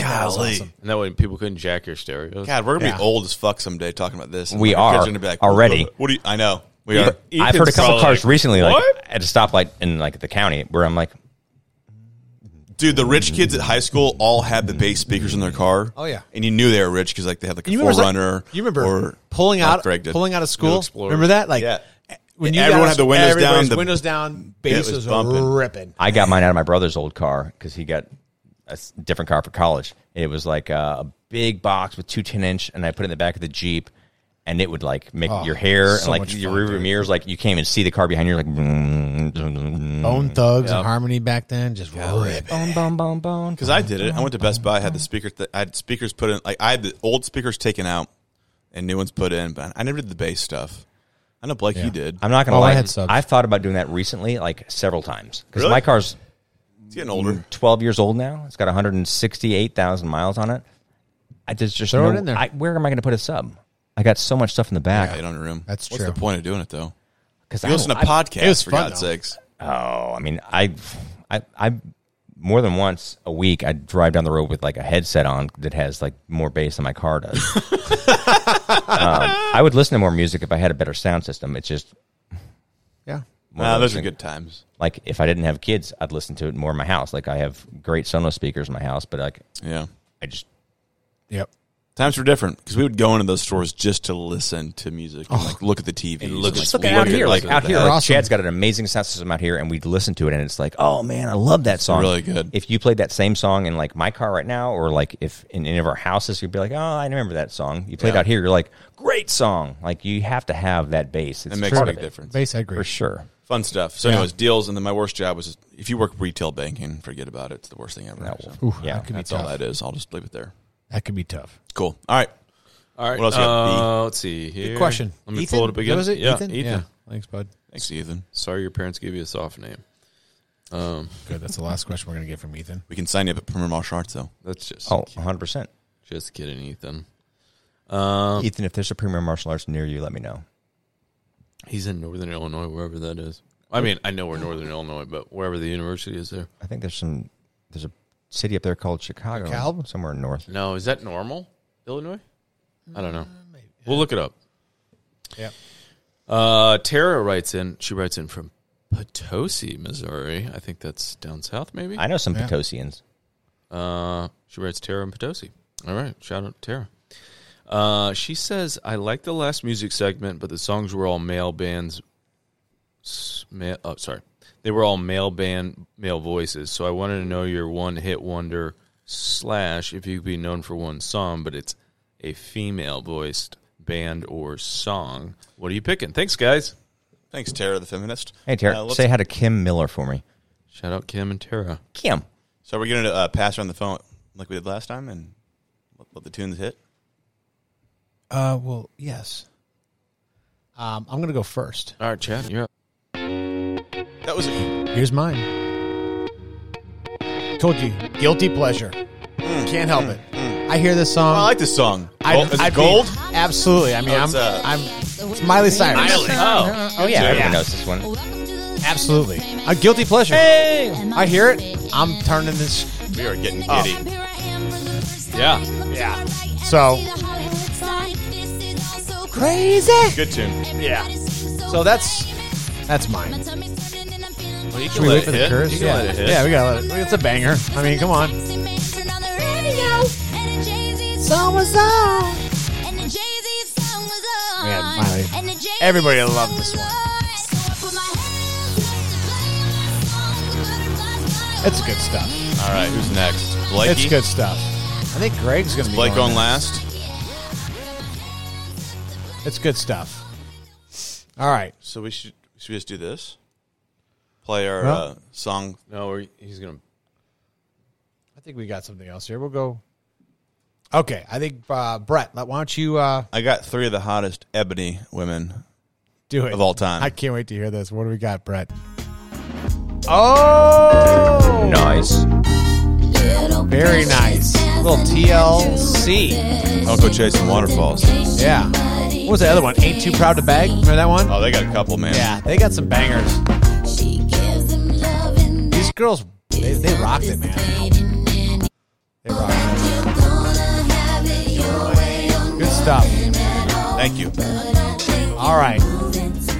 S4: Golly.
S3: And that way people couldn't jack your stereo.
S4: God, we're gonna
S2: Yeah.
S4: be old as fuck someday talking about this. And
S5: We
S4: our kids
S5: are
S4: gonna be like,
S5: already.
S4: What do you? I know we are.
S5: But I've heard a
S3: Ethan's
S5: couple
S3: probably
S5: cars
S3: like,
S5: recently, like
S3: "What?"
S5: at a stoplight in like the county, where I'm like,
S4: Dude, the rich kids at high school all had the bass speakers in their car.
S2: Oh, yeah.
S4: and you knew they were rich because like they had like a
S2: You remember,
S4: Forerunner.
S2: you remember
S4: or
S2: pulling
S4: or
S2: out,
S4: Greg did.
S2: pulling out of school.
S3: Explorer.
S2: Remember that? Like
S4: Yeah.
S2: when you
S4: Everyone
S2: got
S4: had the windows
S2: everybody's
S4: down, the-
S2: windows down, bass
S4: was
S2: was,
S4: bumping.
S2: ripping.
S5: I got mine out of my brother's old car because he got a s- different car for college. It was like uh, a big box with two 10 inch, and I put it in the back of the Jeep, and it would like make your hair
S2: Ah, so
S5: and like
S2: much
S5: your
S2: fun,
S5: rear view mirrors, like you can't even see the car behind you. Like,
S2: Bone Thugs and Harmony back then just ripping.
S5: bone, bone, bone, bone.
S4: Because I did it. I went to Best Buy. had the speaker. Th- I had speakers put in. Like I had the old speakers taken out and new ones put in. But I never did the bass stuff. I know Blake, you did.
S5: I'm not gonna
S2: Oh, I
S5: lie.
S2: had subs.
S5: I've thought about doing that recently, like several times, because
S4: Really?
S5: my car's
S4: It's getting
S2: Hmm.
S4: older.
S5: 12 years old now. It's got 168,000 miles on it. I just just
S2: Throw it
S5: know-
S2: in there.
S5: I, where am I going to put a sub? I got so much stuff in the
S4: Yeah,
S5: back
S4: you don't room.
S2: That's
S4: What's
S2: true.
S4: the point of doing it though?
S5: because
S4: You listen to podcasts.
S2: it was
S4: for
S2: fun,
S4: God's
S2: though.
S4: sakes.
S5: Oh, I mean, I, I, I, more than once a week, I drive down the road with like a headset on that has like more bass than my
S2: <laughs>
S5: car does. um, I would listen to more music if I had a better sound system. It's just
S2: Yeah.
S5: one of
S4: Nah, those are
S5: things.
S4: good times.
S5: Like if I didn't have kids, I'd listen to it more in my house. Like I have great Sonos speakers in my house, but like
S4: Yeah.
S5: I just
S2: Yep.
S4: Times were different because we would go into those stores just to listen to music and like look at the TV. And
S3: look-
S4: like,
S3: just
S5: Look out
S4: at,
S5: here, like
S4: what
S5: out
S4: the
S5: here,
S4: hell.
S5: like
S2: awesome.
S5: Chad's got an amazing sound system out here, and we'd listen to it, and it's like, oh man, I love that song.
S4: really good.
S5: If you played that same song in like my car right now, or like if in any of our houses, you'd be like, oh, I remember that song. You played
S4: Yeah.
S5: out here, you're like, great song. Like you have to have that bass. It's
S4: It makes a
S5: part of
S4: big
S5: it,
S4: difference.
S2: Bass, I
S5: for
S2: agree.
S5: sure.
S4: Fun stuff. So, anyways, deals. And then my worst job was just, if you work retail banking, forget about it. It's the worst thing ever. So
S5: Ooh, yeah,
S2: could be
S4: that's all
S2: tough.
S4: that is. I'll just leave it there.
S2: That could be tough.
S4: Cool. All right.
S3: All right.
S4: What else you got?
S3: uh, let's see here.
S2: question.
S3: Let me
S2: Ethan?
S3: pull it up again.
S2: That was it?
S3: Yeah,
S2: Ethan?
S3: Ethan.
S2: Yeah. Thanks, bud.
S4: Thanks, Ethan.
S3: Sorry, your parents gave you a soft name.
S2: Good. That's the last question we're going to get from Ethan.
S4: We can sign you up at Premier Martial Arts, though.
S3: That's just
S5: Oh, 100%.
S3: just kidding, Ethan.
S4: Um,
S5: Ethan, if there's a premier martial arts near you, let me know.
S3: He's in Northern Illinois, wherever that is. I mean, I know we're Northern Illinois, but wherever the university is there.
S5: I think there's some there's a city up there called Chicago,
S2: DeKalb?
S5: somewhere north.
S3: No, is that normal, Illinois? I don't know. We'll look it up.
S2: Yep.
S3: Uh, Tara writes in. She writes in from Potosi, Missouri. I think that's down south, maybe.
S5: I know some Potosians.
S3: Uh, she writes Tara and Potosi. All right, shout out to Tara. Uh, she says, "I like the last music segment, but the songs were all male bands. s- Male, oh, sorry, they were all male band, male voices. So I wanted to know your one hit wonder slash if you could be known for one song, but it's a female voiced band or song. What are you picking? Thanks, guys.
S4: Thanks, Tara, the feminist.
S5: Hey, Tara,
S4: Uh, let's-
S5: say hi to Kim Miller for me.
S3: Shout out Kim and Tara.
S5: Kim.
S4: So we're going to uh, pass around the phone like we did last time and let, let the tunes hit.
S2: Uh, well, yes. Um, I'm going to go first.
S3: All right, Chad, you're up.
S4: That was a
S2: Here's mine. Told you, guilty pleasure. Can't help it. I hear this song.
S4: I like this song.
S2: I'd-
S4: Gold- is
S2: I'd
S4: it
S2: be-
S4: gold?
S2: absolutely. I mean,
S4: Oh,
S2: I'm,
S4: it's, uh,
S2: I'm. It's Miley Cyrus.
S3: Oh.
S5: Oh yeah, everyone
S2: Yeah.
S5: knows this one.
S2: Absolutely. A guilty pleasure. Hey! I hear it. I'm turning this.
S4: we are getting giddy.
S3: Yeah.
S7: Yeah.
S2: So crazy.
S4: Good tune.
S7: Yeah.
S2: So that's that's mine.
S3: Well, you
S2: Should we wait for the chorus?
S3: You can
S2: Yeah,
S3: let it hit.
S2: yeah, we gotta let it. It's a banger. I mean, come on.
S8: Song was on.
S2: Man, Miley.
S8: Everybody loved this one.
S2: It's good stuff.
S4: All right, who's next? Blakey.
S2: It's good stuff. I think Greg's gonna be
S4: Blake
S2: going
S4: on
S2: next.
S4: last.
S2: It's good stuff. All right.
S4: So we should should we just do this? Play our
S2: Well-
S4: uh, song.
S3: No, we're, he's gonna.
S2: I think we got something else here. We'll go. Okay, I think uh, Brett. Why don't you uh,
S4: I got three of the hottest ebony women.
S2: do it
S4: Of all time.
S2: I can't wait to hear this. What do we got, Brett? Oh,
S5: Nice.
S2: very nice. little TLC.
S4: I'll go chase some waterfalls.
S2: Yeah. What was the other one? Ain't too proud to bag. Remember that one?
S4: Oh, they got a couple, man.
S2: Yeah, they got some bangers. These girls, they, they rocked it, man. They rocked it. Good Uh, stuff.
S4: Thank you.
S2: All right.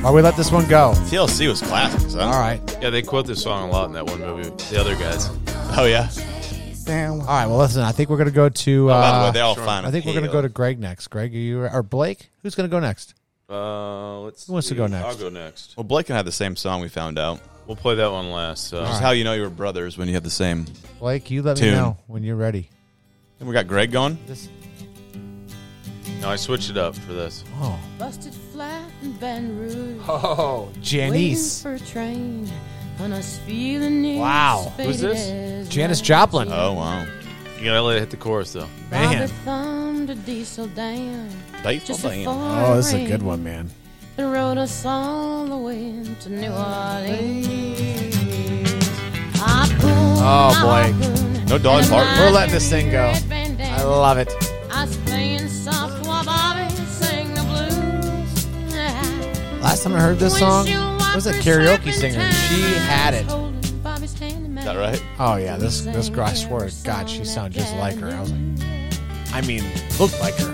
S2: Why we let this one go?
S4: TLC was classics.
S2: All
S4: Huh?
S2: right.
S3: Yeah, they quote this song a lot in that one movie. The other guys.
S4: Oh yeah.
S2: All right. Well, listen. I think we're gonna go to. Uh,
S4: By the way, they're all fine.
S2: I think we're gonna go to Greg next. Greg, are you or Blake? Who's gonna go next?
S3: Uh, let's.
S2: Who wants to go
S3: see.
S2: next?
S3: I'll go next.
S4: Well, Blake and I had the same song. We found out.
S3: We'll play that one last. uh, So.
S4: This is how you know you were brothers when you have the same.
S2: Blake, you let me
S4: Tune.
S2: know when you're ready.
S4: And we got Greg going.
S2: This.
S3: No, I switched it up for this.
S2: Oh.
S9: Busted flat in Baton Rouge.
S2: Oh, Janice.
S9: Waiting for a train. When I was feeling near
S2: Wow.
S9: as
S3: Who's
S9: faded
S3: this?
S9: as
S2: Janice
S9: night.
S2: Joplin.
S4: Oh wow.
S3: You gotta let it hit the chorus though.
S9: Bobby
S2: Man.
S9: thumbed a diesel down. Just
S4: Damn.
S9: before
S2: Oh, this is
S9: it
S2: a good
S9: rained.
S2: one, man.
S9: And rode us all the way to New Orleans. I
S2: Oh, boy.
S9: boy.
S4: No Dolly Parton.
S2: We're letting this thing go. I love it.
S9: I was playing soft while Bobby sang the blues.
S2: Last time I heard this song was a karaoke singer. She had it.
S9: Is
S4: Is that right?
S2: Oh yeah, this this girl. I swear to God, she sounded just like her. I was like, I mean, looked like her.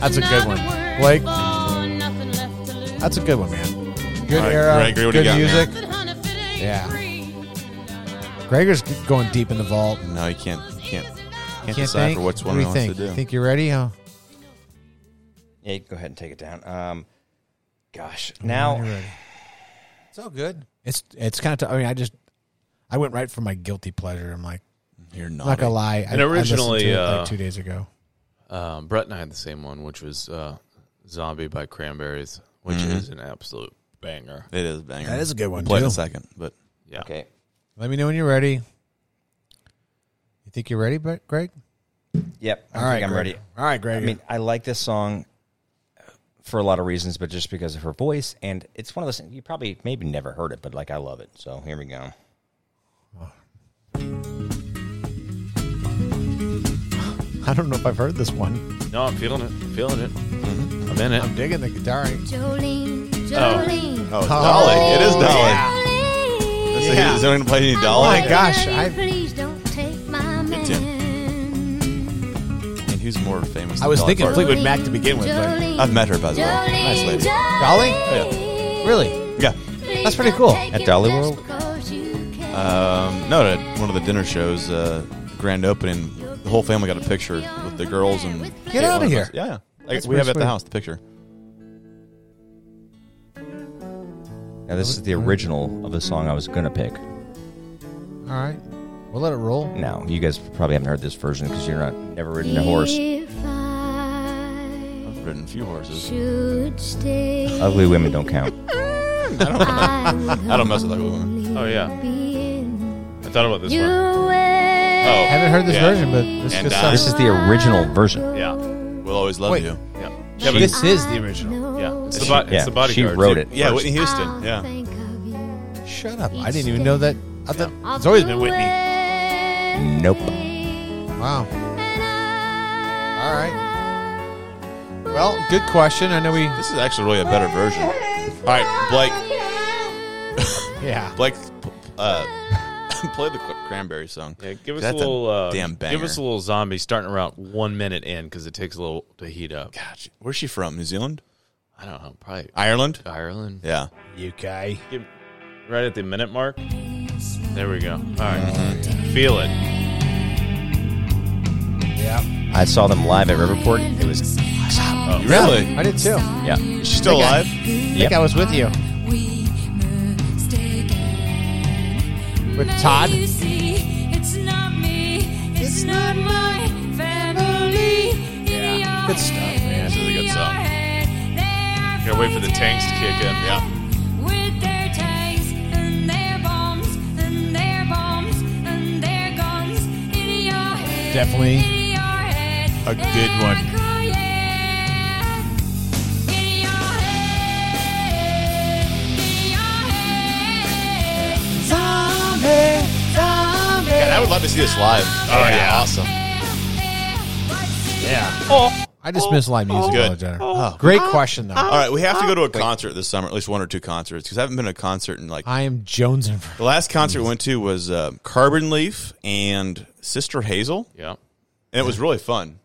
S9: That's a good one.
S2: Blake?
S9: Blake?
S2: That's a good one, man. Good
S4: All right,
S2: era,
S4: Greg, what do you
S2: good
S4: got,
S2: music. Yeah.
S9: Yeah.
S2: Gregor's going deep in the vault.
S4: No, you can't. You can't. Can't,
S2: Can't
S4: decipher
S2: think.
S4: which one
S2: what
S4: he
S2: do you
S4: wants
S2: think?
S4: to do.
S2: Think you're ready? Huh?
S5: Yeah, you can go ahead and take it down. Um, gosh, now
S2: It's all good. It's it's kind of. I mean, I just I went right for my guilty pleasure. I'm like,
S4: You're
S2: I'm not
S4: not.
S2: gonna lie. I,
S3: And
S2: I listened
S3: originally,
S2: to it,
S3: uh,
S2: like two days ago.
S3: Um, Brett and I had the same one, which was uh, "Zombie" by Cranberries, which is an absolute banger.
S4: It is a banger.
S2: That is a good one
S4: We'll play in
S2: too.
S4: a second, but
S3: Yeah.
S5: okay,
S2: Let me know when you're ready. You think you're ready, Bre- Greg?
S5: yep, I
S2: All right,
S5: think I'm
S2: Greg.
S5: ready.
S2: All right, Greg.
S5: I mean, I like this song for a lot of reasons, but just because of her voice. And it's one of those things you probably maybe never heard it, but like I love it. So here we go.
S2: <laughs> I don't know if I've heard this one.
S3: No, I'm feeling it. I'm feeling it. I'm in it.
S2: I'm digging the guitar.
S8: Jolene, Jolene.
S4: Oh, it's Dolly. It is Dolly.
S8: Jolene.
S4: Is anyone going to play any
S8: Oh
S4: Dolly?
S2: my gosh, I-
S8: Please don't take my
S4: too.
S8: man.
S4: And who's more famous?
S2: I
S4: than
S2: was
S4: Dolly
S2: thinking
S4: Parton?
S2: Fleetwood Mac to begin with. But
S8: Jolene,
S4: I've met her, by the way.
S8: Jolene,
S4: Nice lady.
S2: Dolly?
S8: Jolene.
S2: Really?
S4: Yeah.
S8: Please
S2: That's pretty
S8: don't
S2: cool.
S8: take
S5: At
S8: it
S5: Dolly
S8: just
S5: World?
S8: because you can.
S4: Um, no, at one of the dinner shows, uh, grand opening, the whole family got a picture with the girls and.
S2: Get
S4: Yeah,
S2: outta
S4: one of
S2: here.
S4: us- Yeah, yeah. Like,
S2: That's
S4: we have
S2: pretty
S4: at the
S2: sweet.
S4: house the picture.
S5: Now this is the original of the song I was gonna pick.
S2: All right, we'll let it roll.
S5: Now you guys probably haven't heard this version because you're not never ridden a horse.
S8: If I
S4: I've ridden a few horses.
S8: should stay,
S5: Ugly women don't count.
S8: I <laughs> would
S4: I Mm, don't mess with that woman.
S3: Oh yeah,
S8: be in
S3: I thought about this one.
S8: your way.
S2: I
S3: Oh
S2: haven't heard this
S3: Yeah.
S2: version, but this is
S4: And
S2: good
S4: I-
S2: stuff.
S5: This is the original version.
S3: yeah,
S4: We'll always love
S2: Wait.
S4: you.
S3: yeah. Kevin,
S2: this is the original.
S3: yeah. It's
S4: She-
S3: the, bo-
S5: yeah,
S3: it's the bodyguard.
S5: she wrote
S3: too.
S5: it.
S4: Yeah,
S3: First.
S4: Whitney
S8: I'll
S4: Houston. Yeah.
S8: think of you
S2: Shut up! I didn't even know that. I thought it's always been Whitney.
S8: Whitney.
S5: Nope.
S2: Wow. All right. Well, good question. I know we.
S4: This is actually really a better version. All right, Blake.
S2: Yeah.
S4: Blake, p- uh, <coughs> play the Cra- Cranberries song.
S3: Yeah, give us
S4: That's
S3: a little uh,
S4: damn banger.
S3: Give us a little zombie starting around one minute in because it takes a little to heat up.
S4: Gosh, where's she from? New Zealand?
S3: I don't know, probably
S4: Ireland?
S3: Ireland.
S4: Yeah.
S2: UK.
S3: Give, right at the minute mark. There we go. All right. feel it.
S2: Yeah.
S5: I saw them live at Riverport. It was awesome.
S3: Oh,
S4: Really?
S2: I did too. I
S5: Yeah.
S4: She's still
S2: I-
S4: alive?
S2: think I was with you with Todd.
S3: Good stuff, man. This is a good song. Gotta wait for the tanks to kick in. Yeah.
S10: With their tanks and their bombs and their bombs and their guns in your head,
S2: Definitely.
S10: in your head.
S7: A good
S10: And
S7: one.
S10: I cry, yeah. In your head, in your head.
S4: God, I would love to see this live. Oh, yeah. Awesome.
S2: I just miss live music.
S4: Oh, Good.
S2: all the time. Oh. Great question though.
S4: All right, we have to go to
S3: Oh,
S4: a concert this summer, at least one or two concerts, because I haven't been to a concert in like.
S2: I am jonesing for.
S4: The last concert I went to was uh, Carbon Leaf and Sister Hazel,
S3: Yeah.
S4: and it was really fun.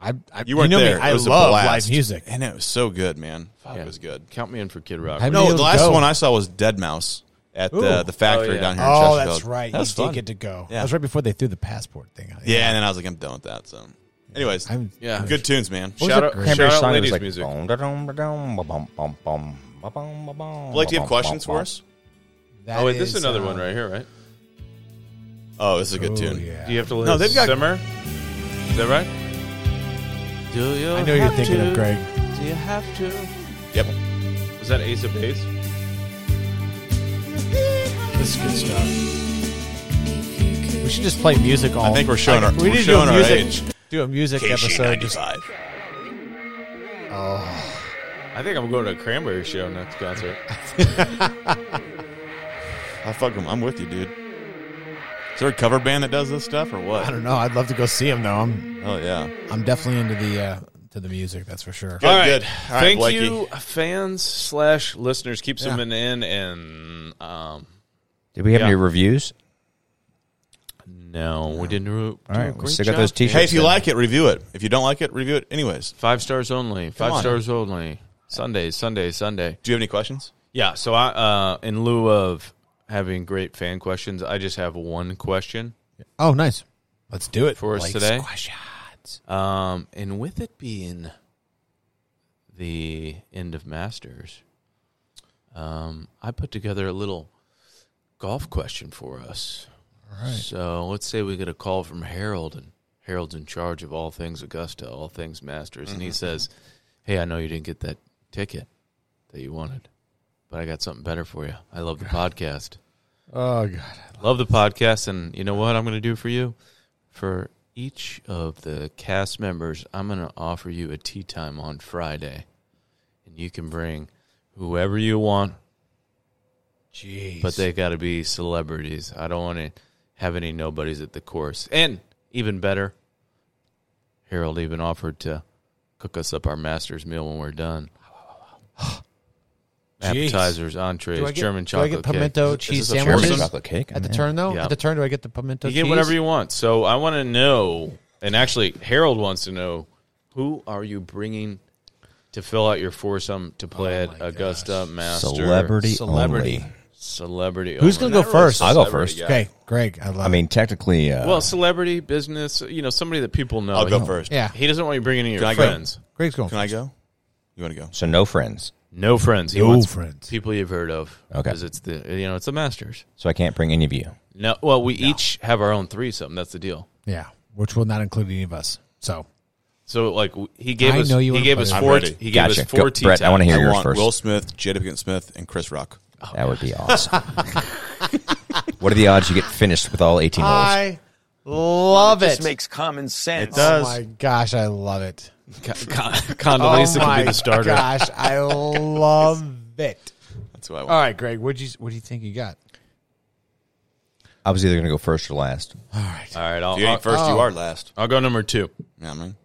S2: I, I
S4: You weren't
S2: know
S4: there.
S2: Me,
S4: It
S2: I
S4: was a
S2: love
S4: blast.
S2: live music.
S4: and it was so good, man. Fuck,
S3: Yeah.
S4: It was good.
S3: Count me in for Kid Rock.
S2: I'm-
S4: No,
S2: Maybe
S4: the
S2: it'll
S4: last
S2: go.
S4: one I saw was Dead Mouse at
S2: Ooh.
S4: the the factory
S3: Oh, yeah.
S4: down here. in
S2: Oh,
S4: Chesterfield.
S2: that's right.
S4: That was
S2: you
S4: fun.
S2: did get to go.
S4: Yeah.
S2: That was right before they threw the passport thing out.
S4: yeah, and then I was like, I'm done with that. So, anyways,
S2: I'm,
S3: yeah.
S4: good tunes, man.
S2: was
S3: Shout
S2: that
S3: out,
S2: great?
S5: Cranberry
S3: shout out
S5: song it was
S3: ladies
S5: like.
S3: music.
S5: bum, da-dum, ba-dum, ba-bum, bum, bum, ba-bum, ba-bum,
S4: Blake, do you have
S5: ba-bum,
S4: questions
S5: bum,
S4: for us?
S2: that
S3: Oh, wait, this is another
S2: uh,
S3: one right here, right?
S4: Oh, this is a good
S2: oh,
S4: tune.
S2: yeah.
S3: Do you have to let
S4: No,
S3: it
S4: they've got-
S3: simmer? Is that right? Do you?
S2: I know you're thinking of Greg.
S3: Do you have to?
S4: Yep.
S3: Was that Ace of Base?
S2: This is good stuff. We should just play music all.
S4: I think we're showing our
S2: we
S4: we're
S2: need to do
S4: showing
S2: a
S4: our
S2: music,
S4: age.
S2: do a music episode. Just,
S4: KC95.
S3: I think I'm going to a Cranberry show next concert.
S4: I fuck 'em. I'm with you, dude. Is there a cover band that does this stuff or what?
S2: I don't know. I'd love to go see him though. I'm
S4: Oh yeah.
S2: I'm definitely into the uh, to the music. That's for sure.
S4: Good, good. All right,
S3: Thank
S4: Blakey.
S3: you, fans slash listeners. Keep
S2: Yeah.
S3: swimming in, and um,
S5: Did we have
S3: Yeah.
S5: any reviews?
S3: no, we didn't. Ru-
S5: All right, we still got those t-shirts.
S4: Hey, if you
S5: then.
S4: like it, review it. If you don't like it, review it anyways.
S3: Five stars only. Five
S4: on.
S3: stars only. Sunday, Sunday, Sunday.
S4: Do you have any questions?
S3: Yeah. So I, uh, in lieu of having great fan questions, I just have one question.
S2: Oh, nice. Let's do it
S3: For us
S2: Blake's
S3: today?
S2: Questions.
S3: Um, and with it being the end of Masters, um, I put together a little golf question for us. All right. So let's say we get a call from Harold, and Harold's in charge of all things Augusta, all things Masters, and he says, "Hey, I know you didn't get that ticket that you wanted, but I got something better for you. I <laughs> love the podcast."
S2: Oh god.
S3: Love the podcast, and you know what I'm going to do for you? For each of the cast members, I'm going to offer you a tea time on Friday. and you can bring whoever you want. Jeez. But they got to be celebrities. I don't want to have any nobodies at the course. And even better, Harold even offered to cook us up our master's meal when we're done. Appetizers, entrees,
S2: Do I get-
S3: German
S2: do I
S3: chocolate
S2: get
S3: cake.
S2: pimento
S3: This
S2: cheese
S3: is a
S2: sandwiches?
S3: foursome.
S2: Chocolate
S5: chocolate cake
S2: At the turn though,
S3: Yeah.
S2: at the turn, do I get the pimento?
S3: You get
S2: cheese?
S3: whatever you want. So I want to know, and actually, Harold wants to know who are you bringing to fill out your foursome to
S4: Oh
S3: play at Augusta Master
S5: Celebrity,
S2: Celebrity.
S5: only.
S3: Celebrity.
S2: Who's
S3: only.
S2: gonna go
S3: Not really
S2: first?
S5: I'll go
S3: celebrity
S5: first.
S3: guy.
S2: Okay, Greg. I love.
S5: I mean, technically, uh,
S3: Well, celebrity business. You know, somebody that people know.
S4: I'll go
S3: He-
S4: first.
S2: yeah.
S3: He doesn't want you bringing any of your
S4: Can I go?
S3: friends.
S2: Greg's going.
S4: Can I go? You want to go?
S5: so no friends.
S3: No friends. He
S2: No
S3: wants
S2: friends.
S3: People you've heard of.
S5: Okay.
S3: Because it's the you know it's the Masters.
S5: So I can't bring any of you.
S3: No. Well, we each have our own threesome. That's the deal.
S2: Yeah, which will not include any of us. So
S3: So like w- he gave
S2: I
S3: us
S2: know you
S3: he
S2: wanna
S3: gave
S2: play
S3: us
S2: that.
S3: four
S4: I'm ready.
S3: he gave
S5: Gotcha.
S3: us four
S5: Go,
S3: tea
S5: Brett, I want to
S3: times. <laughs>
S5: hear
S4: I
S5: yours
S4: want
S5: first.
S4: Will Smith, Jada Pinkett Smith, and Chris Rock.
S5: that would be awesome. what are the odds you get finished with all 18 holes?
S2: I love
S6: This
S2: it.
S6: makes common sense.
S2: oh my gosh, I love it.
S3: Condoleezza
S2: oh
S3: can
S2: my
S3: be the starter.
S2: gosh, I love it.
S4: That's who I
S2: All
S4: want.
S2: right, Greg, what do you what do you think you got?
S5: I was either going to go first or last.
S3: All right, I'll,
S4: If you
S3: I'll,
S4: ain't first, you
S2: Oh.
S4: are last.
S3: I'll go number two.
S4: You know what I mean?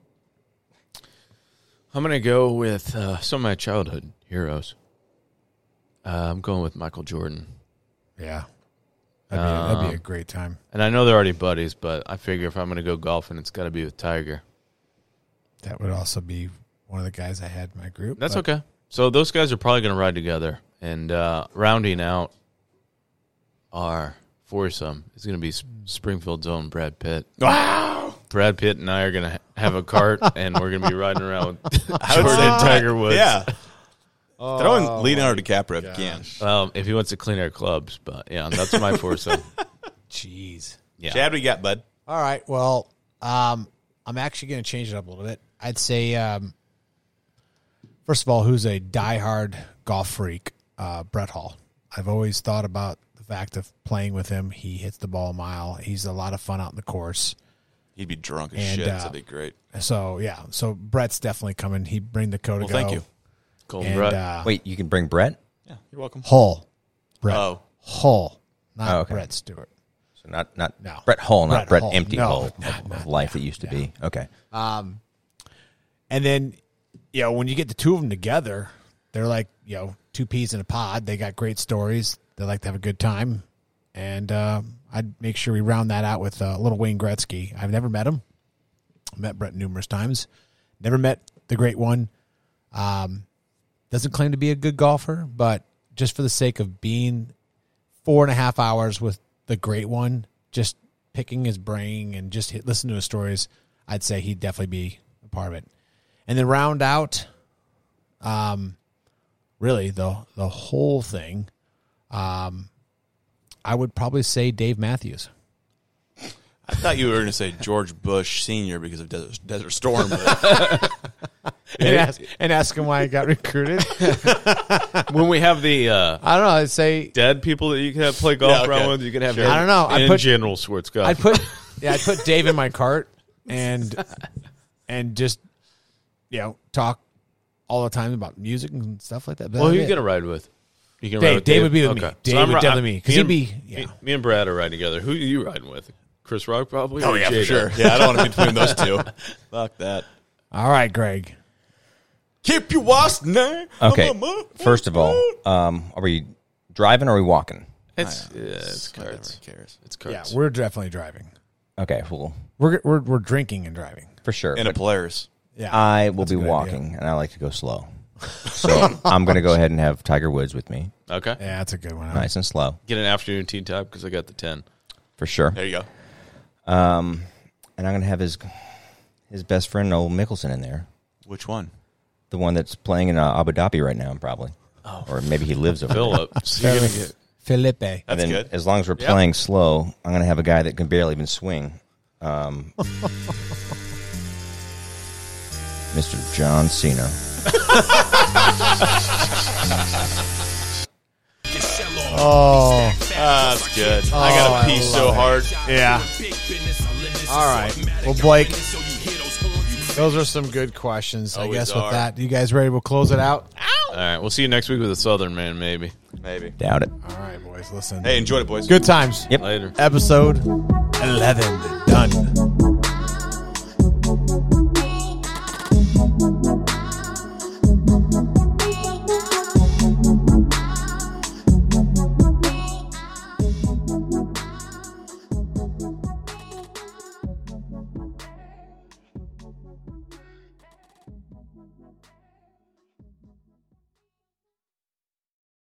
S3: I'm gonna go with uh, some of my childhood heroes. Uh, I'm going with Michael Jordan,
S2: Yeah, that'd be,
S3: Um,
S2: that'd be a great time.
S3: and I know they're already buddies, but I figure if I'm gonna go golfing, it's got to be with Tiger.
S2: That would also be one of the guys I had in my group.
S3: That's
S2: but-
S3: okay. So those guys are probably going to ride together, and uh, rounding out our foursome is going to be S- Springfield's own Brad Pitt. Wow! Brad Pitt and I are going to ha- have a cart, and we're going to be riding around with Jordan and Tiger Woods.
S4: Yeah. Throw in Leonardo DiCaprio if you can.
S3: Um, if he wants to clean our clubs, but yeah, that's my foursome.
S2: Jeez.
S3: Yeah.
S4: Chad, we got bud.
S2: All right. Well, um, I'm actually going to change it up a little bit. I'd say, um, first of all, who's a diehard golf freak? Uh, Brett Hall. I've always thought about the fact of playing with him. He hits the ball a mile. He's a lot of fun out in the course.
S4: He'd be drunk as
S2: And,
S4: shit.
S2: uh,
S4: so That'd be great.
S2: So yeah. So Brett's definitely coming. He bring the code.
S4: Well, thank you.
S3: Cool,
S2: And
S3: Brett.
S2: uh,
S5: Wait, you can bring Brett?
S4: You're welcome.
S2: Hall, Brett
S4: Oh,
S2: Hall, not
S5: Oh, okay.
S2: Brett Stewart.
S5: So not not
S2: No.
S5: Brett Hall, not
S2: Brett
S5: Brett,
S2: Hull.
S5: Empty
S2: No,
S5: Hall of,
S2: no,
S5: of life it used to be. Okay.
S2: And then, you know, when you get the two of them together, they're like, you know, two peas in a pod. They got great stories. They like to have a good time. And uh, I'd make sure we round that out with uh, little Wayne Gretzky. I've never met him. Met Brett numerous times. Never met the great one. Um, doesn't claim to be a good golfer, but just for the sake of being four and a half hours with the great one, just picking his brain and just hit, listen to his stories, I'd say he'd definitely be a part of it. And then round out, um, really the the whole thing. Um, I would probably say Dave
S3: <laughs>
S2: Matthews.
S4: I thought you were going to say George Bush Senior because of Desert, Desert <laughs> Storm. but-
S2: And ask, and ask him why he got recruited.
S3: when we have the uh,
S2: I don't know. I'd say
S3: dead people that you can have <laughs> play golf
S4: Yeah, okay.
S3: around with, you can have.
S2: I don't know. I'd
S3: And
S2: put-
S3: General Schwarzkopf.
S2: I'd put yeah, I'd put Dave in my cart and and just you know talk all the time about music and stuff like that. But
S3: Well, who
S2: that's
S3: you
S2: it.
S3: gonna ride with? You can
S2: Dave. Dave would be with me. Dave
S3: I'm
S2: would
S3: ri-
S2: definitely me, 'cause
S3: me and-
S2: he'd be-
S3: Me,
S2: yeah.
S3: me and Brad are riding together. Who are you riding with? Chris Rock probably.
S4: oh
S3: or
S4: yeah, for
S3: Jada?
S4: sure. Yeah, I don't want to be between those two. <laughs> Fuck that.
S2: all right, Greg.
S4: Keep you wasp now.
S5: Okay. First of all, um, are we driving or are we walking?
S3: It's yeah, it's cards.
S4: cares.
S3: It's
S2: Yeah,
S3: cards.
S2: we're definitely driving.
S5: Okay, cool.
S2: We're we're we're drinking and driving.
S5: For sure.
S4: And a players.
S2: Yeah,
S5: I will
S2: that's
S5: be
S2: a good idea.
S5: walking and I like to go slow. So <laughs> I'm going to go ahead and have Tiger Woods with me,
S3: okay.
S2: Yeah, that's a good one.
S5: nice and slow,
S3: Get an afternoon tea time because I got the ten.
S5: for sure.
S4: There you go.
S5: And I'm going to have his his best friend Noel Mickelson in there,
S4: Which one?
S5: the one that's playing in uh, Abu Dhabi right now, probably,
S2: Oh.
S5: or maybe he lives over there.
S3: Philip, <laughs> so you're gonna get-
S2: Felipe.
S5: And then,
S4: good.
S5: as long as we're playing slow, I'm going to have a guy that can barely even swing. Um,
S2: <laughs>
S5: Mr. John Cena.
S2: Oh,
S4: That's good. I got to pee so hard.
S7: Yeah.
S2: all right. Well, Blake, those are some good questions. I
S4: Always
S2: guess
S4: are.
S2: with that, you guys ready? We'll close it out.
S3: All right. We'll see you next week with a Southern man, maybe.
S4: Maybe.
S5: Doubt it.
S2: All right, boys, listen.
S4: Hey, enjoyed it, boys.
S2: Good times.
S5: Yep.
S3: Later.
S2: Episode 11. Done.